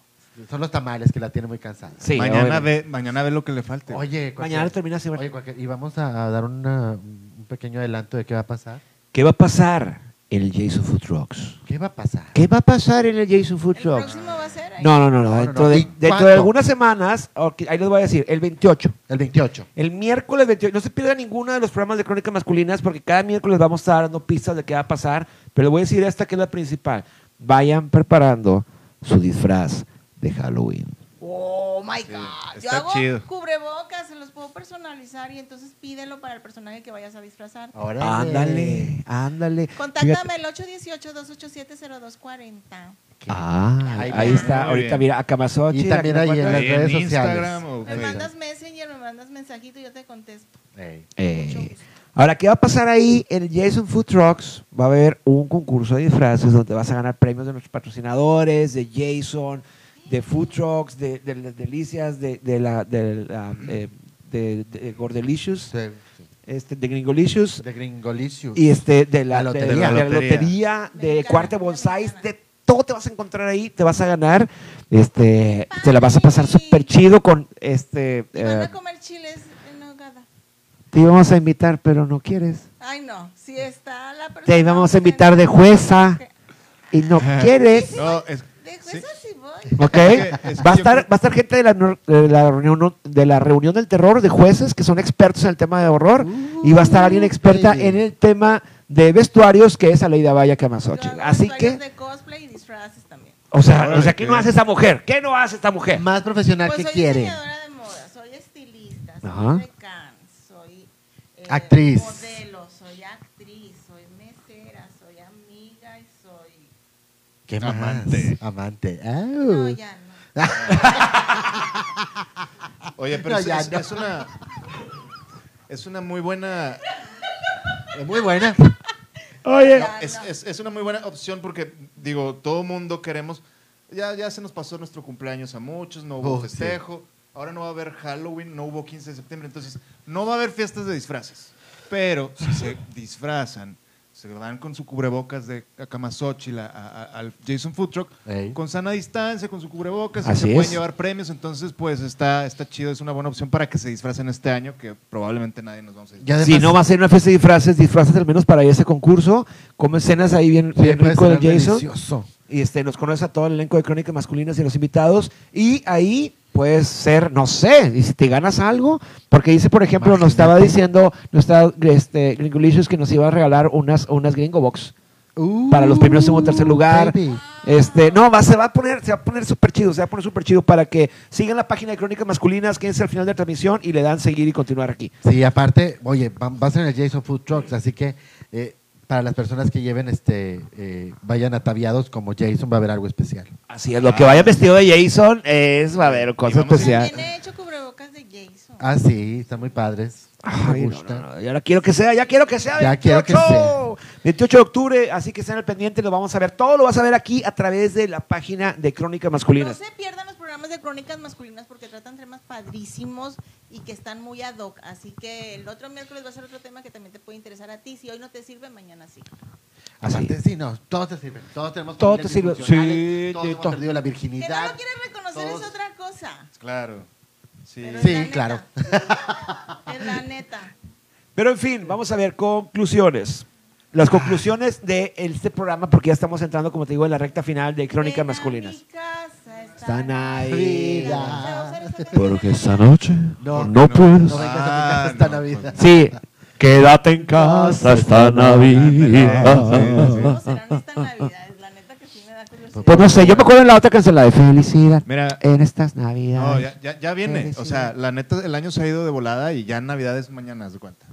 Speaker 2: Son los tamales que la tiene muy cansada.
Speaker 1: Sí,
Speaker 3: mañana,
Speaker 1: obviamente.
Speaker 3: ve, mañana ve lo que le falte. güey.
Speaker 2: Oye,
Speaker 1: Mañana
Speaker 2: cualquier-
Speaker 1: termina así, Vare.
Speaker 2: Oye, cualquier- y vamos a, a dar una- un pequeño adelanto de qué va a pasar.
Speaker 1: ¿Qué va a pasar en el Jason Food Trucks?
Speaker 2: ¿Qué va a pasar?
Speaker 1: ¿Qué va a pasar en el Jason Food
Speaker 4: El
Speaker 1: Trucks?
Speaker 4: próximo va a ser. ahí.
Speaker 1: No, no, no, no,
Speaker 2: No, no,
Speaker 1: dentro,
Speaker 2: no.
Speaker 1: De,
Speaker 2: ¿Y
Speaker 1: dentro de
Speaker 2: cuándo?
Speaker 1: algunas semanas, ok, ahí les voy a decir, el 28.
Speaker 2: El 28.
Speaker 1: El miércoles 28, no se pierda ninguno de los programas de Crónicas Masculinas porque cada miércoles vamos a estar dando pistas de qué va a pasar, pero les voy a decir esta que es la principal. Vayan preparando su disfraz de Halloween.
Speaker 4: Oh my
Speaker 3: Sí,
Speaker 4: God. Yo
Speaker 3: está
Speaker 4: hago
Speaker 3: chido.
Speaker 4: cubrebocas, se los puedo personalizar y entonces pídelo para el personaje que vayas a disfrazar.
Speaker 2: Órale.
Speaker 1: Ándale, ándale. Oh, Fíjate-
Speaker 4: Contáctame al 818-287-0240.
Speaker 1: Ah,
Speaker 2: Ahí
Speaker 1: ahí
Speaker 2: va.
Speaker 1: está.
Speaker 3: Muy
Speaker 1: Ahorita
Speaker 3: bien.
Speaker 1: mira, a Camasochi.
Speaker 2: Y también ahí en las
Speaker 3: Ahí en
Speaker 2: redes
Speaker 3: Instagram
Speaker 2: sociales.
Speaker 3: o
Speaker 4: Me
Speaker 3: Facebook.
Speaker 4: mandas messenger, me mandas mensajito y yo te contesto.
Speaker 2: Ey.
Speaker 4: Mucho
Speaker 1: Eh,
Speaker 4: gusto.
Speaker 1: ahora, ¿qué va a pasar ahí? En Jason Food Trucks va a haber un concurso de disfraces donde vas a ganar premios de nuestros patrocinadores, de Jason, de Food Trucks, de, de las delicias, de, de la, de, la, eh, de- de Gordelicious,
Speaker 2: De,
Speaker 1: este, de Gringolicious,
Speaker 2: de Gringolicious.
Speaker 1: y este, de la,
Speaker 2: La
Speaker 1: de-
Speaker 2: lotería.
Speaker 1: de la
Speaker 3: Lotería.
Speaker 1: lotería, de
Speaker 4: Mexicana,
Speaker 1: Cuarte Bonsais,
Speaker 4: mexicana.
Speaker 1: de todo te vas a encontrar ahí, te vas a ganar, este, te la vas a pasar súper chido con este,
Speaker 4: Van
Speaker 1: eh,
Speaker 4: a comer chiles en nogada.
Speaker 1: te íbamos a invitar pero no quieres.
Speaker 4: Ay, no. Si
Speaker 1: Eh,
Speaker 4: está la persona.
Speaker 1: Te íbamos a invitar de jueza y no quieres.
Speaker 3: No, es,
Speaker 4: De
Speaker 3: sí.
Speaker 4: jueza sí, voy.
Speaker 1: ¿Ok?
Speaker 3: que- es que
Speaker 1: Va a
Speaker 3: yo
Speaker 1: estar,
Speaker 3: creo-
Speaker 1: va a estar gente de la, nor- de la reunión de la reunión del terror de jueces que son expertos en el tema de horror y va a estar alguien experta
Speaker 2: baby.
Speaker 1: en el tema de vestuarios que es Aleida Valle
Speaker 4: Yo
Speaker 1: Camasochi.
Speaker 4: hago
Speaker 1: Así
Speaker 4: vestuarios
Speaker 1: que,
Speaker 4: De cosplay y disfraces también.
Speaker 1: o sea,
Speaker 3: Órale,
Speaker 1: o sea, ¿qué
Speaker 3: qué
Speaker 1: no hace
Speaker 3: bien.
Speaker 1: esta mujer? ¿Qué no hace esta mujer?
Speaker 2: Más profesional
Speaker 4: Pues
Speaker 2: que
Speaker 4: soy
Speaker 2: quiere.
Speaker 4: diseñadora de moda, soy estilista, soy
Speaker 1: Ajá.
Speaker 4: decán, soy eh,
Speaker 2: Actriz.
Speaker 4: modelo, soy actriz, soy mesera, soy amiga y soy...
Speaker 2: ¿Qué más?
Speaker 3: Amante.
Speaker 2: Amante. Ah. Au.
Speaker 4: No, ya no.
Speaker 3: Oye, pero
Speaker 2: No,
Speaker 3: es,
Speaker 2: ya,
Speaker 3: es-
Speaker 2: no.
Speaker 3: es una. Es una muy buena.
Speaker 2: Es muy buena.
Speaker 1: Oye,
Speaker 4: Ya
Speaker 3: Es,
Speaker 4: no.
Speaker 3: es- es una muy buena opción porque, digo, todo mundo queremos. Ya, ya se nos pasó nuestro cumpleaños a muchos, no hubo
Speaker 2: Oh, sí.
Speaker 3: festejo. Ahora no va a haber Halloween, no hubo 15 de septiembre. Entonces, no va a haber fiestas de disfraces. Pero si se disfrazan, se van con su cubrebocas de Akamazochil a- a- a- al Jason Food Truck,
Speaker 2: Ey.
Speaker 3: con sana distancia, con su cubrebocas, y
Speaker 1: Así
Speaker 3: se pueden
Speaker 1: es.
Speaker 3: llevar premios. Entonces, pues está, está chido, es una buena opción para que se disfracen este año, que probablemente nadie nos vamos a
Speaker 2: Y
Speaker 3: disfrazar.
Speaker 2: además,
Speaker 1: si no va a ser una fiesta de disfraces, disfrazas al menos para ese concurso, comes cenas ahí bien,
Speaker 2: sí,
Speaker 1: bien
Speaker 2: puede
Speaker 1: rico de
Speaker 2: ser
Speaker 1: Jason.
Speaker 2: delicioso.
Speaker 1: y este, nos conoce a todo el elenco de crónicas masculinas y los invitados. Y ahí puedes ser, no sé, y si te ganas algo, porque dice, por ejemplo, nos estaba diciendo, nos estaba este, Gringolicious que nos iba a regalar unas, unas Gringo Box. Para los primeros, segundo, tercer lugar.
Speaker 2: Uh, Baby.
Speaker 1: Este, no, va, se va a poner, se va a poner súper chido, se va a poner súper chido para que sigan la página de Crónicas Masculinas, quédense al final de la transmisión y le dan seguir y continuar aquí.
Speaker 2: Sí, aparte, oye, va, va a ser en el Jason Food Trucks, así que eh, para las personas que lleven, este, eh, vayan ataviados como Jason, va a haber algo especial.
Speaker 1: Así es, lo que vaya vestido de Jason es, va a haber cosa
Speaker 3: vamos a-
Speaker 1: especial.
Speaker 4: También he hecho cubrebocas de Jason.
Speaker 2: Ah, sí, están muy padres.
Speaker 1: Ay,
Speaker 2: Me
Speaker 1: no,
Speaker 2: gusta.
Speaker 1: no, no, ya la quiero que sea, ya quiero que sea.
Speaker 2: Ya quiero que
Speaker 1: 28, 28 de octubre, así que estén al pendiente, lo vamos a ver. Todo lo vas a ver aquí a través de la página de Crónicas
Speaker 4: No
Speaker 1: Masculinas.
Speaker 4: se pierdan los programas de crónicas masculinas porque tratan temas padrísimos y que están muy ad hoc. Así que el otro miércoles va a ser otro tema que también te puede interesar a ti. Si hoy no te sirve, mañana sí.
Speaker 1: Así.
Speaker 2: Aparte, sí, no, todos te sirven. Todos tenemos
Speaker 1: Todo
Speaker 2: familias
Speaker 1: te sirve.
Speaker 2: disfuncionales,
Speaker 1: Sí,
Speaker 2: todos
Speaker 1: de
Speaker 2: hemos
Speaker 1: todo.
Speaker 2: perdido la
Speaker 4: Que no
Speaker 2: virginidad.
Speaker 4: lo quieres reconocer
Speaker 2: Todos.
Speaker 4: es otra cosa.
Speaker 3: Claro. Sí.
Speaker 4: pero
Speaker 2: Sí,
Speaker 4: es la
Speaker 2: claro.
Speaker 4: neta. Es la neta.
Speaker 1: Pero en fin, vamos a ver conclusiones. Las conclusiones de este programa, porque ya estamos entrando, como te digo, en la recta final de Crónicas
Speaker 4: Ven a
Speaker 1: Masculinas.
Speaker 4: mi casa, está
Speaker 1: Están ahí.
Speaker 4: Navidad.
Speaker 2: Navidad.
Speaker 4: Se va a hacer esa
Speaker 5: Porque
Speaker 4: canción.
Speaker 5: esta noche
Speaker 2: No,
Speaker 5: no,
Speaker 1: Oh,
Speaker 2: no,
Speaker 5: puedes.
Speaker 2: No
Speaker 1: pues,
Speaker 2: vengas a mi casa
Speaker 3: Ah,
Speaker 2: esta
Speaker 3: no,
Speaker 2: Navidad.
Speaker 5: Sí, quédate en casa esta
Speaker 3: Ah, Sí, sí,
Speaker 5: Navidad.
Speaker 4: ¿Cómo serán estas navidades? La neta que sí me da curiosidad.
Speaker 1: Pues no sé, yo me acuerdo en la otra canción, la de Felicidad.
Speaker 3: Mira,
Speaker 1: En estas
Speaker 3: No,
Speaker 1: navidades.
Speaker 3: ya, ya, ya viene. O sea, la neta, el año se ha ido de volada y ya Navidad es mañana, haz de cuenta.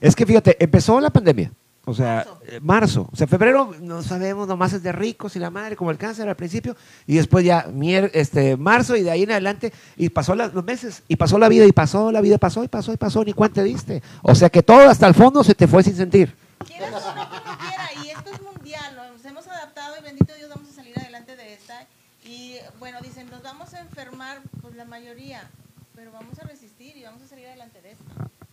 Speaker 1: Es que fíjate, empezó la pandemia. O sea, eh, marzo. O sea, febrero no sabemos, nomás es de ricos y la madre, como el cáncer al principio. Y después ya mier- este, marzo y de ahí en adelante. Y pasó la- los meses, y pasó la vida, y pasó la vida, pasó, y pasó, y pasó, ni cuánto te diste. O sea que todo hasta el fondo se te fue sin sentir.
Speaker 4: Quieras o no, como quiera, y esto es mundial, nos hemos adaptado y bendito Dios vamos a salir adelante de esta. Y bueno, dicen, nos vamos a enfermar, pues la mayoría, pero vamos a resistir y vamos a salir adelante de esta.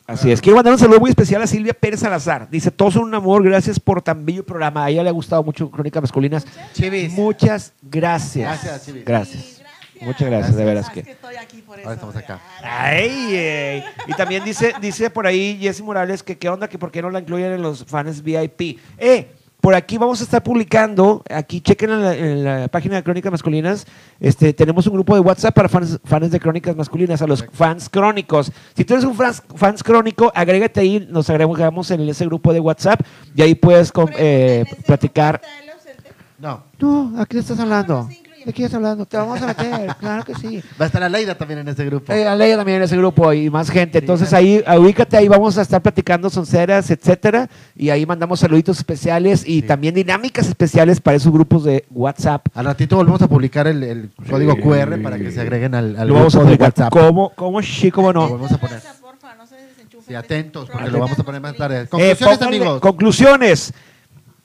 Speaker 1: Así es. Quiero mandar un saludo muy especial a Silvia Pérez Salazar. Dice, todos son un amor, gracias por tan bello programa. A ella le ha gustado mucho Crónicas Masculinas.
Speaker 2: Chivis.
Speaker 1: Muchas gracias.
Speaker 2: Gracias, Chivis.
Speaker 1: Gracias.
Speaker 4: Sí,
Speaker 1: Muchas gracias, de veras
Speaker 4: Ah,
Speaker 1: que-
Speaker 4: es estoy aquí por eso.
Speaker 2: Ahora estamos acá.
Speaker 1: Ay, ey. Y también dice, dice por ahí Jesse Morales que qué onda, que por qué no la incluyen en los fans VIP. Eh, por aquí vamos a estar publicando, aquí chequen en la, en la página de Crónicas Masculinas, este, tenemos un grupo de WhatsApp para fans, fans de Crónicas Masculinas, a los fans crónicos. Si tú eres un fans, fans crónico, agrégate ahí, nos agregamos en ese grupo de WhatsApp y ahí puedes con- eh,
Speaker 4: Pregunten, ¿ese
Speaker 1: platicar.
Speaker 4: grupo está el ausente?
Speaker 2: No,
Speaker 1: No, ¿a qué estás
Speaker 4: Ah,
Speaker 1: hablando?
Speaker 4: bueno, sí, incluye.
Speaker 1: ¿De qué estás hablando? Te vamos a meter, claro que sí.
Speaker 2: Va a estar Aleida también en este grupo.
Speaker 1: Eh, Aleida también en ese grupo y más gente. Entonces ahí, ah, ubícate, ahí vamos a estar platicando sonceras, etcétera. Y ahí mandamos saluditos especiales y también dinámicas especiales para esos grupos de WhatsApp.
Speaker 2: Al ratito volvemos a publicar el, el código QR para que se agreguen al, al
Speaker 1: Lo vamos a
Speaker 2: grupo de
Speaker 1: publicar.
Speaker 2: WhatsApp.
Speaker 1: ¿Cómo, cómo sí, cómo
Speaker 2: Lo
Speaker 1: no? Eh,
Speaker 2: vamos a poner.
Speaker 4: Porfa, porfa, no se desenchufen.
Speaker 2: Sí, atentos, porque
Speaker 4: Programa
Speaker 2: lo vamos a
Speaker 4: muy
Speaker 2: poner más
Speaker 4: feliz.
Speaker 2: tarde.
Speaker 1: Eh,
Speaker 2: Conclusiones,
Speaker 1: pónganle-
Speaker 2: amigos.
Speaker 1: Conclusiones.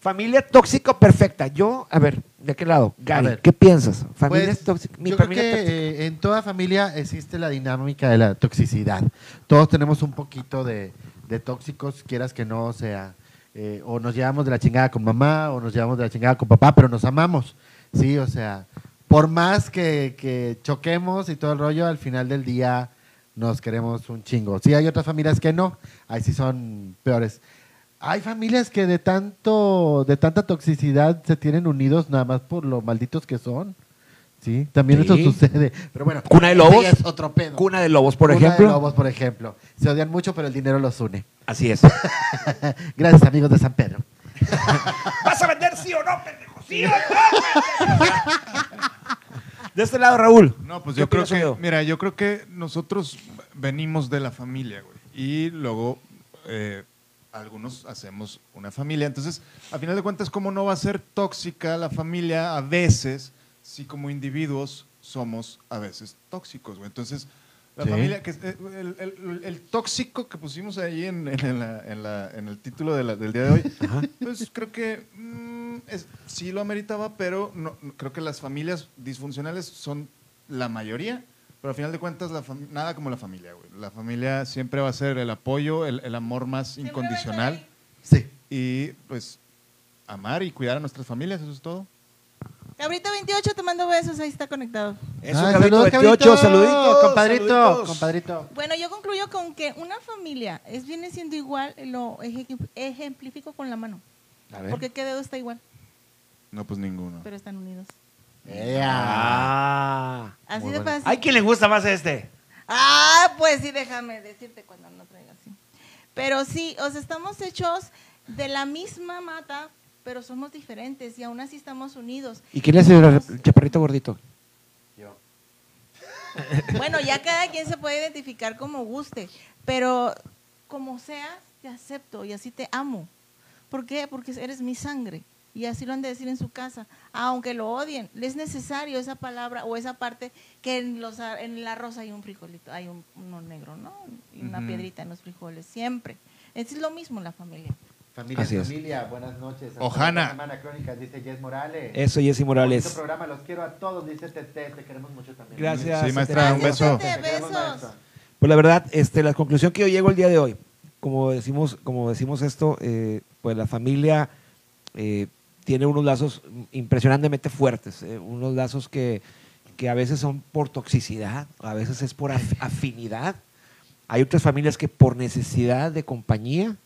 Speaker 1: Familia tóxico perfecta. Yo, a ver, ¿de qué lado? Gary,
Speaker 2: ver.
Speaker 1: ¿qué piensas? Familia
Speaker 2: Pues,
Speaker 1: tóxica. Mi
Speaker 2: yo creo
Speaker 1: familia tóxica.
Speaker 2: que eh, en toda familia existe la dinámica de la toxicidad. Todos tenemos un poquito de, de tóxicos, quieras que no, o sea, eh, o nos llevamos de la chingada con mamá, o nos llevamos de la chingada con papá, pero nos amamos. Sí, o sea, por más que, que choquemos y todo el rollo, al final del día nos queremos un chingo. Sí, hay otras familias que no, ahí sí son peores. Hay familias que de tanto, de tanta toxicidad se tienen unidos nada más por lo malditos que son. Sí, también
Speaker 1: Sí.
Speaker 2: eso sucede. Pero bueno,
Speaker 1: ¿Cuna de
Speaker 2: ese
Speaker 1: lobos?
Speaker 2: ya es otro pedo.
Speaker 1: Cuna de lobos, por
Speaker 2: eh, Cuna
Speaker 1: ejemplo.
Speaker 2: de lobos, por ejemplo. Se odian mucho, pero el dinero los une.
Speaker 1: Así es.
Speaker 2: Gracias, amigos de San Pedro.
Speaker 1: ¿Vas a vender sí o no, pendejo? ¿Sí o no? De este lado, Raúl.
Speaker 3: No, pues
Speaker 1: ¿Qué
Speaker 3: yo creo
Speaker 1: opinas,
Speaker 3: que,
Speaker 1: amigo?
Speaker 3: mira, yo creo que nosotros venimos de la familia, güey. Y luego eh, algunos hacemos una familia. Entonces, a final de cuentas, ¿cómo no va a ser tóxica la familia a veces si como individuos somos a veces tóxicos, güey? Entonces, la
Speaker 2: Sí.
Speaker 3: familia, que es- eh, el, el- el tóxico que pusimos ahí en, en la- en la- en el título de la- del día de hoy, pues creo que mm, es- sí lo ameritaba, pero no, no- creo que las familias disfuncionales son la mayoría, pero al final de cuentas la fam- nada como la familia, güey. La familia siempre va a ser el apoyo, el, el amor más
Speaker 4: Siempre va a estar
Speaker 3: incondicional
Speaker 2: Sí.
Speaker 3: y pues amar y cuidar a nuestras familias, eso es todo.
Speaker 4: Cabrito 28, te mando besos, ahí está conectado.
Speaker 1: Eso,
Speaker 2: Ah,
Speaker 1: cabrito,
Speaker 2: saludos,
Speaker 1: 28,
Speaker 2: cabrito.
Speaker 1: saluditos.
Speaker 2: Compadrito,
Speaker 1: saluditos.
Speaker 2: compadrito.
Speaker 4: Bueno, yo concluyo con que una familia es viene siendo igual, lo eje- ejemplifico con la mano.
Speaker 2: A ver. Ah.
Speaker 4: Porque qué dedo está igual,
Speaker 3: No, pues ninguno.
Speaker 4: pero están unidos.
Speaker 2: Ea.
Speaker 1: Ah.
Speaker 4: Así
Speaker 2: Muy
Speaker 4: de
Speaker 2: bueno.
Speaker 4: fácil.
Speaker 1: Hay quien le gusta más este.
Speaker 4: Ah, pues sí, déjame decirte cuando no traigas. sí. Pero sí, o sea, estamos hechos de la misma mata, pero somos diferentes y aún así estamos unidos.
Speaker 1: ¿Y quién es el chaparrito gordito?
Speaker 4: Bueno, ya cada quien se puede identificar como guste, pero como seas, te acepto y así te amo. ¿Por qué? Porque eres mi sangre. Y así lo han de decir en su casa, aunque lo odien, es necesario esa palabra o esa parte que en, los, ar- en el arroz hay un frijolito, hay un, uno negro, ¿no? Y una
Speaker 3: Ujú.
Speaker 4: piedrita en los frijoles, siempre. Es lo mismo en la familia.
Speaker 2: Familia,
Speaker 1: Así es.
Speaker 2: familia, buenas noches. Hasta
Speaker 3: Ojana.
Speaker 2: la Semana Crónica, dice Jess Morales.
Speaker 1: Eso, Jessy
Speaker 2: Bonito
Speaker 1: Morales.
Speaker 2: programa, los quiero a todos, dice Tete, te queremos mucho también.
Speaker 1: Gracias.
Speaker 3: Sí, maestra, un
Speaker 1: Gracias.
Speaker 3: beso.
Speaker 4: Tete,
Speaker 2: Te queremos,
Speaker 4: besos.
Speaker 2: maestra.
Speaker 1: Pues la verdad, este, la conclusión que yo llego el día de hoy, como decimos, como decimos esto, eh, pues la familia eh, tiene unos lazos impresionantemente fuertes, eh, unos lazos que, que a veces son por toxicidad, a veces es por af- afinidad. Hay otras familias que por necesidad de compañía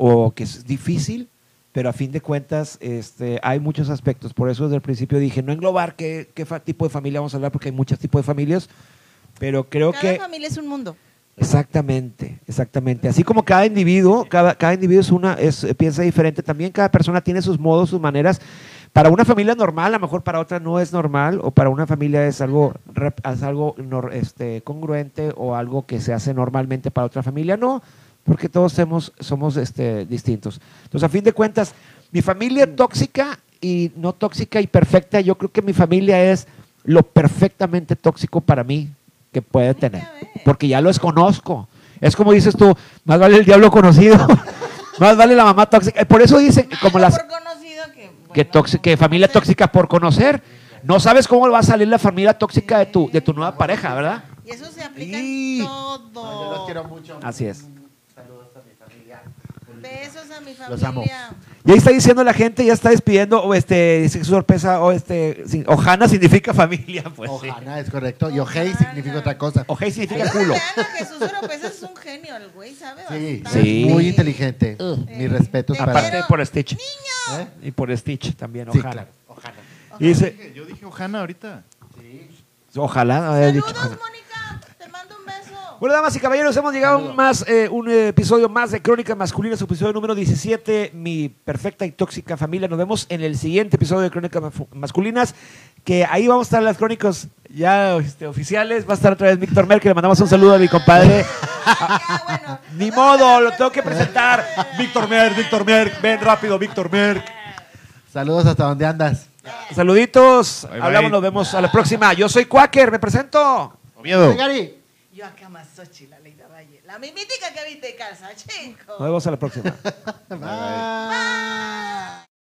Speaker 1: o que es difícil, pero a fin de cuentas este, hay muchos aspectos. Por eso desde el principio dije, no englobar qué, qué fa- tipo de familia vamos a hablar, porque hay muchos tipos de familias, pero creo
Speaker 4: Cada
Speaker 1: que...
Speaker 4: familia es un mundo.
Speaker 1: Exactamente, exactamente. Así como cada individuo, cada, cada individuo es una, es, piensa diferente, también cada persona tiene sus modos, sus maneras. Para una familia es normal, a lo mejor para otra no es normal, o para una familia es algo, rep- es algo nor- este, congruente o algo que se hace normalmente para otra familia, no, porque todos somos, somos este, distintos. Entonces, a fin de cuentas, mi familia tóxica y no tóxica y perfecta, yo creo que mi familia es lo perfectamente tóxico para mí que puede tener,
Speaker 4: ves.
Speaker 1: porque ya lo desconozco. Es como dices tú, más vale el diablo conocido, más vale la mamá tóxica. Eh, Por eso dicen, como
Speaker 4: Malo
Speaker 1: las
Speaker 4: por conocido que, bueno,
Speaker 1: que, tóxi- que familia
Speaker 4: no sé.
Speaker 1: tóxica por conocer, no sabes cómo va a salir la familia tóxica de tu, de tu nueva pareja, ¿verdad?
Speaker 4: Y eso se aplica
Speaker 1: Y-
Speaker 4: en todo.
Speaker 2: No, yo los quiero mucho.
Speaker 1: Así es.
Speaker 2: Saludos a mi familia.
Speaker 4: Besos a mi familia.
Speaker 2: Los amo.
Speaker 1: Y ahí está diciendo la gente, ya está despidiendo, o este, dice que su sorpresa, o este, sin- Ojana significa familia, pues sí.
Speaker 2: Ojana, es correcto. Y ojei
Speaker 4: Ojana.
Speaker 2: significa otra cosa.
Speaker 1: Ojei significa
Speaker 4: Ay,
Speaker 1: culo.
Speaker 4: vean a Jesús Oropesa es un genio, el güey sabe
Speaker 2: Sí,
Speaker 4: bastante.
Speaker 1: Sí.
Speaker 2: muy inteligente. Mis respetos
Speaker 4: Te
Speaker 2: para...
Speaker 1: Aparte
Speaker 4: quiero.
Speaker 1: por Stitch.
Speaker 2: ¿Eh?
Speaker 1: Y por Stitch también,
Speaker 2: Sí,
Speaker 1: Ojana.
Speaker 2: claro. Ojana.
Speaker 1: Y dice,
Speaker 3: Dije, Yo dije Ojana ahorita.
Speaker 2: Sí.
Speaker 1: ojalá no haya dicho.
Speaker 4: Saludos, Mónica. Te mando un beso.
Speaker 1: Bueno, damas y caballeros, hemos llegado a un más, eh, un eh, episodio más de Crónicas Masculinas, episodio número 17, Mi Perfecta y Tóxica Familia. Nos vemos en el siguiente episodio de Crónicas Mafu- Masculinas, que ahí vamos a estar las crónicas ya este, oficiales. Va a estar otra vez Víctor Merkel. Le mandamos un saludo a mi compadre.
Speaker 4: Ya, bueno.
Speaker 1: Ni modo, lo
Speaker 2: Eh.
Speaker 1: tengo que presentar. Víctor Merck, Víctor Merck, ven rápido, Víctor Merck.
Speaker 2: Saludos hasta donde andas.
Speaker 1: Saluditos,
Speaker 3: Bye, bye.
Speaker 1: hablamos, nos vemos a la próxima. Yo soy Quaker, me presento.
Speaker 2: Miedo. Gary.
Speaker 4: Yo acá más Sochi, la ley de Valle. La mimítica que viste en casa, chico.
Speaker 1: Nos vemos a la próxima.
Speaker 2: Bye.